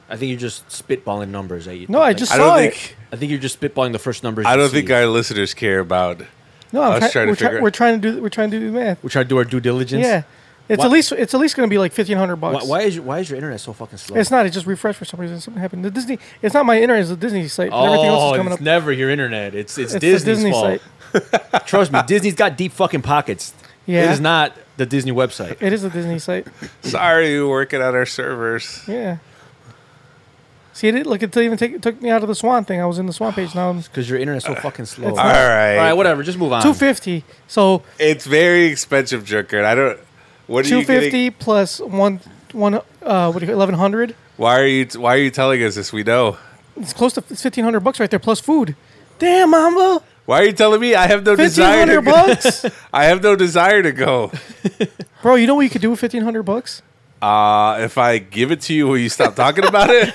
[SPEAKER 3] I I think you're just spitballing numbers. That you
[SPEAKER 2] No, I
[SPEAKER 3] like-
[SPEAKER 2] just
[SPEAKER 4] I don't
[SPEAKER 2] saw
[SPEAKER 4] think
[SPEAKER 2] it.
[SPEAKER 3] I think you're just spitballing the first numbers.
[SPEAKER 4] I
[SPEAKER 3] you
[SPEAKER 4] don't
[SPEAKER 3] see.
[SPEAKER 4] think our listeners care about.
[SPEAKER 2] No,
[SPEAKER 4] I
[SPEAKER 2] I'm
[SPEAKER 4] was
[SPEAKER 2] try-
[SPEAKER 4] trying to
[SPEAKER 2] we're, try-
[SPEAKER 4] figure-
[SPEAKER 2] we're trying to do we're trying to do math.
[SPEAKER 3] We try to do our due diligence.
[SPEAKER 2] Yeah, it's
[SPEAKER 3] Why-
[SPEAKER 2] at least it's at least going to be like fifteen hundred
[SPEAKER 3] Why,
[SPEAKER 2] bucks.
[SPEAKER 3] why is your, why is your internet so fucking slow?
[SPEAKER 2] It's not. It just refreshed for some reason. Something happened. The Disney. It's not my internet. It's the Disney site. but
[SPEAKER 3] Oh,
[SPEAKER 2] everything else is coming
[SPEAKER 3] it's
[SPEAKER 2] up.
[SPEAKER 3] never your internet. It's
[SPEAKER 2] It's
[SPEAKER 3] it's,
[SPEAKER 2] the
[SPEAKER 3] Disney's
[SPEAKER 2] Disney
[SPEAKER 3] fault. [laughs] Trust me, Disney's got deep fucking pockets.
[SPEAKER 2] Yeah.
[SPEAKER 3] It is not the Disney website.
[SPEAKER 2] It is the Disney site.
[SPEAKER 4] Sorry, we're working on our servers.
[SPEAKER 2] Yeah. See, it look. It even take, took me out of the Swan thing. I was in the Swan page. Now
[SPEAKER 3] [sighs]
[SPEAKER 2] I'm
[SPEAKER 3] Because your internet's so fucking slow.
[SPEAKER 2] It's
[SPEAKER 4] All
[SPEAKER 2] not-
[SPEAKER 4] right,
[SPEAKER 3] All right, whatever. Just move on.
[SPEAKER 2] two fifty. So
[SPEAKER 4] It's very expensive, Joker. I don't. What are
[SPEAKER 2] two
[SPEAKER 4] you getting?
[SPEAKER 2] fifty plus one one uh what eleven hundred.
[SPEAKER 4] Why are you? Why are you telling us this? We know.
[SPEAKER 2] It's close to fifteen hundred bucks right there plus food. Damn, Mamba.
[SPEAKER 4] Why are you telling me? I have no
[SPEAKER 2] Fifteen
[SPEAKER 4] desire. To
[SPEAKER 2] hundred
[SPEAKER 4] go.
[SPEAKER 2] bucks,
[SPEAKER 4] [laughs] I have no desire to go.
[SPEAKER 2] bro. You know what you could do with fifteen hundred bucks?
[SPEAKER 4] Uh, if I give it to you, will you stop talking
[SPEAKER 2] [laughs]
[SPEAKER 4] about it?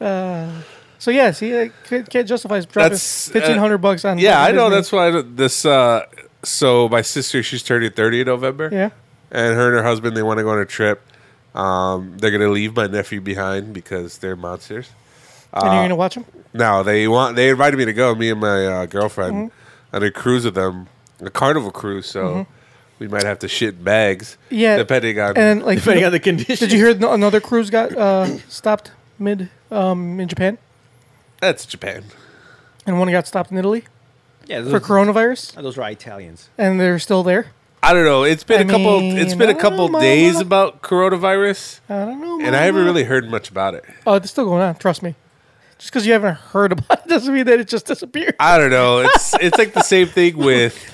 [SPEAKER 2] So yeah, see, I can't, can't justify dropping
[SPEAKER 4] That's, uh,
[SPEAKER 2] fifteen hundred bucks on.
[SPEAKER 4] yeah, I know.
[SPEAKER 2] Disney.
[SPEAKER 4] That's why I don't- this. Uh, so my sister, she's turning thirty in November.
[SPEAKER 2] yeah.
[SPEAKER 4] and her and her husband they want to go on a trip. Um, they're gonna leave my nephew behind because they're monsters.
[SPEAKER 2] And you're gonna watch them?
[SPEAKER 4] No, they want they invited me to go. Me and my uh, girlfriend on a cruise with them, a carnival cruise. So we might have to shit in bags.
[SPEAKER 2] Yeah.
[SPEAKER 4] depending on.
[SPEAKER 2] And like,
[SPEAKER 3] Depending on the condition.
[SPEAKER 2] did you hear no- another cruise got uh, stopped mid um, in Japan,
[SPEAKER 4] that's Japan.
[SPEAKER 2] and one got stopped in Italy
[SPEAKER 3] Yeah,
[SPEAKER 2] for
[SPEAKER 3] those,
[SPEAKER 2] coronavirus,
[SPEAKER 3] Oh, those were Italians.
[SPEAKER 2] and they're still there.
[SPEAKER 4] I don't know. It's been
[SPEAKER 2] I
[SPEAKER 4] a couple.
[SPEAKER 2] mean,
[SPEAKER 4] it's been
[SPEAKER 2] I
[SPEAKER 4] a
[SPEAKER 2] don't
[SPEAKER 4] couple
[SPEAKER 2] know,
[SPEAKER 4] days
[SPEAKER 2] mama.
[SPEAKER 4] about coronavirus,
[SPEAKER 2] I don't know.
[SPEAKER 4] and I haven't really heard much about it.
[SPEAKER 2] Oh, it's still going on. Trust me. Just because you haven't heard [laughs] about it doesn't mean that it just disappeared.
[SPEAKER 4] I don't know. It's it's like the same thing with.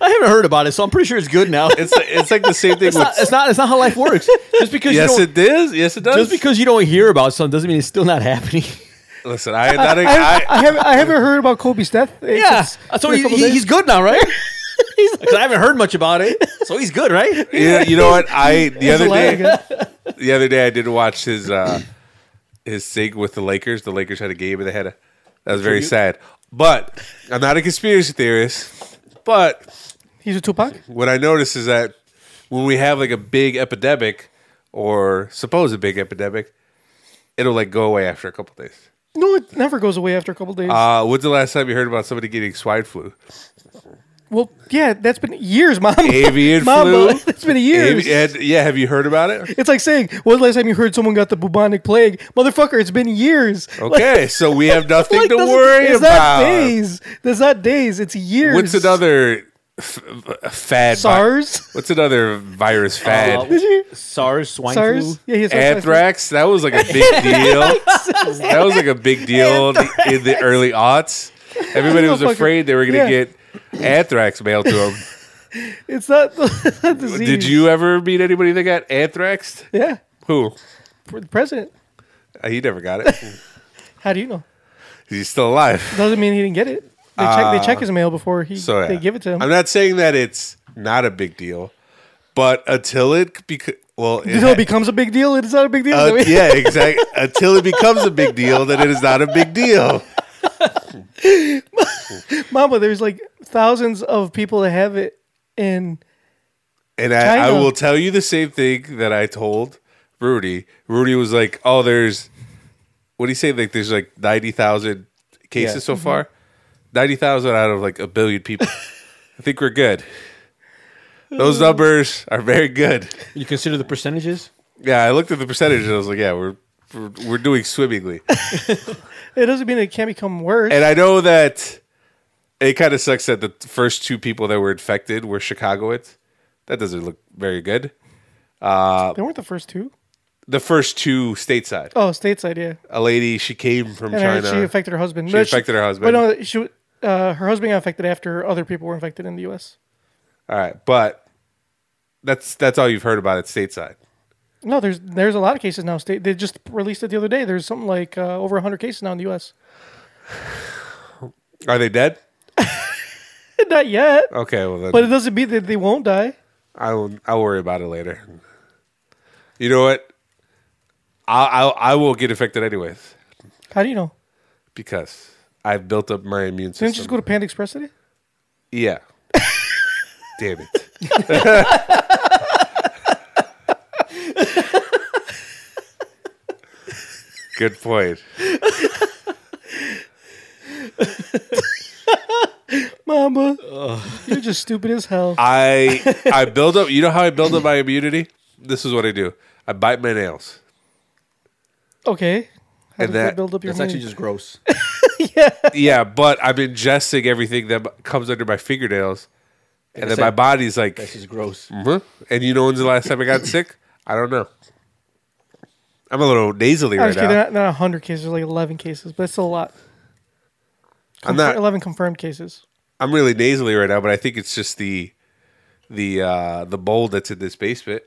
[SPEAKER 3] I haven't heard about it, so I'm pretty sure it's good now. It's,
[SPEAKER 4] It's it's like the same thing with.
[SPEAKER 3] not, it's not. It's not how life works. Just because you
[SPEAKER 4] yes,
[SPEAKER 3] don't,
[SPEAKER 4] it is. Yes, it does.
[SPEAKER 3] just because you don't hear about something doesn't mean it's still not happening. [laughs]
[SPEAKER 4] Listen, I, not, I,
[SPEAKER 2] [laughs] I, I haven't. I haven't heard about Kobe's death. It's just-
[SPEAKER 3] so
[SPEAKER 2] it's
[SPEAKER 3] he,
[SPEAKER 2] a couple
[SPEAKER 3] he-
[SPEAKER 2] days.
[SPEAKER 3] he's good now, right? [laughs] He's- 'cause I haven't heard much about it, so he's good, right?
[SPEAKER 4] Yeah, you know what? I the other
[SPEAKER 2] alive
[SPEAKER 4] day, the other day I did watch his uh [clears throat] his sig with the Lakers. The Lakers had a game and they had a that was very sad. But I'm not a conspiracy theorist. But
[SPEAKER 2] He's a Tupac.
[SPEAKER 4] what I notice is that when we have like a big epidemic or suppose a big epidemic, it'll like go away after a couple days.
[SPEAKER 2] No, it never goes away after a couple days.
[SPEAKER 4] Uh, when's the last time you heard about somebody getting swine flu?
[SPEAKER 2] well, yeah, that's been years, Mom. [laughs]
[SPEAKER 4] Avian
[SPEAKER 2] Mamba,
[SPEAKER 4] flu.
[SPEAKER 2] it's been years.
[SPEAKER 4] Avi- and- yeah, have you heard about it?
[SPEAKER 2] It's [laughs] like saying, "When was the last time you heard someone got the bubonic plague, motherfucker? It's been years." [laughs]
[SPEAKER 4] Okay, so we have nothing
[SPEAKER 2] Like,
[SPEAKER 4] to
[SPEAKER 2] doesn't-
[SPEAKER 4] worry
[SPEAKER 2] it's
[SPEAKER 4] about.
[SPEAKER 2] not days. It's not days. It's years.
[SPEAKER 4] What's another f- f-
[SPEAKER 2] [laughs]
[SPEAKER 4] fad? vi- [laughs]
[SPEAKER 2] SARS?
[SPEAKER 4] What's another virus
[SPEAKER 2] Oh,
[SPEAKER 4] fad?
[SPEAKER 2] Did you?
[SPEAKER 3] SARS, swine
[SPEAKER 2] SARS?
[SPEAKER 3] flu.
[SPEAKER 2] Yeah, he has
[SPEAKER 4] Anthrax. That was like a
[SPEAKER 2] [laughs]
[SPEAKER 4] big deal. that was like a big deal in the early aughts. Everybody was
[SPEAKER 2] Motherfucker.
[SPEAKER 4] afraid they were going
[SPEAKER 2] Yeah.
[SPEAKER 4] to get anthrax mailed
[SPEAKER 2] [laughs]
[SPEAKER 4] to them.
[SPEAKER 2] It's not [laughs] it's not disease.
[SPEAKER 4] Did you ever meet anybody that got anthraxed?
[SPEAKER 2] Yeah,
[SPEAKER 4] Who?
[SPEAKER 2] for the president.
[SPEAKER 4] Uh, He never got
[SPEAKER 2] [laughs]
[SPEAKER 4] it.
[SPEAKER 2] How do you know?
[SPEAKER 4] He's still alive.
[SPEAKER 2] Doesn't mean he didn't get it. They check. they check his mail before he
[SPEAKER 4] Ah. So yeah.
[SPEAKER 2] they give it to him.
[SPEAKER 4] I'm not saying that it's not a big deal, but until it because well, it
[SPEAKER 2] Until
[SPEAKER 4] ha-
[SPEAKER 2] it becomes a big deal, it's not a big deal. I
[SPEAKER 4] Uh,
[SPEAKER 2] mean,
[SPEAKER 4] yeah, exactly. Until it becomes a big deal, then it is not a big deal.
[SPEAKER 2] [laughs] Mama, there's like thousands of people that have it, and
[SPEAKER 4] And I, I
[SPEAKER 2] China.
[SPEAKER 4] will tell you the same thing that I told Rudy. Rudy was like, "Oh, there's what do you say? Like, there's like ninety thousand cases
[SPEAKER 3] Yeah.
[SPEAKER 4] so far. Ninety thousand out of like a billion people. I think we're good. Those numbers are very good.
[SPEAKER 3] You consider the percentages?
[SPEAKER 4] Yeah, I looked at the percentage and I was like, yeah, we're we're, we're doing swimmingly.
[SPEAKER 2] it doesn't mean it can't become worse.
[SPEAKER 4] And I know that it kind of sucks that the first two people that were infected were Chicagoans. That doesn't look very good.
[SPEAKER 2] they weren't the first two.
[SPEAKER 4] The first two stateside.
[SPEAKER 2] Oh, stateside, yeah.
[SPEAKER 4] A lady, she came from
[SPEAKER 2] And her-
[SPEAKER 4] China.
[SPEAKER 2] she affected her husband.
[SPEAKER 4] She affected her husband.
[SPEAKER 2] Well, no, she w- uh, her husband got affected after other people were infected in the U.S.
[SPEAKER 4] all right, but that's that's all you've heard about it stateside.
[SPEAKER 2] No, there's there's a lot of cases now. State they just released it the other day. There's something like uh, over 100 cases now in the U.S.
[SPEAKER 4] Are they dead?
[SPEAKER 2] [laughs] Not yet,
[SPEAKER 4] Okay, well then
[SPEAKER 2] but it doesn't mean that they won't die.
[SPEAKER 4] I'll I'll worry about it later. You know what? I I, I will get affected anyways
[SPEAKER 2] How do you know?
[SPEAKER 4] because I've built up my immune system.
[SPEAKER 2] Didn't you just go to Panda Express today? [laughs]
[SPEAKER 4] Yeah. Damn it. Good point.
[SPEAKER 2] Mama, you're just stupid as hell.
[SPEAKER 4] [laughs]
[SPEAKER 2] [laughs]
[SPEAKER 4] I I build up. You know how I build up my immunity? This is what I do. I bite my nails.
[SPEAKER 2] Okay. How does
[SPEAKER 4] And
[SPEAKER 2] that,
[SPEAKER 4] that-
[SPEAKER 2] build up your
[SPEAKER 3] That's actually
[SPEAKER 2] mood?
[SPEAKER 3] just gross.
[SPEAKER 4] Yeah, but I'm ingesting everything that comes under my fingernails, and then my body's
[SPEAKER 3] [laughs]
[SPEAKER 4] like,
[SPEAKER 3] That's just gross.
[SPEAKER 4] hmm and you know when's the last time
[SPEAKER 2] [laughs]
[SPEAKER 4] I got sick? I don't know. I'm a little nasally right
[SPEAKER 2] Actually,
[SPEAKER 4] now.
[SPEAKER 2] they're not, not 100 cases, they're like 11 cases, but it's still a lot.
[SPEAKER 4] I'm
[SPEAKER 2] Confir- [laughs]
[SPEAKER 4] not.
[SPEAKER 2] 11 confirmed cases.
[SPEAKER 4] I'm really nasally right now, but I think it's just the the uh the bowl that's in this basement.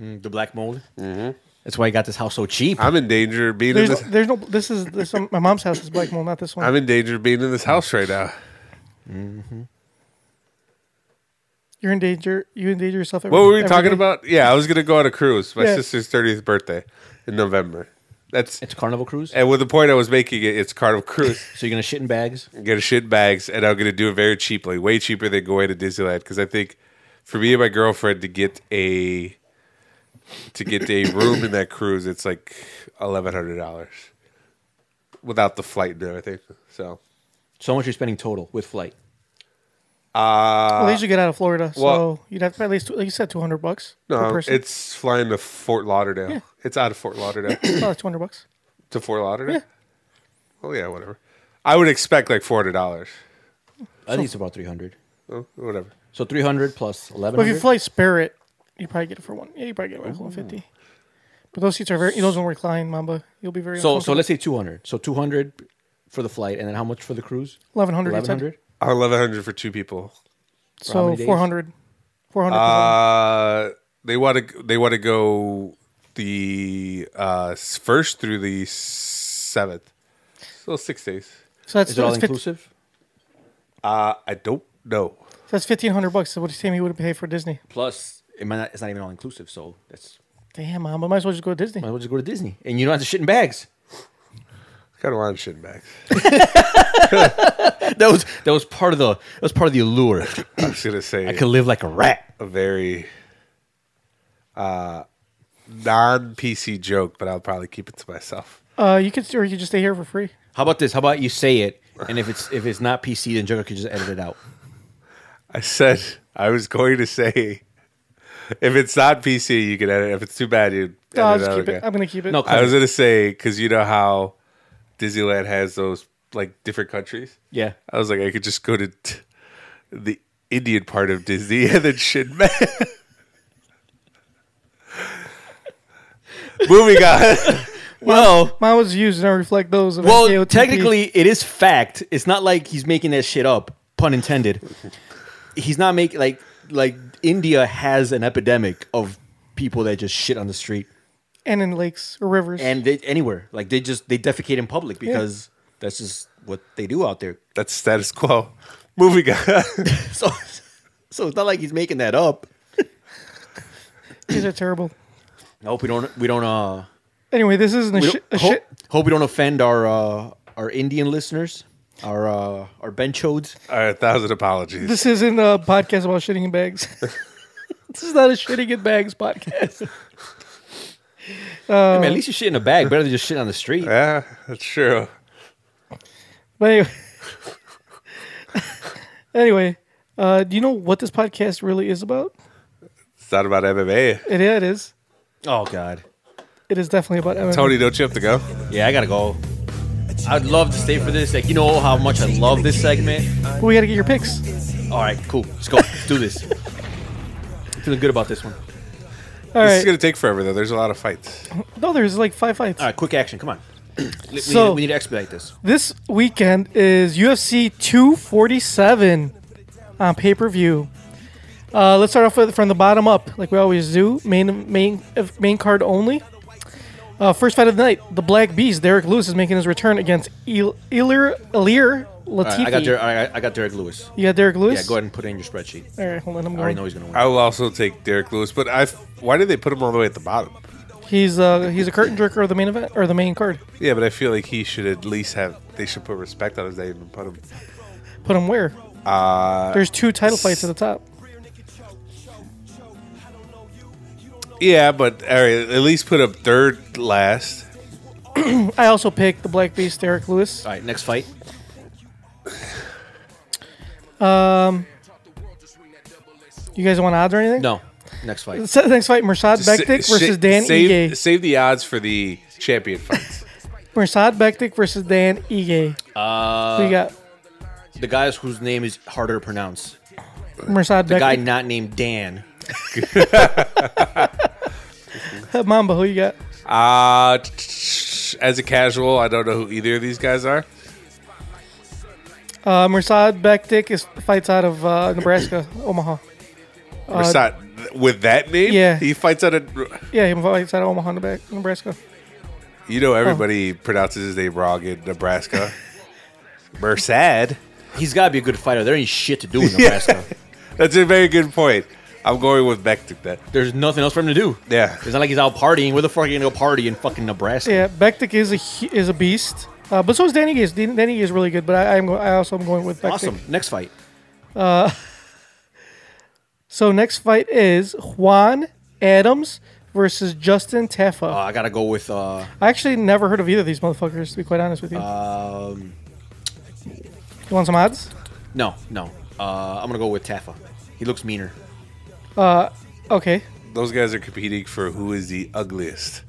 [SPEAKER 3] Mm, the black mold. Uh-huh. Mm-hmm. That's why you got this house so cheap.
[SPEAKER 4] I'm in danger of being in
[SPEAKER 2] There's,
[SPEAKER 4] this.
[SPEAKER 2] there's no. This is this. My mom's house is black mold, not this one.
[SPEAKER 4] I'm in danger of being in this house right now.
[SPEAKER 2] You're in danger. You endanger yourself. Every,
[SPEAKER 4] What were we
[SPEAKER 2] every
[SPEAKER 4] talking
[SPEAKER 2] day.
[SPEAKER 4] about? Yeah, I was gonna go on a cruise. My
[SPEAKER 2] Yeah.
[SPEAKER 4] sister's thirtieth birthday in November. That's
[SPEAKER 3] It's carnival cruise,
[SPEAKER 4] and with the point I was making, it, it's Carnival Cruise. [laughs]
[SPEAKER 3] so you're gonna shit in bags.
[SPEAKER 4] I'm gonna shit bags, and I'm gonna do it very cheaply, way cheaper than going to Disneyland. Because I think for me and my girlfriend to get a to get a room in that cruise, it's like eleven hundred dollars without the flight and everything. So
[SPEAKER 3] So much you're spending total with flight.
[SPEAKER 4] Uh,
[SPEAKER 2] Well, at least you get out of Florida, so
[SPEAKER 4] well-
[SPEAKER 2] you'd have to pay at least, like you said, 200 bucks per
[SPEAKER 4] no,
[SPEAKER 2] person.
[SPEAKER 4] it's flying to Fort Lauderdale. It's out of Fort Lauderdale.
[SPEAKER 2] oh, it's 200
[SPEAKER 4] [laughs]
[SPEAKER 2] bucks.
[SPEAKER 4] To Fort Lauderdale? Oh yeah, whatever. I would expect like four hundred dollars.
[SPEAKER 3] I think it's about three hundred.
[SPEAKER 4] Oh, whatever.
[SPEAKER 3] So three hundred plus eleven.
[SPEAKER 2] But if you fly Spirit, you probably get it for one. Yeah, you probably get it
[SPEAKER 4] Oh.
[SPEAKER 2] like 150. But those seats are very. Those don't recline, Mamba. You'll be very.
[SPEAKER 3] so so
[SPEAKER 2] uncomfortable.
[SPEAKER 3] let's say two hundred. So two hundred for the flight, and then how much for the cruise?
[SPEAKER 2] 1100. you
[SPEAKER 3] Eleven
[SPEAKER 2] said.
[SPEAKER 3] hundred.
[SPEAKER 4] Eleven hundred for two people.
[SPEAKER 3] how
[SPEAKER 2] So
[SPEAKER 3] many days?
[SPEAKER 2] 400. 400.
[SPEAKER 4] Uh they want to they want to go the uh s- first through the seventh. So six days.
[SPEAKER 2] so that's,
[SPEAKER 3] Is it all
[SPEAKER 2] that's, fif- so
[SPEAKER 3] inclusive?
[SPEAKER 4] Uh, I don't know.
[SPEAKER 2] that's 1500 bucks. So what do you think he would pay for Disney?
[SPEAKER 3] Plus, it might not, it's not even all inclusive. So that's
[SPEAKER 2] Damn, Mamba. Might as well just go to Disney.
[SPEAKER 3] might as well just go to Disney, and you don't have to shit in bags.
[SPEAKER 4] Kind of want shit
[SPEAKER 3] [clears throat]
[SPEAKER 4] bags.
[SPEAKER 3] [laughs] That was that was part of the that was part of the allure.
[SPEAKER 4] I was gonna
[SPEAKER 3] [coughs]
[SPEAKER 4] say
[SPEAKER 3] I could live like a rat.
[SPEAKER 4] a very uh non PC joke, but I'll probably keep it to myself.
[SPEAKER 2] Uh, you could, or you could just stay here for free.
[SPEAKER 3] How about this? How about you say it, and if it's if it's not PC, then Joker could just edit it out.
[SPEAKER 4] I said I was going to say if it's not PC, you can edit. If it's too bad, you edit
[SPEAKER 2] No, I'll
[SPEAKER 4] out
[SPEAKER 2] just keep it.
[SPEAKER 4] again.
[SPEAKER 2] I'm gonna keep it.
[SPEAKER 3] No,
[SPEAKER 4] I was going to say because you know how Disneyland has those like different countries.
[SPEAKER 3] yeah.
[SPEAKER 4] I was like, I could just go to t- the Indian part of Disney and then shit, man. [laughs] Moving on.
[SPEAKER 3] Well,
[SPEAKER 2] Mine was used and I reflect those. Of
[SPEAKER 3] well,
[SPEAKER 2] NKOTP.
[SPEAKER 3] technically, it is fact. It's not like he's making that shit up. Pun intended. He's not making like like India has an epidemic of people that just shit on the street
[SPEAKER 2] and in lakes or rivers.
[SPEAKER 3] and they, anywhere. Like they just they defecate in public because that's just what they do out there. [laughs]
[SPEAKER 4] That's status quo. Moving on.
[SPEAKER 3] So, so it's not like he's making that up.
[SPEAKER 2] these are terrible.
[SPEAKER 3] I hope we don't we don't uh
[SPEAKER 2] Anyway, this isn't a,
[SPEAKER 3] we
[SPEAKER 2] shi-
[SPEAKER 3] don't-
[SPEAKER 2] a
[SPEAKER 3] hope,
[SPEAKER 2] shit.
[SPEAKER 3] hope we don't offend our uh our Indian listeners, our uh our benchodes.
[SPEAKER 4] All right, thousand apologies.
[SPEAKER 2] This isn't a podcast about shitting in bags. [laughs] this is not a shitting in bags podcast.
[SPEAKER 3] I mean, at least you shit in a bag better than just shit on the street.
[SPEAKER 4] yeah, that's true.
[SPEAKER 2] But anyway, [laughs] anyway, uh, do you know what this podcast really is about?
[SPEAKER 4] It's not about MMA.
[SPEAKER 2] It, yeah, it is.
[SPEAKER 3] Oh god.
[SPEAKER 2] It is definitely about MMA.
[SPEAKER 4] Tony, don't you have to go?
[SPEAKER 3] Yeah, I gotta go. I'd love to stay for this. Like, you know how much I love this segment.
[SPEAKER 2] But we got to get your picks.
[SPEAKER 3] All right, cool. Let's go. Let's do this. [laughs] Feeling good about this one.
[SPEAKER 2] All
[SPEAKER 4] this
[SPEAKER 2] right.
[SPEAKER 4] is going to take forever, though. There's a lot of fights.
[SPEAKER 2] No, there's like five fights.
[SPEAKER 3] All right, quick action. Come on. [clears throat] We,
[SPEAKER 2] So-
[SPEAKER 3] need, we need to expedite this.
[SPEAKER 2] This weekend is UFC 247 on pay per view. Uh, let's start off with from the bottom up, like we always do. Main main uh, main card only. Uh, first fight of the night: the Black Beast, Derek Lewis, is making his return against Il- Ilir Ilir
[SPEAKER 3] All
[SPEAKER 2] Latifi.
[SPEAKER 3] right, I got Derek. I got Derek Lewis.
[SPEAKER 2] You got Derek Lewis.
[SPEAKER 3] Yeah, go ahead and put it in your spreadsheet.
[SPEAKER 2] All right, hold on. I'm
[SPEAKER 3] I already
[SPEAKER 2] going.
[SPEAKER 3] know he's gonna win.
[SPEAKER 4] I will also take Derek Lewis, but I. Why did they put him all the way at the bottom?
[SPEAKER 2] He's uh, he's a curtain jerker of the main event or the main card.
[SPEAKER 4] Yeah, but I feel like he should at least have. They should put respect on his name and put him.
[SPEAKER 2] Put him where?
[SPEAKER 4] Uh,
[SPEAKER 2] There's two title fights at the top.
[SPEAKER 4] yeah, but all right, at least put him third last.
[SPEAKER 2] I also picked the Black Beast, Derek Lewis.
[SPEAKER 3] All right, next fight.
[SPEAKER 2] You guys want odds or anything?
[SPEAKER 3] No, next fight.
[SPEAKER 2] So, next fight, Mursad Bektik
[SPEAKER 4] Sa-
[SPEAKER 2] versus
[SPEAKER 4] sa-
[SPEAKER 2] Dan
[SPEAKER 4] save,
[SPEAKER 2] Ige.
[SPEAKER 4] save the odds for the champion fights.
[SPEAKER 2] Mursad Bektik versus Dan Ige. Uh, so you got
[SPEAKER 3] The guys whose name is harder to pronounce.
[SPEAKER 2] Mursad
[SPEAKER 3] The guy
[SPEAKER 2] Bektik.
[SPEAKER 3] not named Dan.
[SPEAKER 2] [laughs] Mamba, who you got?
[SPEAKER 4] uh, t- t- as a casual, I don't know who either of these guys are.
[SPEAKER 2] Uh, Mursad Bektik is fights out of uh, Nebraska, [clears throat] Omaha.
[SPEAKER 4] Rasad- with that name,
[SPEAKER 2] Uh, yeah.
[SPEAKER 4] he fights out of.
[SPEAKER 2] Yeah, he fights out of Omaha, Nebra- Nebraska.
[SPEAKER 4] You
[SPEAKER 2] Oh.
[SPEAKER 4] know, everybody pronounces his name wrong in
[SPEAKER 2] [laughs]
[SPEAKER 4] Nebraska. Mersad.
[SPEAKER 3] He's got to be a good fighter. There ain't shit to do [laughs] in Nebraska.
[SPEAKER 4] That's a very good point. I'm going with Bektik then.
[SPEAKER 3] There's nothing else for him to do.
[SPEAKER 4] Yeah.
[SPEAKER 3] It's not like he's out partying. Where the fuck are you going to go party in fucking Nebraska?
[SPEAKER 2] Yeah, Bektik is a hu- is a beast. Uh, but so is Danny Gage. Dan- Danny Gage is really good, but I, I'm go- I also am going with Bektik.
[SPEAKER 3] Awesome. Next fight.
[SPEAKER 2] So next fight is Juan Adams versus Justin Taffa.
[SPEAKER 3] Uh, I got to go with uh,
[SPEAKER 2] I actually never heard of either of these motherfuckers, to be quite honest with you.
[SPEAKER 3] Um,
[SPEAKER 2] you want some odds?
[SPEAKER 3] No, no. Uh, I'm gonna go with Taffa. He looks meaner.
[SPEAKER 2] Okay.
[SPEAKER 4] Those guys are competing for who is the ugliest.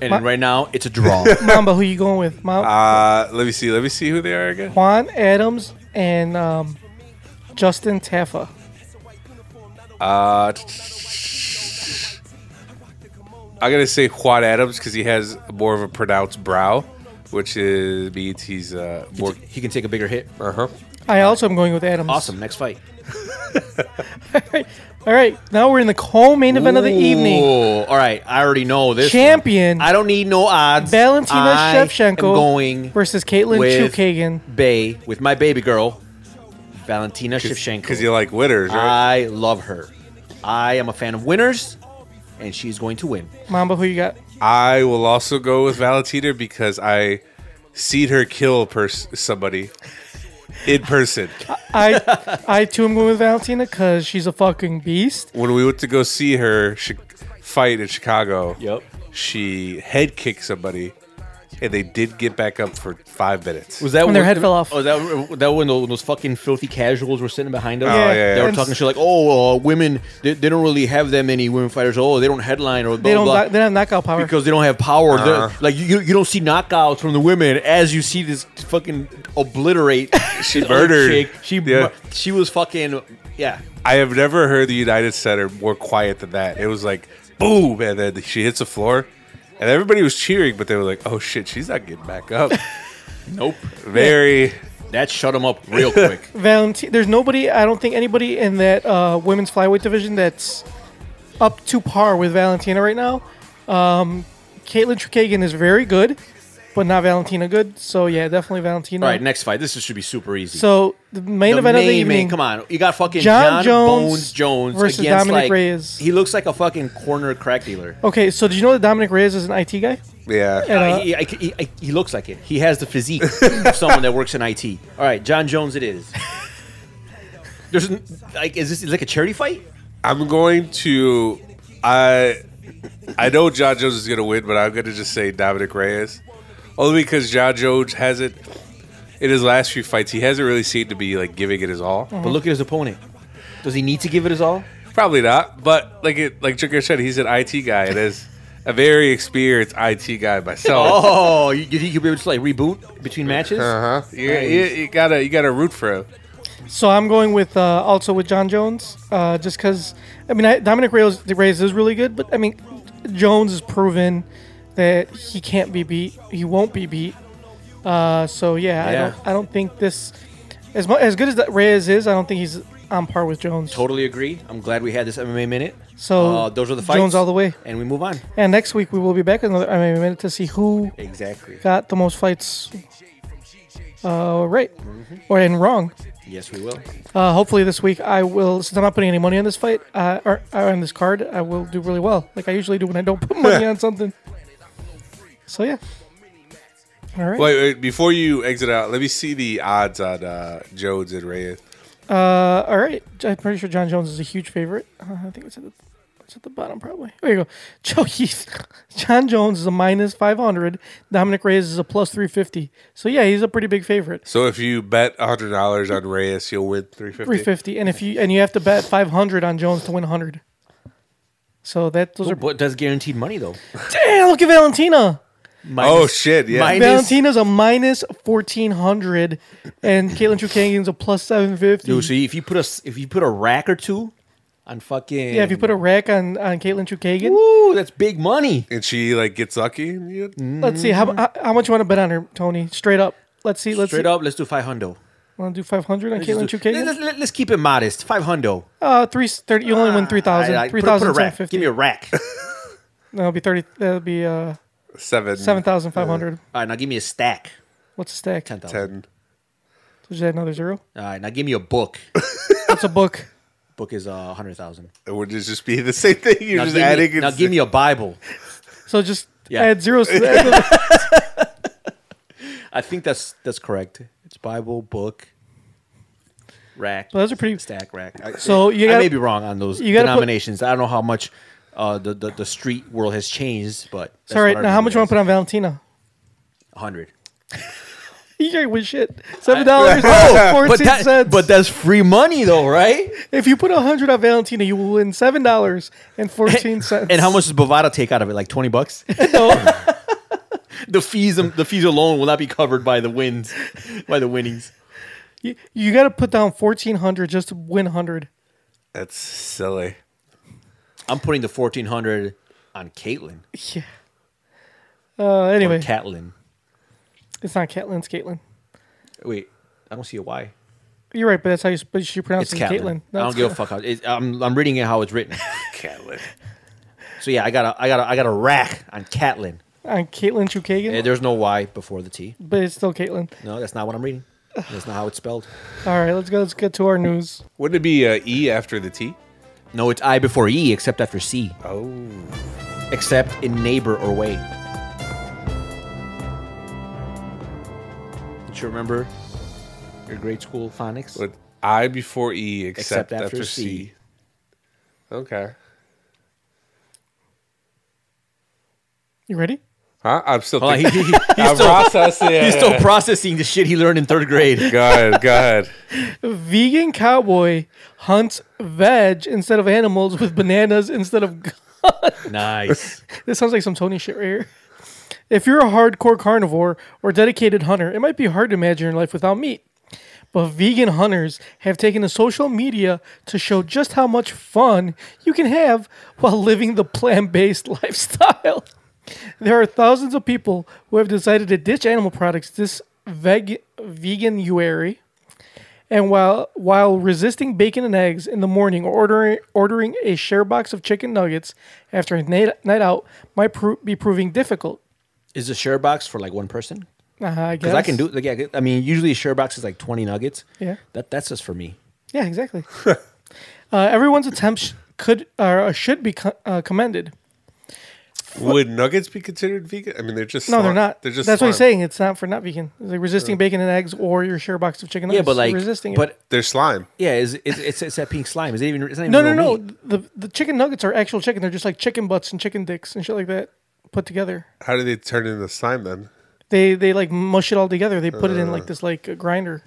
[SPEAKER 3] And
[SPEAKER 2] What?
[SPEAKER 3] right now, it's a draw.
[SPEAKER 2] Mamba, who you going with? Mom,
[SPEAKER 4] Uh, let me see. Let me see who they are again.
[SPEAKER 2] Juan Adams and um, Justin Taffa.
[SPEAKER 4] Uh, t- I'm gonna say Juan Adams because he has more of a pronounced brow, which is means he's uh, more.
[SPEAKER 3] he can take a bigger hit.
[SPEAKER 4] Uh huh.
[SPEAKER 2] I also am going with Adams.
[SPEAKER 3] Awesome. Next fight.
[SPEAKER 2] All right, now we're in the co-main event of the evening.
[SPEAKER 3] Ooh, All right. I already know this. one.
[SPEAKER 2] Champion
[SPEAKER 3] I don't need no odds.
[SPEAKER 2] Valentina
[SPEAKER 3] I am
[SPEAKER 2] Shevchenko
[SPEAKER 3] going
[SPEAKER 2] versus Caitlin
[SPEAKER 3] with
[SPEAKER 2] Chukagan.
[SPEAKER 3] Bay with my baby girl, Valentina Shevchenko.
[SPEAKER 4] Because you like winners, right?
[SPEAKER 3] I love her. I am a fan of winners, and she's going to win.
[SPEAKER 2] Mamba, who you got?
[SPEAKER 4] I will also go with Valentina because I seen her kill pers- somebody in person.
[SPEAKER 3] [laughs]
[SPEAKER 2] I, I too am going with Valentina because she's a fucking beast.
[SPEAKER 4] when we went to go see her sh- fight in Chicago,
[SPEAKER 3] Yep.
[SPEAKER 4] she head kicked somebody, and they did get back up for five minutes.
[SPEAKER 3] Was that
[SPEAKER 2] When their head fell off.
[SPEAKER 3] Oh, that that when those, those fucking filthy casuals were sitting behind us?
[SPEAKER 4] Oh, yeah, yeah.
[SPEAKER 3] They were
[SPEAKER 2] And-
[SPEAKER 3] talking shit like, "Oh, uh, women, they, they don't really have that many women fighters. Oh, they don't headline or blah
[SPEAKER 2] They don't
[SPEAKER 3] blah."
[SPEAKER 2] they don't have knockout power.
[SPEAKER 3] because they don't have power. They're-
[SPEAKER 4] Uh-huh.
[SPEAKER 3] Like you, you don't see knockouts from the women as you see this fucking [laughs] obliterate.
[SPEAKER 4] She
[SPEAKER 3] this old
[SPEAKER 4] murdered.
[SPEAKER 3] chick. She
[SPEAKER 4] Yeah.
[SPEAKER 3] mur- she was fucking yeah.
[SPEAKER 4] I have never heard the United Center more quiet than that. It was like boom, and then she hits the floor, and everybody was cheering, but they were like, "Oh shit, she's not getting back up."
[SPEAKER 3] Nope,
[SPEAKER 4] Very
[SPEAKER 3] that shut them up real
[SPEAKER 2] [laughs]
[SPEAKER 3] quick.
[SPEAKER 2] Valentina, there's nobody. I don't think anybody in that uh, women's flyweight division that's up to par with Valentina right now. Um, Caitlin Trukagan is very good, but not Valentina good. So yeah, definitely Valentina.
[SPEAKER 3] All right, next fight. This should be super easy.
[SPEAKER 2] So the main
[SPEAKER 3] The
[SPEAKER 2] event of the
[SPEAKER 3] main,
[SPEAKER 2] evening.
[SPEAKER 3] main- come on, you got fucking
[SPEAKER 2] John
[SPEAKER 3] John,
[SPEAKER 2] Jones
[SPEAKER 3] Bones Jones
[SPEAKER 2] versus
[SPEAKER 3] against
[SPEAKER 2] Dominic
[SPEAKER 3] like
[SPEAKER 2] Reyes.
[SPEAKER 3] he looks like a fucking corner crack dealer.
[SPEAKER 2] Okay, so did you know that Dominic Reyes is an IT guy?
[SPEAKER 4] yeah.
[SPEAKER 2] Uh,
[SPEAKER 3] Uh, he, I- he, I- he looks like it. He has the
[SPEAKER 2] [laughs]
[SPEAKER 3] physique of someone that works in IT. All right, John Jones, it is. There's n- like, is this like a charity fight?
[SPEAKER 4] I'm going to I I know John Jones is gonna win, but I'm gonna just say Dominic Reyes. Only because John Jones hasn't in his last few fights, he hasn't really seemed to be like giving it his all.
[SPEAKER 3] But look at his opponent. Does he need to give it his all?
[SPEAKER 4] Probably not, but like it like Joker said, he's an IT guy and is a very experienced IT guy myself.
[SPEAKER 3] Oh, you, you think you'll be able to like reboot between matches?
[SPEAKER 4] Uh huh. You, you, you gotta you gotta root for him.
[SPEAKER 2] So I'm going with uh, also with John Jones, uh, just because I mean I, Dominic Reyes, Reyes is really good, but I mean Jones has proven that he can't be beat. He won't be beat. Uh, so yeah,
[SPEAKER 3] Yeah.
[SPEAKER 2] I don't I don't think this as mu- as good as that Reyes is, I don't think he's on par with Jones.
[SPEAKER 3] Totally agree. I'm glad we had this MMA minute.
[SPEAKER 2] So,
[SPEAKER 3] uh, those are the fights.
[SPEAKER 2] Jones all the way.
[SPEAKER 3] and we move on.
[SPEAKER 2] And next week we will be back in another I mean, a minute to see who
[SPEAKER 3] Exactly.
[SPEAKER 2] got the most fights. Uh, right
[SPEAKER 3] Mm-hmm.
[SPEAKER 2] or and wrong.
[SPEAKER 3] Yes, we will.
[SPEAKER 2] Uh, hopefully this week I will, since I'm not putting any money on this fight uh, or, or on this card, I will do really well, like I usually do when I don't put money on something. So yeah. All right.
[SPEAKER 4] Wait, wait, before you exit out, let me see the odds on uh, Jones and Reyes.
[SPEAKER 2] Uh, all right. I'm pretty sure John Jones is a huge favorite. Uh, I think it's at the It's at the bottom, probably. There you go. [laughs] Joe Heath. John Jones is a minus 500. Dominic Reyes is a plus 350. So, yeah, he's a pretty big favorite.
[SPEAKER 4] So if you bet hundred dollars on Reyes, you'll win three fifty.
[SPEAKER 2] 350. And if you and you have to bet 500 on Jones to win 100. So, that those are.
[SPEAKER 3] But that's guaranteed money though.
[SPEAKER 2] Damn, look at Valentina.
[SPEAKER 4] Oh shit! Yeah,
[SPEAKER 3] Minus-
[SPEAKER 2] Valentina's a minus 1400. And Caitlin Chukagian's a plus 750.
[SPEAKER 3] Dude, see if you put a s- if you put a rack or two on fucking
[SPEAKER 2] yeah, if you put a rack on, on Caitlin Chukagian.
[SPEAKER 3] Ooh, that's big money.
[SPEAKER 4] and she like gets lucky. And you,
[SPEAKER 2] Let's see how, how how much you want to bet on her, Tony. Straight up. Let's see. Let's
[SPEAKER 3] Mm-hmm. Straight
[SPEAKER 2] see.
[SPEAKER 3] up, let's do five hundo.
[SPEAKER 2] Want to do 500 on Caitlin
[SPEAKER 3] Let's, do- let-
[SPEAKER 2] Chukagian?
[SPEAKER 3] let- let- let's keep it modest. Five hundo. Ah,
[SPEAKER 2] Uh, three thirty. You only win three thousand.
[SPEAKER 3] I- I-
[SPEAKER 2] Three
[SPEAKER 3] put a- put
[SPEAKER 2] thousand
[SPEAKER 3] a rack.
[SPEAKER 2] seven fifty.
[SPEAKER 3] Give me
[SPEAKER 2] [laughs]
[SPEAKER 3] a rack. All
[SPEAKER 2] That'll be thirty. That'll be uh
[SPEAKER 4] seven,
[SPEAKER 2] seven thousand five hundred.
[SPEAKER 3] right, now give me a stack.
[SPEAKER 2] What's a stack?
[SPEAKER 3] Uh, Ten thousand.
[SPEAKER 4] ten.
[SPEAKER 2] Is that another zero?
[SPEAKER 3] All right, now give me a book.
[SPEAKER 2] That's a book.
[SPEAKER 3] book is a uh, hundred thousand.
[SPEAKER 4] It would just just be the same thing. [laughs] You're
[SPEAKER 3] Now,
[SPEAKER 4] just
[SPEAKER 3] give me-
[SPEAKER 4] adding. and
[SPEAKER 3] now give
[SPEAKER 4] [laughs]
[SPEAKER 3] me a Bible.
[SPEAKER 2] So just
[SPEAKER 3] Yeah.
[SPEAKER 2] add
[SPEAKER 3] [laughs]
[SPEAKER 2] zeros. To the end of it.
[SPEAKER 3] I think that's that's correct. It's Bible book rack.
[SPEAKER 2] Well, those are pretty-
[SPEAKER 3] stack rack. I,
[SPEAKER 2] So you
[SPEAKER 3] I
[SPEAKER 2] gotta-
[SPEAKER 3] may be wrong on those
[SPEAKER 2] you gotta put-
[SPEAKER 3] denominations. I don't know how much uh, the, the the street world has changed, but that's
[SPEAKER 2] All right.
[SPEAKER 3] what I
[SPEAKER 2] Now, how
[SPEAKER 3] remember
[SPEAKER 2] much you want
[SPEAKER 3] as.
[SPEAKER 2] to put on Valentina? [laughs]
[SPEAKER 3] hundred.
[SPEAKER 2] You ain't win shit. Seven
[SPEAKER 3] [laughs]
[SPEAKER 2] dollars fourteen cents.
[SPEAKER 3] Oh, but that's free money though, right?
[SPEAKER 2] if you put a hundred on Valentina, you will win seven dollars
[SPEAKER 3] [laughs]
[SPEAKER 2] and [laughs] fourteen cents.
[SPEAKER 3] And how much does Bovada take out of it? Like twenty bucks.
[SPEAKER 2] No.
[SPEAKER 3] [laughs] the fees the fees alone will not be covered by the wins, by the winnings.
[SPEAKER 2] [laughs] you you got to put down fourteen hundred just to win hundred.
[SPEAKER 4] That's silly.
[SPEAKER 3] I'm putting the fourteen hundred on Caitlin
[SPEAKER 2] Yeah. Uh,
[SPEAKER 3] or
[SPEAKER 2] anyway,
[SPEAKER 3] Catlin.
[SPEAKER 2] it's not Caitlin. It's Caitlin.
[SPEAKER 3] Wait, I don't see a why.
[SPEAKER 2] You're right, but that's how you, s- but you pronounce
[SPEAKER 3] It's
[SPEAKER 2] it,
[SPEAKER 3] Caitlin.
[SPEAKER 2] Caitlin.
[SPEAKER 3] I
[SPEAKER 2] That's
[SPEAKER 3] don't give a fuck. How, it, I'm I'm reading it how it's
[SPEAKER 4] [laughs]
[SPEAKER 3] written.
[SPEAKER 4] Catlin.
[SPEAKER 3] so yeah, I got a I got a I got a rack on Catlin.
[SPEAKER 2] on Caitlin Uh, Chukagan,
[SPEAKER 3] Eh, There's no Y before the T.
[SPEAKER 2] but it's still Caitlin.
[SPEAKER 3] No, that's not what I'm reading. That's not how it's spelled.
[SPEAKER 2] All right, let's go. Let's get to our news.
[SPEAKER 4] Wouldn't it be uh, E after the T?
[SPEAKER 3] No, it's I before E, except after C,
[SPEAKER 4] Oh,
[SPEAKER 3] except in neighbor or way. Don't you remember your grade school phonics?
[SPEAKER 4] with I before E,
[SPEAKER 3] Except
[SPEAKER 4] except,
[SPEAKER 3] after
[SPEAKER 4] after,
[SPEAKER 3] C.
[SPEAKER 4] C. Okay.
[SPEAKER 2] You ready?
[SPEAKER 4] Huh? I'm still.
[SPEAKER 3] Hold on,
[SPEAKER 4] thinking.
[SPEAKER 3] he- he- he-
[SPEAKER 4] I'm processing.
[SPEAKER 3] he's still processing the shit he learned in third
[SPEAKER 4] [laughs]
[SPEAKER 3] grade.
[SPEAKER 4] go ahead. Go ahead.
[SPEAKER 2] Vegan cowboy hunts veg instead of animals with bananas instead of. gu-
[SPEAKER 3] Nice.
[SPEAKER 2] This sounds like some Tony shit right here. If you're a hardcore carnivore or dedicated hunter, it might be hard to imagine your life without meat. But vegan hunters have taken to social media to show just how much fun you can have while living the plant based [laughs] lifestyle. There are thousands of people who have decided to ditch animal products this veg- vegan uary. And while while resisting bacon and eggs in the morning or ordering ordering a share box of chicken nuggets after a night, night out might pro- be proving difficult.
[SPEAKER 3] Is a share box for like one person?
[SPEAKER 2] Uh, I guess
[SPEAKER 3] Because I can do like yeah, I mean, usually a share box is like twenty nuggets.
[SPEAKER 2] Yeah.
[SPEAKER 3] that that's just for me.
[SPEAKER 2] Yeah,
[SPEAKER 3] [laughs]
[SPEAKER 2] exactly. uh, everyone's attempts could or should be co- uh, commended.
[SPEAKER 4] Would nuggets be considered vegan? I mean, they're just
[SPEAKER 2] No, they're
[SPEAKER 4] slime.
[SPEAKER 2] not.
[SPEAKER 4] They're just
[SPEAKER 2] That's what he's
[SPEAKER 4] slime.
[SPEAKER 2] saying. It's not for not vegan. It's like resisting bacon and eggs or your share box of chicken nuggets.
[SPEAKER 3] Yeah, but like,
[SPEAKER 2] resisting. it.
[SPEAKER 3] but
[SPEAKER 4] They're slime.
[SPEAKER 3] yeah, is it's, it's it's that pink slime? Is it even? It's not even
[SPEAKER 2] no, no, no.
[SPEAKER 3] real meat. [laughs]
[SPEAKER 2] The the chicken nuggets are actual chicken. They're just like chicken butts and chicken dicks and shit like that put together.
[SPEAKER 4] How do they turn into slime then?
[SPEAKER 2] They they like mush it all together. They put it in like this like a grinder.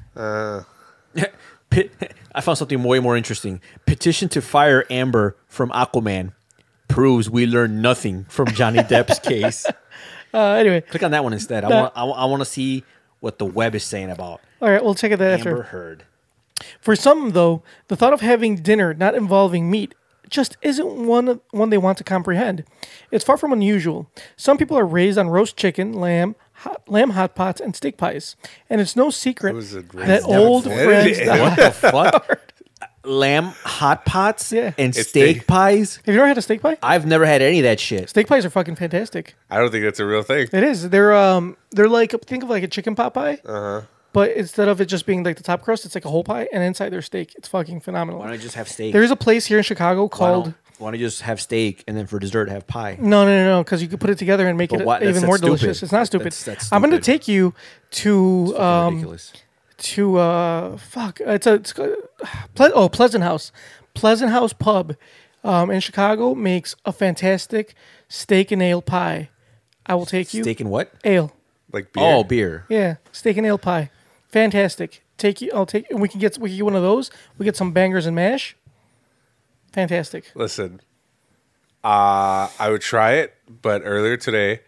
[SPEAKER 3] Pit, I found something way more interesting. Petition to fire Amber from Aquaman proves we learned nothing from
[SPEAKER 2] [laughs]
[SPEAKER 3] Johnny Depp's case.
[SPEAKER 2] Uh, anyway,
[SPEAKER 3] Click on that one instead. I want I, wa- I want to see what the web is saying about
[SPEAKER 2] all right, we'll check it that
[SPEAKER 3] Amber
[SPEAKER 2] after.
[SPEAKER 3] Heard.
[SPEAKER 2] For some though, the thought of having dinner not involving meat just isn't one one they want to comprehend. It's far from unusual. Some people are raised on roast chicken, lamb, hot, lamb hot pots, and steak pies, and it's no secret
[SPEAKER 4] was a great-
[SPEAKER 2] that
[SPEAKER 4] I've
[SPEAKER 3] never
[SPEAKER 2] old
[SPEAKER 4] heard
[SPEAKER 2] friends.
[SPEAKER 4] it.
[SPEAKER 2] Have [laughs]
[SPEAKER 3] What the fuck? Lamb hot pots
[SPEAKER 2] Yeah.
[SPEAKER 3] and
[SPEAKER 4] It's
[SPEAKER 3] steak
[SPEAKER 4] steak.
[SPEAKER 3] pies.
[SPEAKER 2] you ever had a steak pie?
[SPEAKER 3] I've never had any of that shit.
[SPEAKER 2] Steak pies are fucking fantastic.
[SPEAKER 4] I don't think that's a real thing.
[SPEAKER 2] It is. They're um they're like think of like a chicken pot pie. But instead of it just being like the top crust, it's like a whole pie, and inside there's steak. It's fucking phenomenal.
[SPEAKER 3] Why don't I just have steak?
[SPEAKER 2] There is a place here in Chicago
[SPEAKER 3] why
[SPEAKER 2] called
[SPEAKER 3] don't, why don't you just have steak and then for dessert have pie?
[SPEAKER 2] No, no, no, no, because you could put it together and make
[SPEAKER 3] But
[SPEAKER 2] it
[SPEAKER 3] why- that's-
[SPEAKER 2] even
[SPEAKER 3] that's
[SPEAKER 2] more
[SPEAKER 3] stupid.
[SPEAKER 2] delicious. It's not stupid.
[SPEAKER 3] That's- that's
[SPEAKER 2] I'm going to
[SPEAKER 3] stupid.
[SPEAKER 2] take you to
[SPEAKER 3] Fucking
[SPEAKER 2] um,
[SPEAKER 3] ridiculous.
[SPEAKER 2] to uh fuck. It's a it's, called- Ple- oh Pleasant House, Pleasant House Pub. um, in Chicago makes a fantastic steak and ale pie. I will take you.
[SPEAKER 3] Steak and what?
[SPEAKER 2] ale.
[SPEAKER 4] Like beer.
[SPEAKER 3] Oh, beer.
[SPEAKER 2] Yeah, steak and ale pie. Fantastic. Take you. I'll take. We can get. We can get one of those. We get some bangers and mash. Fantastic.
[SPEAKER 4] Listen, uh, I would try it, but earlier today,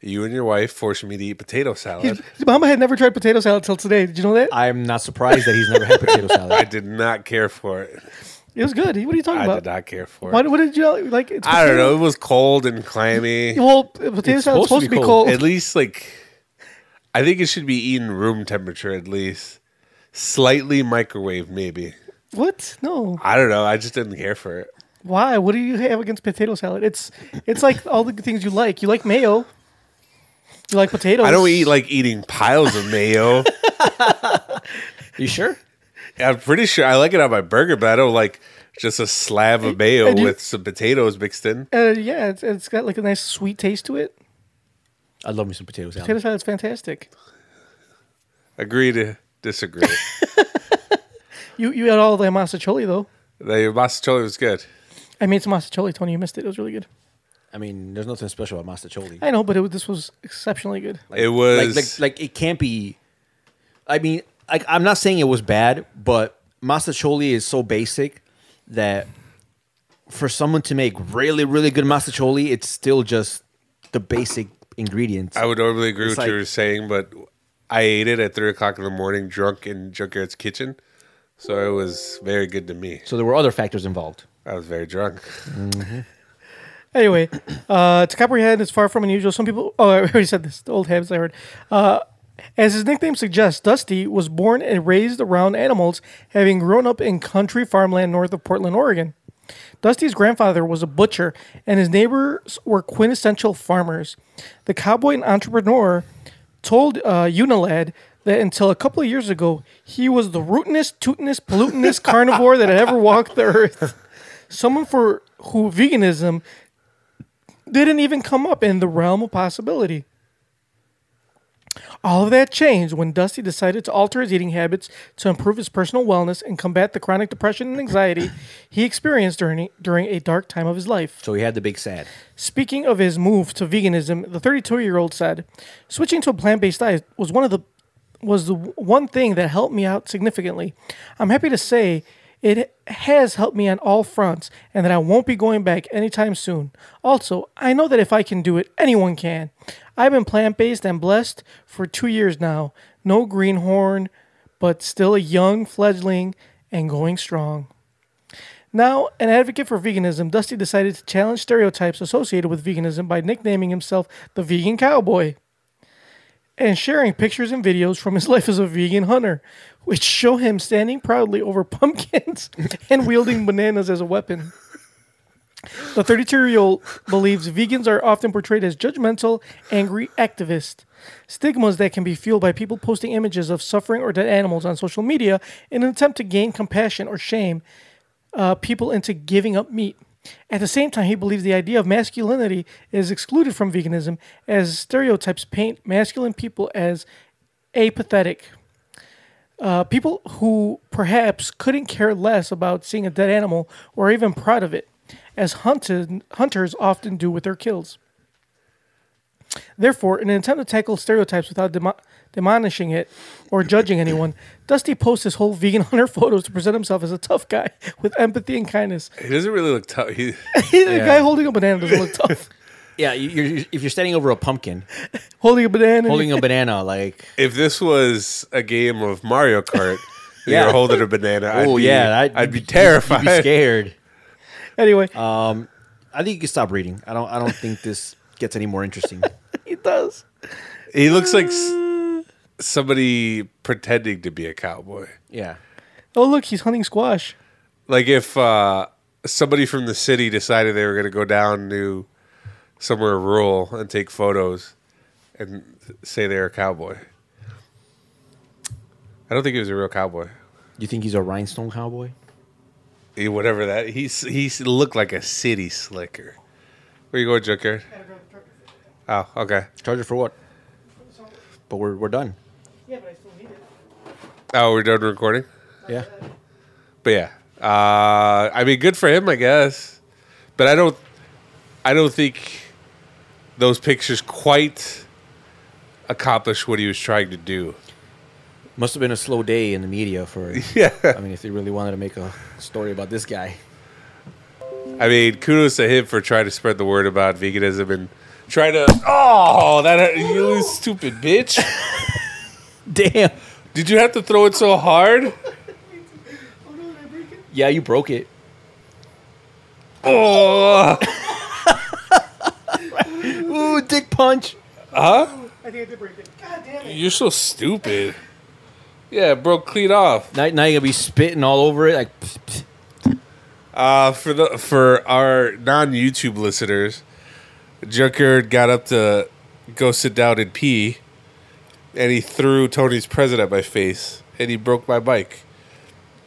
[SPEAKER 4] you and your wife forced me to eat potato salad.
[SPEAKER 2] Mama had never tried potato salad till today. Did you know that?
[SPEAKER 3] I'm not surprised that he's never
[SPEAKER 2] [laughs]
[SPEAKER 3] had potato
[SPEAKER 4] I
[SPEAKER 3] salad.
[SPEAKER 4] did not care for it.
[SPEAKER 2] It was good. What are you talking
[SPEAKER 4] I
[SPEAKER 2] about?
[SPEAKER 4] did not care for
[SPEAKER 2] Why-
[SPEAKER 4] it.
[SPEAKER 2] What, did you like? It's
[SPEAKER 4] I don't
[SPEAKER 2] potato-
[SPEAKER 4] know. It was cold and clammy.
[SPEAKER 2] Well, potato salad's supposed, to be cold.
[SPEAKER 4] At least, like, I think it should be eaten room temperature, at least. Slightly microwave, maybe.
[SPEAKER 2] What? No.
[SPEAKER 4] I don't know. I just didn't care for it.
[SPEAKER 2] Why? What do you have against potato salad? It's it's like all the things you like. You like mayo. You like potatoes.
[SPEAKER 4] I don't eat like eating piles of
[SPEAKER 3] [laughs]
[SPEAKER 4] mayo.
[SPEAKER 3] You sure?
[SPEAKER 4] I'm pretty sure I like it on my burger, but I don't like just a slab of mayo
[SPEAKER 2] and you-
[SPEAKER 4] with some potatoes mixed in.
[SPEAKER 2] Uh, yeah, it's, it's got like a nice sweet taste to it.
[SPEAKER 3] I love me some potato salad.
[SPEAKER 2] Potato salad's fantastic.
[SPEAKER 4] Agree to
[SPEAKER 2] [laughs]
[SPEAKER 4] disagree.
[SPEAKER 2] You you had all the masticholi though.
[SPEAKER 4] the masticholi was good.
[SPEAKER 2] I made some masticholi, Tony. You missed it. It was really good.
[SPEAKER 3] I mean, there's nothing special about masticholi.
[SPEAKER 2] I know, but it was, this was exceptionally good.
[SPEAKER 4] it
[SPEAKER 3] Like,
[SPEAKER 4] was
[SPEAKER 3] like, like it can't be. I mean, like I'm not saying it was bad, but masticholi is so basic that for someone to make really, really good masticholi, it's still just the basic ingredients.
[SPEAKER 4] I would normally agree with
[SPEAKER 3] It's
[SPEAKER 4] what you
[SPEAKER 3] like-
[SPEAKER 4] were saying, but I ate it at three o'clock in the morning, drunk in Junkyard's kitchen. So it was very good to me.
[SPEAKER 3] so there were other factors involved.
[SPEAKER 4] I was very drunk.
[SPEAKER 2] Anyway, uh, to comprehend is far from unusual. Some people. Oh, [laughs] I already said this. The old habits I heard. Uh, as his nickname suggests, Dusty was born and raised around animals, having grown up in country farmland north of Portland, Oregon. Dusty's grandfather was a butcher, and his neighbors were quintessential farmers. The cowboy and entrepreneur told uh, Unilad that until a couple of years ago, he was the rootinest, tootinest, pollutinest carnivore that had ever walked the earth. Someone for who veganism didn't even come up in the realm of possibility. All of that changed when Dusty decided to alter his eating habits to improve his personal wellness and combat the chronic depression and anxiety he experienced during, during a dark time of his life.
[SPEAKER 3] So he had the big sad.
[SPEAKER 2] Speaking of his move to veganism, the 32-year-old said, "Switching to a plant-based diet was one of the was the one thing that helped me out significantly. I'm happy to say it has helped me on all fronts and that I won't be going back anytime soon. Also, I know that if I can do it, anyone can. I've been plant-based and blessed for 2 years now. No greenhorn, but still a young fledgling and going strong." Now, an advocate for veganism, Dusty decided to challenge stereotypes associated with veganism by nicknaming himself the Vegan Cowboy and sharing pictures and videos from his [laughs] life as a vegan hunter, which show him standing proudly over pumpkins [laughs] and wielding bananas as a weapon. The 32 year old believes vegans are often portrayed as judgmental, angry activists. Stigmas that can be fueled by people posting images of suffering or dead animals on social media in an attempt to gain compassion or shame uh, people into giving up meat. At the same time, he believes the idea of masculinity is excluded from veganism as stereotypes paint masculine people as apathetic. Uh, people who perhaps couldn't care less about seeing a dead animal or even proud of it, as hunted, hunters often do with their kills. Therefore, in an attempt to tackle stereotypes without demo- demonishing it or judging anyone, Dusty posts his whole vegan [laughs] hunter photos to present himself as a tough guy with empathy and kindness.
[SPEAKER 4] He doesn't really look tough. He,
[SPEAKER 2] the guy holding a banana doesn't look
[SPEAKER 4] [laughs]
[SPEAKER 2] tough.
[SPEAKER 3] Yeah, you- you're, if you're standing over a pumpkin,
[SPEAKER 2] holding a banana.
[SPEAKER 3] holding a banana, [laughs] like
[SPEAKER 4] if this was a game of Mario Kart,
[SPEAKER 3] [laughs] Yeah.
[SPEAKER 4] you're holding a banana.
[SPEAKER 3] oh
[SPEAKER 4] I'd be,
[SPEAKER 3] yeah,
[SPEAKER 4] I'd,
[SPEAKER 3] you'd
[SPEAKER 4] be
[SPEAKER 3] you'd You'd
[SPEAKER 4] terrified.
[SPEAKER 3] [laughs] be scared.
[SPEAKER 2] [laughs] anyway,
[SPEAKER 4] uh,
[SPEAKER 3] I think you can stop reading. I don't. I don't think this gets any more interesting.
[SPEAKER 2] he does.
[SPEAKER 4] He looks like s- somebody pretending to be a cowboy.
[SPEAKER 3] [laughs] Yeah.
[SPEAKER 2] Oh, look, he's hunting squash.
[SPEAKER 4] Like if uh, somebody from the city decided they were going to go down to somewhere rural and take photos and say they're a cowboy. I don't think he was a real cowboy.
[SPEAKER 3] You think he's a rhinestone cowboy?
[SPEAKER 4] He, eh, whatever that, he s- he s- looked like a city slicker. Where you going, Junker? Oh, okay.
[SPEAKER 3] Charger for what? But we're we're done.
[SPEAKER 2] Yeah, but I still need it.
[SPEAKER 4] Oh, we're done recording.
[SPEAKER 3] Yeah.
[SPEAKER 4] But yeah, uh, I mean, good for him, I guess. but I don't, I don't think those pictures quite accomplish what he was trying to do.
[SPEAKER 3] Must have been a slow day in the media [laughs] for.
[SPEAKER 4] Yeah.
[SPEAKER 3] I mean, if they really wanted to make a story about this guy.
[SPEAKER 4] I mean, kudos to him for trying to spread the word about veganism and try to. Oh, that you little stupid bitch!
[SPEAKER 3] [laughs] Damn.
[SPEAKER 4] Did you have to throw it so hard?
[SPEAKER 3] Yeah, you broke it.
[SPEAKER 4] Oh,
[SPEAKER 3] Ooh, dick punch.
[SPEAKER 4] huh?
[SPEAKER 2] I think I did break it. God damn it.
[SPEAKER 4] You're so stupid. Yeah, it broke clean off.
[SPEAKER 3] Now, now you're gonna be spitting all over it. Like, [laughs] pfft, pfft.
[SPEAKER 4] Uh, for the for our non YouTube listeners, Junker got up to go sit down and pee, and he threw Tony's present at my face, and he broke my mic,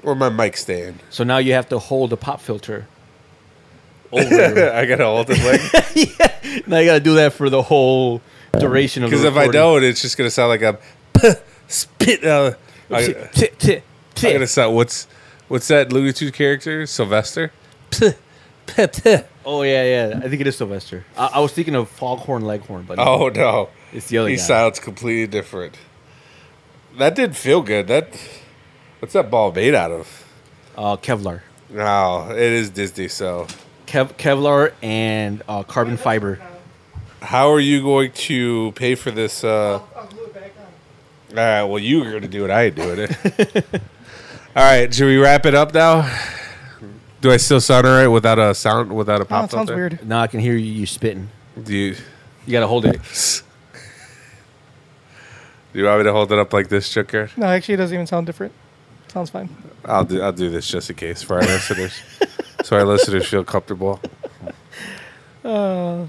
[SPEAKER 4] or my mic stand.
[SPEAKER 3] so now you have to hold a pop [laughs] filter. Over.
[SPEAKER 4] [laughs] I got to hold it like. [laughs]
[SPEAKER 3] now you gotta do that for the whole duration of. the
[SPEAKER 4] Because if I
[SPEAKER 3] recording.
[SPEAKER 4] don't, it's just gonna sound like I'm [laughs] spit. Uh, I, am
[SPEAKER 3] Tip, tip, tip.
[SPEAKER 4] gonna sound what's what's that Looney Tunes character [laughs] Sylvester?
[SPEAKER 3] Oh yeah, yeah. I think it is Sylvester. I, I was thinking of Foghorn Leghorn, but
[SPEAKER 4] Oh no,
[SPEAKER 3] it's the other
[SPEAKER 4] he
[SPEAKER 3] guy.
[SPEAKER 4] sounds completely different. That did feel good. That what's that ball made out of?
[SPEAKER 3] Uh, Kevlar,
[SPEAKER 4] No, it is Disney. So
[SPEAKER 3] Kev- Kevlar, and uh, carbon fiber.
[SPEAKER 4] how are you going to pay for this? Uh,
[SPEAKER 2] I'll glue it back on.
[SPEAKER 4] all right, well you were gonna do it. I ain't doing it. [laughs] all right, should we wrap it up now? Do I still sound all right without a sound without a
[SPEAKER 2] Oh,
[SPEAKER 4] pop?
[SPEAKER 2] that sounds
[SPEAKER 4] filter?
[SPEAKER 2] weird.
[SPEAKER 3] Now I can hear you, you spitting.
[SPEAKER 4] Do you?
[SPEAKER 3] You gotta hold it.
[SPEAKER 4] Do you want me to hold it up like this, Joker?
[SPEAKER 2] No, actually, it doesn't even sound different. Sounds fine.
[SPEAKER 4] I'll do I'll do this just in case for our listeners, so our listeners feel
[SPEAKER 2] [laughs]
[SPEAKER 4] comfortable. Uh,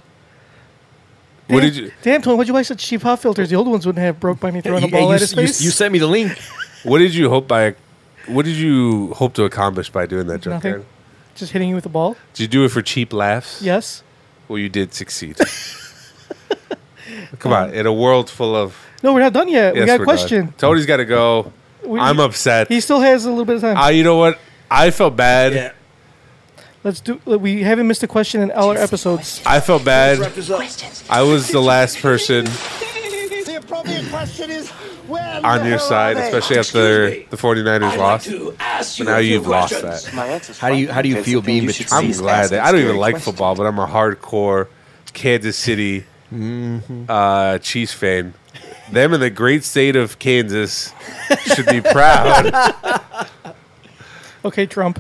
[SPEAKER 4] what did you
[SPEAKER 2] Damn, Tony, what'd you buy such cheap hot filters? The old ones wouldn't have broke by me throwing
[SPEAKER 3] You-
[SPEAKER 2] a ball
[SPEAKER 3] you,
[SPEAKER 2] at his
[SPEAKER 3] you-
[SPEAKER 2] face.
[SPEAKER 3] you sent me the link.
[SPEAKER 4] What did you hope by What did you hope to accomplish by doing that, Joker?
[SPEAKER 2] Nothing. Just hitting you with a ball?
[SPEAKER 4] Did you do it for cheap laughs?
[SPEAKER 2] Yes.
[SPEAKER 4] Well, you
[SPEAKER 2] [laughs]
[SPEAKER 4] did succeed. Come on, in a world full of
[SPEAKER 2] No, we're not done yet. Um, we
[SPEAKER 4] Yes,
[SPEAKER 2] got
[SPEAKER 4] we're
[SPEAKER 2] a
[SPEAKER 4] done.
[SPEAKER 2] question.
[SPEAKER 4] Tony's got to go.
[SPEAKER 2] We-
[SPEAKER 4] I'm
[SPEAKER 2] he-
[SPEAKER 4] upset.
[SPEAKER 2] He still has a little bit of time.
[SPEAKER 4] I, you know what? I felt bad.
[SPEAKER 2] Let's do. We haven't missed a question in all our episodes.
[SPEAKER 4] I felt bad. I was the last person
[SPEAKER 6] The appropriate question is where
[SPEAKER 4] on your side, especially after the 49ers lost. But now you've lost that.
[SPEAKER 7] My answer's
[SPEAKER 3] How do you- how do you
[SPEAKER 7] fine.
[SPEAKER 3] feel
[SPEAKER 7] Jason,
[SPEAKER 3] being
[SPEAKER 7] you should
[SPEAKER 3] betrayed?
[SPEAKER 4] I'm
[SPEAKER 7] cease
[SPEAKER 4] glad
[SPEAKER 7] asking
[SPEAKER 4] that I don't even
[SPEAKER 7] scary
[SPEAKER 4] like
[SPEAKER 7] questions.
[SPEAKER 4] football, but I'm a hardcore Kansas City uh, Chiefs fan. Them in the great state of Kansas should be proud.
[SPEAKER 2] Okay, Trump.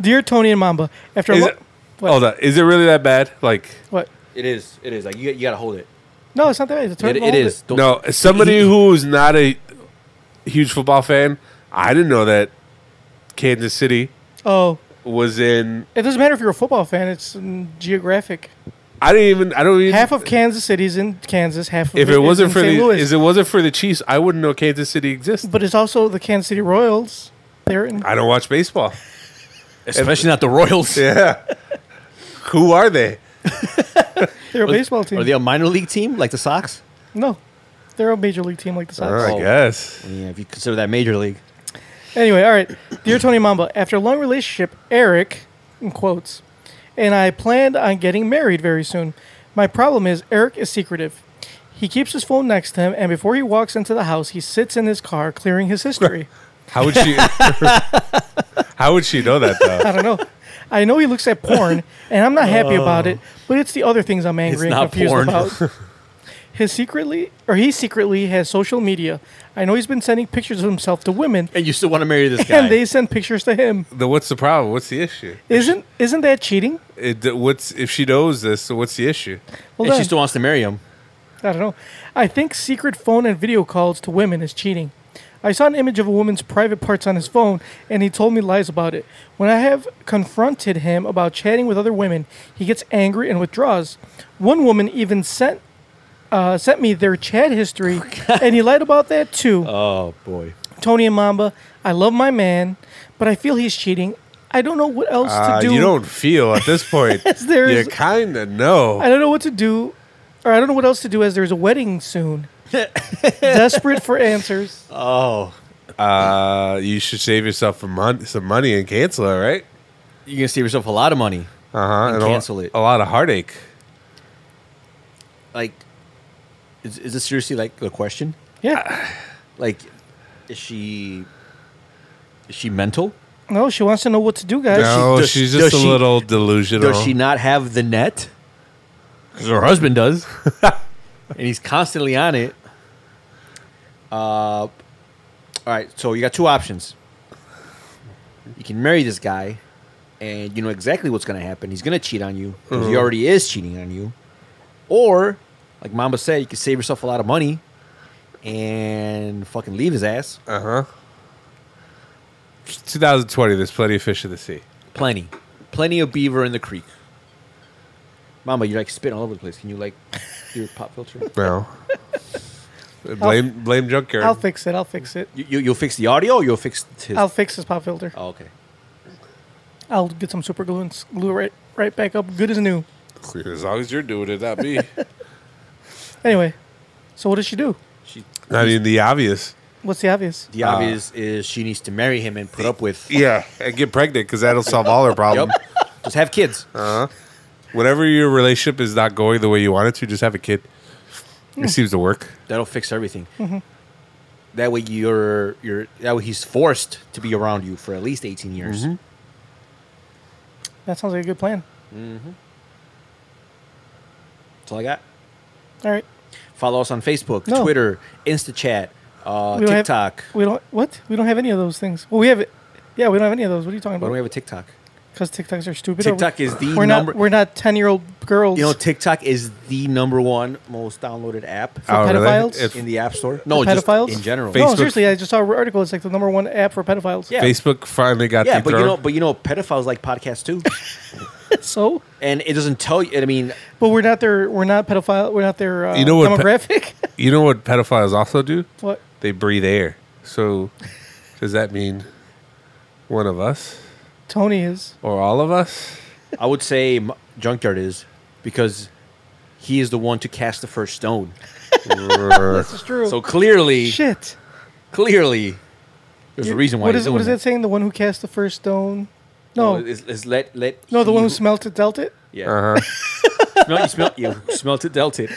[SPEAKER 2] Dear Tony and Mamba, after a
[SPEAKER 4] Oh. Is
[SPEAKER 2] lo-
[SPEAKER 4] it, hold on, is it really that bad? Like,
[SPEAKER 2] what?
[SPEAKER 3] It is. It is. Like you, you gotta hold it.
[SPEAKER 2] No, it's not that bad. It's a
[SPEAKER 3] It,
[SPEAKER 2] turn
[SPEAKER 3] it is. Don't-
[SPEAKER 4] no, somebody who's not a huge football fan, I didn't know that Kansas City
[SPEAKER 2] Oh,
[SPEAKER 4] was in.
[SPEAKER 2] it doesn't matter if you're a football fan. It's mm, geographic.
[SPEAKER 4] I didn't even. I don't even.
[SPEAKER 2] Half of Kansas City is in Kansas. Half of
[SPEAKER 4] if
[SPEAKER 2] is
[SPEAKER 4] it wasn't
[SPEAKER 2] in
[SPEAKER 4] for
[SPEAKER 2] St.
[SPEAKER 4] the,
[SPEAKER 2] Louis.
[SPEAKER 4] if it wasn't for the Chiefs, I wouldn't know Kansas City exists.
[SPEAKER 2] but it's also the Kansas City Royals. They're in.
[SPEAKER 4] I don't watch baseball.
[SPEAKER 3] Especially not the Royals.
[SPEAKER 4] [laughs] Yeah. Who are they?
[SPEAKER 2] They're a baseball team.
[SPEAKER 3] Are they a minor league team like the Sox?
[SPEAKER 2] no, they're a major league team like the Sox.
[SPEAKER 4] I guess.
[SPEAKER 3] Yeah, if you consider that major league.
[SPEAKER 2] Anyway, all right. Dear Tony Mamba, after a long relationship, Eric, in quotes, and I planned on getting married very soon. My problem is Eric is secretive. He keeps his phone next to him, and before he walks into the house, he sits in his car clearing his
[SPEAKER 4] [laughs]
[SPEAKER 2] history.
[SPEAKER 4] How would she? how would she know that though?
[SPEAKER 2] I don't know. I know he looks at porn, and I'm not happy about it. But it's the other things I'm angry
[SPEAKER 3] Oh. It's
[SPEAKER 2] and confused
[SPEAKER 3] not porn.
[SPEAKER 2] about.
[SPEAKER 3] [laughs]
[SPEAKER 2] His secretly, or he secretly has social media. I know he's been sending pictures of himself to women,
[SPEAKER 3] And you still want to marry this
[SPEAKER 2] [laughs]
[SPEAKER 3] guy?
[SPEAKER 2] and they send pictures to him.
[SPEAKER 4] Then what's the problem? What's the issue?
[SPEAKER 2] Isn't isn't that cheating?
[SPEAKER 4] It, what's if she knows this? So what's the issue?
[SPEAKER 2] Hold
[SPEAKER 3] and
[SPEAKER 2] on.
[SPEAKER 3] she still wants to marry him.
[SPEAKER 2] [laughs] I don't know. I think secret phone and video calls to women is cheating. I saw an image of a woman's private parts on his phone, and he told me lies about it. When I have confronted him about chatting with other women, he gets angry and withdraws. One woman even sent uh, sent me their chat history, and he lied about that too.
[SPEAKER 3] Oh boy.
[SPEAKER 2] Tony and Mamba, I love my man, but I feel he's cheating. I don't know what else
[SPEAKER 4] Uh,
[SPEAKER 2] to do.
[SPEAKER 4] you don't feel at this
[SPEAKER 3] [laughs]
[SPEAKER 4] point.
[SPEAKER 2] there
[SPEAKER 4] you
[SPEAKER 2] is-
[SPEAKER 4] kind of know.
[SPEAKER 2] I don't know what to do, or I don't know what else to do as there's a wedding
[SPEAKER 4] [laughs]
[SPEAKER 2] soon. Desperate for answers.
[SPEAKER 3] Oh.
[SPEAKER 4] Uh, you should save yourself a mon- some money and cancel it, right?
[SPEAKER 3] You're gonna save yourself a lot of money.
[SPEAKER 4] Uh-huh.
[SPEAKER 3] and
[SPEAKER 4] a lo-
[SPEAKER 3] cancel it.
[SPEAKER 4] A lot of heartache.
[SPEAKER 3] Like, is is this seriously like the question?
[SPEAKER 2] Yeah.
[SPEAKER 3] Like, is she is she mental?
[SPEAKER 2] No, she wants to know what to do, guys.
[SPEAKER 4] No,
[SPEAKER 3] does-
[SPEAKER 4] she's
[SPEAKER 3] does
[SPEAKER 4] just a
[SPEAKER 3] she-
[SPEAKER 4] little delusional.
[SPEAKER 3] Does she not have the net? Because her husband does, [laughs] and he's constantly on it. Uh, all right. So you got two options. You can marry this guy, and you know exactly what's going to happen. He's going to cheat on you. 'cause He already is cheating on you. Or, like Mamba said, you can save yourself a lot of money and fucking leave his ass.
[SPEAKER 4] Uh huh. 2020. There's plenty of fish in the sea.
[SPEAKER 3] Plenty, plenty of beaver in the creek. Mamba, you're like spitting all over the place. Can you like do a pop filter?
[SPEAKER 4] No. [laughs] blame blame junkyard.
[SPEAKER 2] I'll fix it. I'll fix it.
[SPEAKER 3] You, you, you'll fix the audio. Or you'll fix his.
[SPEAKER 2] I'll fix this pop filter.
[SPEAKER 3] oh, okay.
[SPEAKER 2] I'll get some super glue and s- glue it right, right back up, good as new.
[SPEAKER 4] as long as you're doing it, not [laughs] me.
[SPEAKER 2] Anyway, so what does she do?
[SPEAKER 3] She,
[SPEAKER 4] not even the obvious.
[SPEAKER 2] What's the obvious?
[SPEAKER 3] the obvious is she needs to marry him and put up with.
[SPEAKER 4] Yeah, and get pregnant because that'll solve all our
[SPEAKER 3] Yep.
[SPEAKER 4] problem.
[SPEAKER 3] Just have kids.
[SPEAKER 4] Whatever your relationship is not going the way you want it to, just have a kid. It seems to work.
[SPEAKER 3] That'll fix everything. That way you're you're that way he's forced to be around you for at least eighteen years.
[SPEAKER 2] That sounds like a good plan.
[SPEAKER 3] That's all I got.
[SPEAKER 2] All right.
[SPEAKER 3] Follow us on Facebook,
[SPEAKER 2] No.
[SPEAKER 3] Twitter, InstaChat, uh,
[SPEAKER 2] We don't have-
[SPEAKER 3] TikTok.
[SPEAKER 2] We don't. What? We don't have any of those things. Well, we have. Yeah, we don't have any of those. What are you talking
[SPEAKER 3] Why don't we
[SPEAKER 2] about?
[SPEAKER 3] have a TikTok?
[SPEAKER 2] Because TikToks are stupid. or we-
[SPEAKER 3] TikTok is the
[SPEAKER 2] We're
[SPEAKER 3] number.
[SPEAKER 2] not. We're not ten-year-old girls.
[SPEAKER 3] you know, TikTok is the number one most downloaded app
[SPEAKER 4] Oh, really?
[SPEAKER 2] pedophiles?
[SPEAKER 4] It's
[SPEAKER 3] in the App Store. No, just
[SPEAKER 2] pedophiles?
[SPEAKER 3] in general.
[SPEAKER 4] Face-
[SPEAKER 2] No,
[SPEAKER 4] Facebook-
[SPEAKER 2] seriously. I just saw an article. It's like the number one app for pedophiles.
[SPEAKER 3] Yeah.
[SPEAKER 4] Facebook finally got
[SPEAKER 3] yeah,
[SPEAKER 4] the
[SPEAKER 3] but you know, but you know, pedophiles like
[SPEAKER 2] [laughs]
[SPEAKER 3] podcasts too,
[SPEAKER 2] [laughs] So,
[SPEAKER 3] and it doesn't tell you. I mean,
[SPEAKER 2] but we're not their. We're not pedophile. We're not their. Uh,
[SPEAKER 4] You know what pe-
[SPEAKER 2] Demographic. [laughs]
[SPEAKER 4] you know what pedophiles also do?
[SPEAKER 2] what?
[SPEAKER 4] They breathe air. So does that mean one of us
[SPEAKER 2] Tony is.
[SPEAKER 4] or all of us?
[SPEAKER 3] I would say M- Junkyard is because he is the one to cast the first stone.
[SPEAKER 2] This is true. [laughs]
[SPEAKER 3] So clearly,
[SPEAKER 2] Shit.
[SPEAKER 3] clearly, there's a reason why.
[SPEAKER 2] What
[SPEAKER 3] he's
[SPEAKER 2] is what
[SPEAKER 3] doing
[SPEAKER 2] is that saying? The one who cast the first stone.
[SPEAKER 3] No,
[SPEAKER 2] No, no,
[SPEAKER 3] it's, it's let let
[SPEAKER 2] the
[SPEAKER 3] he
[SPEAKER 2] one who smelt it dealt it. [laughs]
[SPEAKER 3] yeah.
[SPEAKER 4] Uh huh.
[SPEAKER 3] Smelt- you smelt you smelt it, dealt it.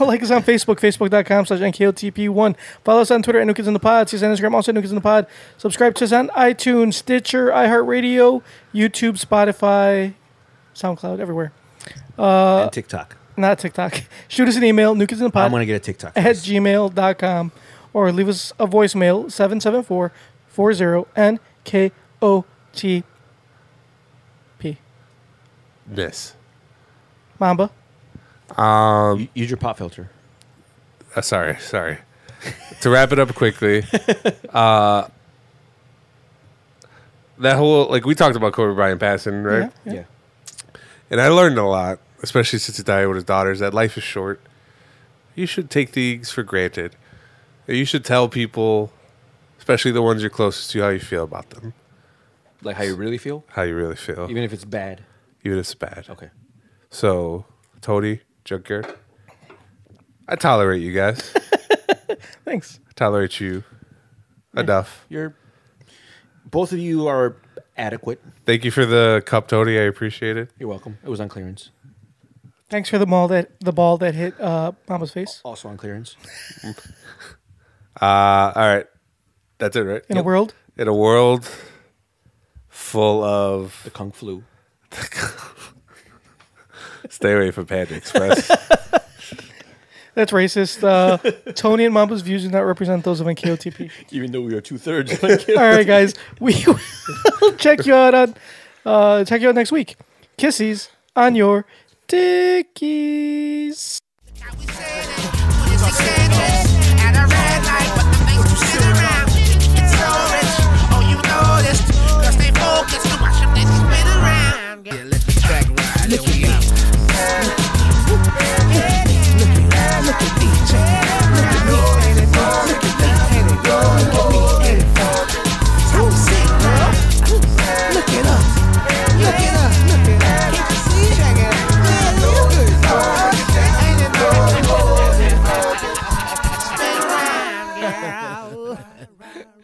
[SPEAKER 2] like us on Facebook, facebook.com slash NKOTP1. Follow us on Twitter at New Kids in the Pod. See us on Instagram, also at New Kids in the Pod. Subscribe to us on iTunes, Stitcher, iHeartRadio, YouTube, Spotify, SoundCloud, everywhere. Uh,
[SPEAKER 3] and TikTok.
[SPEAKER 2] Not TikTok. [laughs] Shoot us an email, newkidsinthepod in the
[SPEAKER 3] I'm
[SPEAKER 2] Pod
[SPEAKER 3] gonna get a TikTok.
[SPEAKER 2] at gmail.com or leave us a voicemail, 774-40-NKOTP.
[SPEAKER 4] [laughs] Miss.
[SPEAKER 2] Mamba.
[SPEAKER 3] U- Use your pop filter.
[SPEAKER 4] Uh, sorry, sorry. to wrap it up quickly, uh, that whole like we talked about Kobe Bryant passing, right?
[SPEAKER 2] Yeah.
[SPEAKER 3] yeah.
[SPEAKER 4] And I learned a lot, especially since he died with his daughters, that life is short. You should take things for granted. And You should tell people, especially the ones you're closest to, how you feel about them,
[SPEAKER 3] Like how you really feel,
[SPEAKER 4] how you really feel, even,
[SPEAKER 3] even if it's bad.
[SPEAKER 4] if it's bad.
[SPEAKER 3] Okay.
[SPEAKER 4] So, Tony, Junkyard, I tolerate you guys.
[SPEAKER 2] Thanks.
[SPEAKER 4] I tolerate you enough.
[SPEAKER 3] You're both of you are adequate.
[SPEAKER 4] Thank you for the cup, Tony. I appreciate it.
[SPEAKER 3] You're welcome. It was on clearance.
[SPEAKER 2] Thanks for the ball that the ball that hit uh, Mamba's face.
[SPEAKER 3] Also on clearance.
[SPEAKER 4] Uh, all right. That's it, right?
[SPEAKER 2] In a world,
[SPEAKER 4] In a world full of
[SPEAKER 3] The Kung Flu.
[SPEAKER 4] Stay away from Panda Express.
[SPEAKER 2] that's racist. Uh, Tony and Mamba's views do not represent those of NKOTP.
[SPEAKER 3] Even though we are two thirds. [laughs]
[SPEAKER 2] All right, guys. We [laughs] will check you out on uh, check you out next week. Kissies on your dickies.
[SPEAKER 7] Look it up. Look it up. Look it up. Can't you see? Check it out. Man, look good. Ain't it though? Spin round, girl.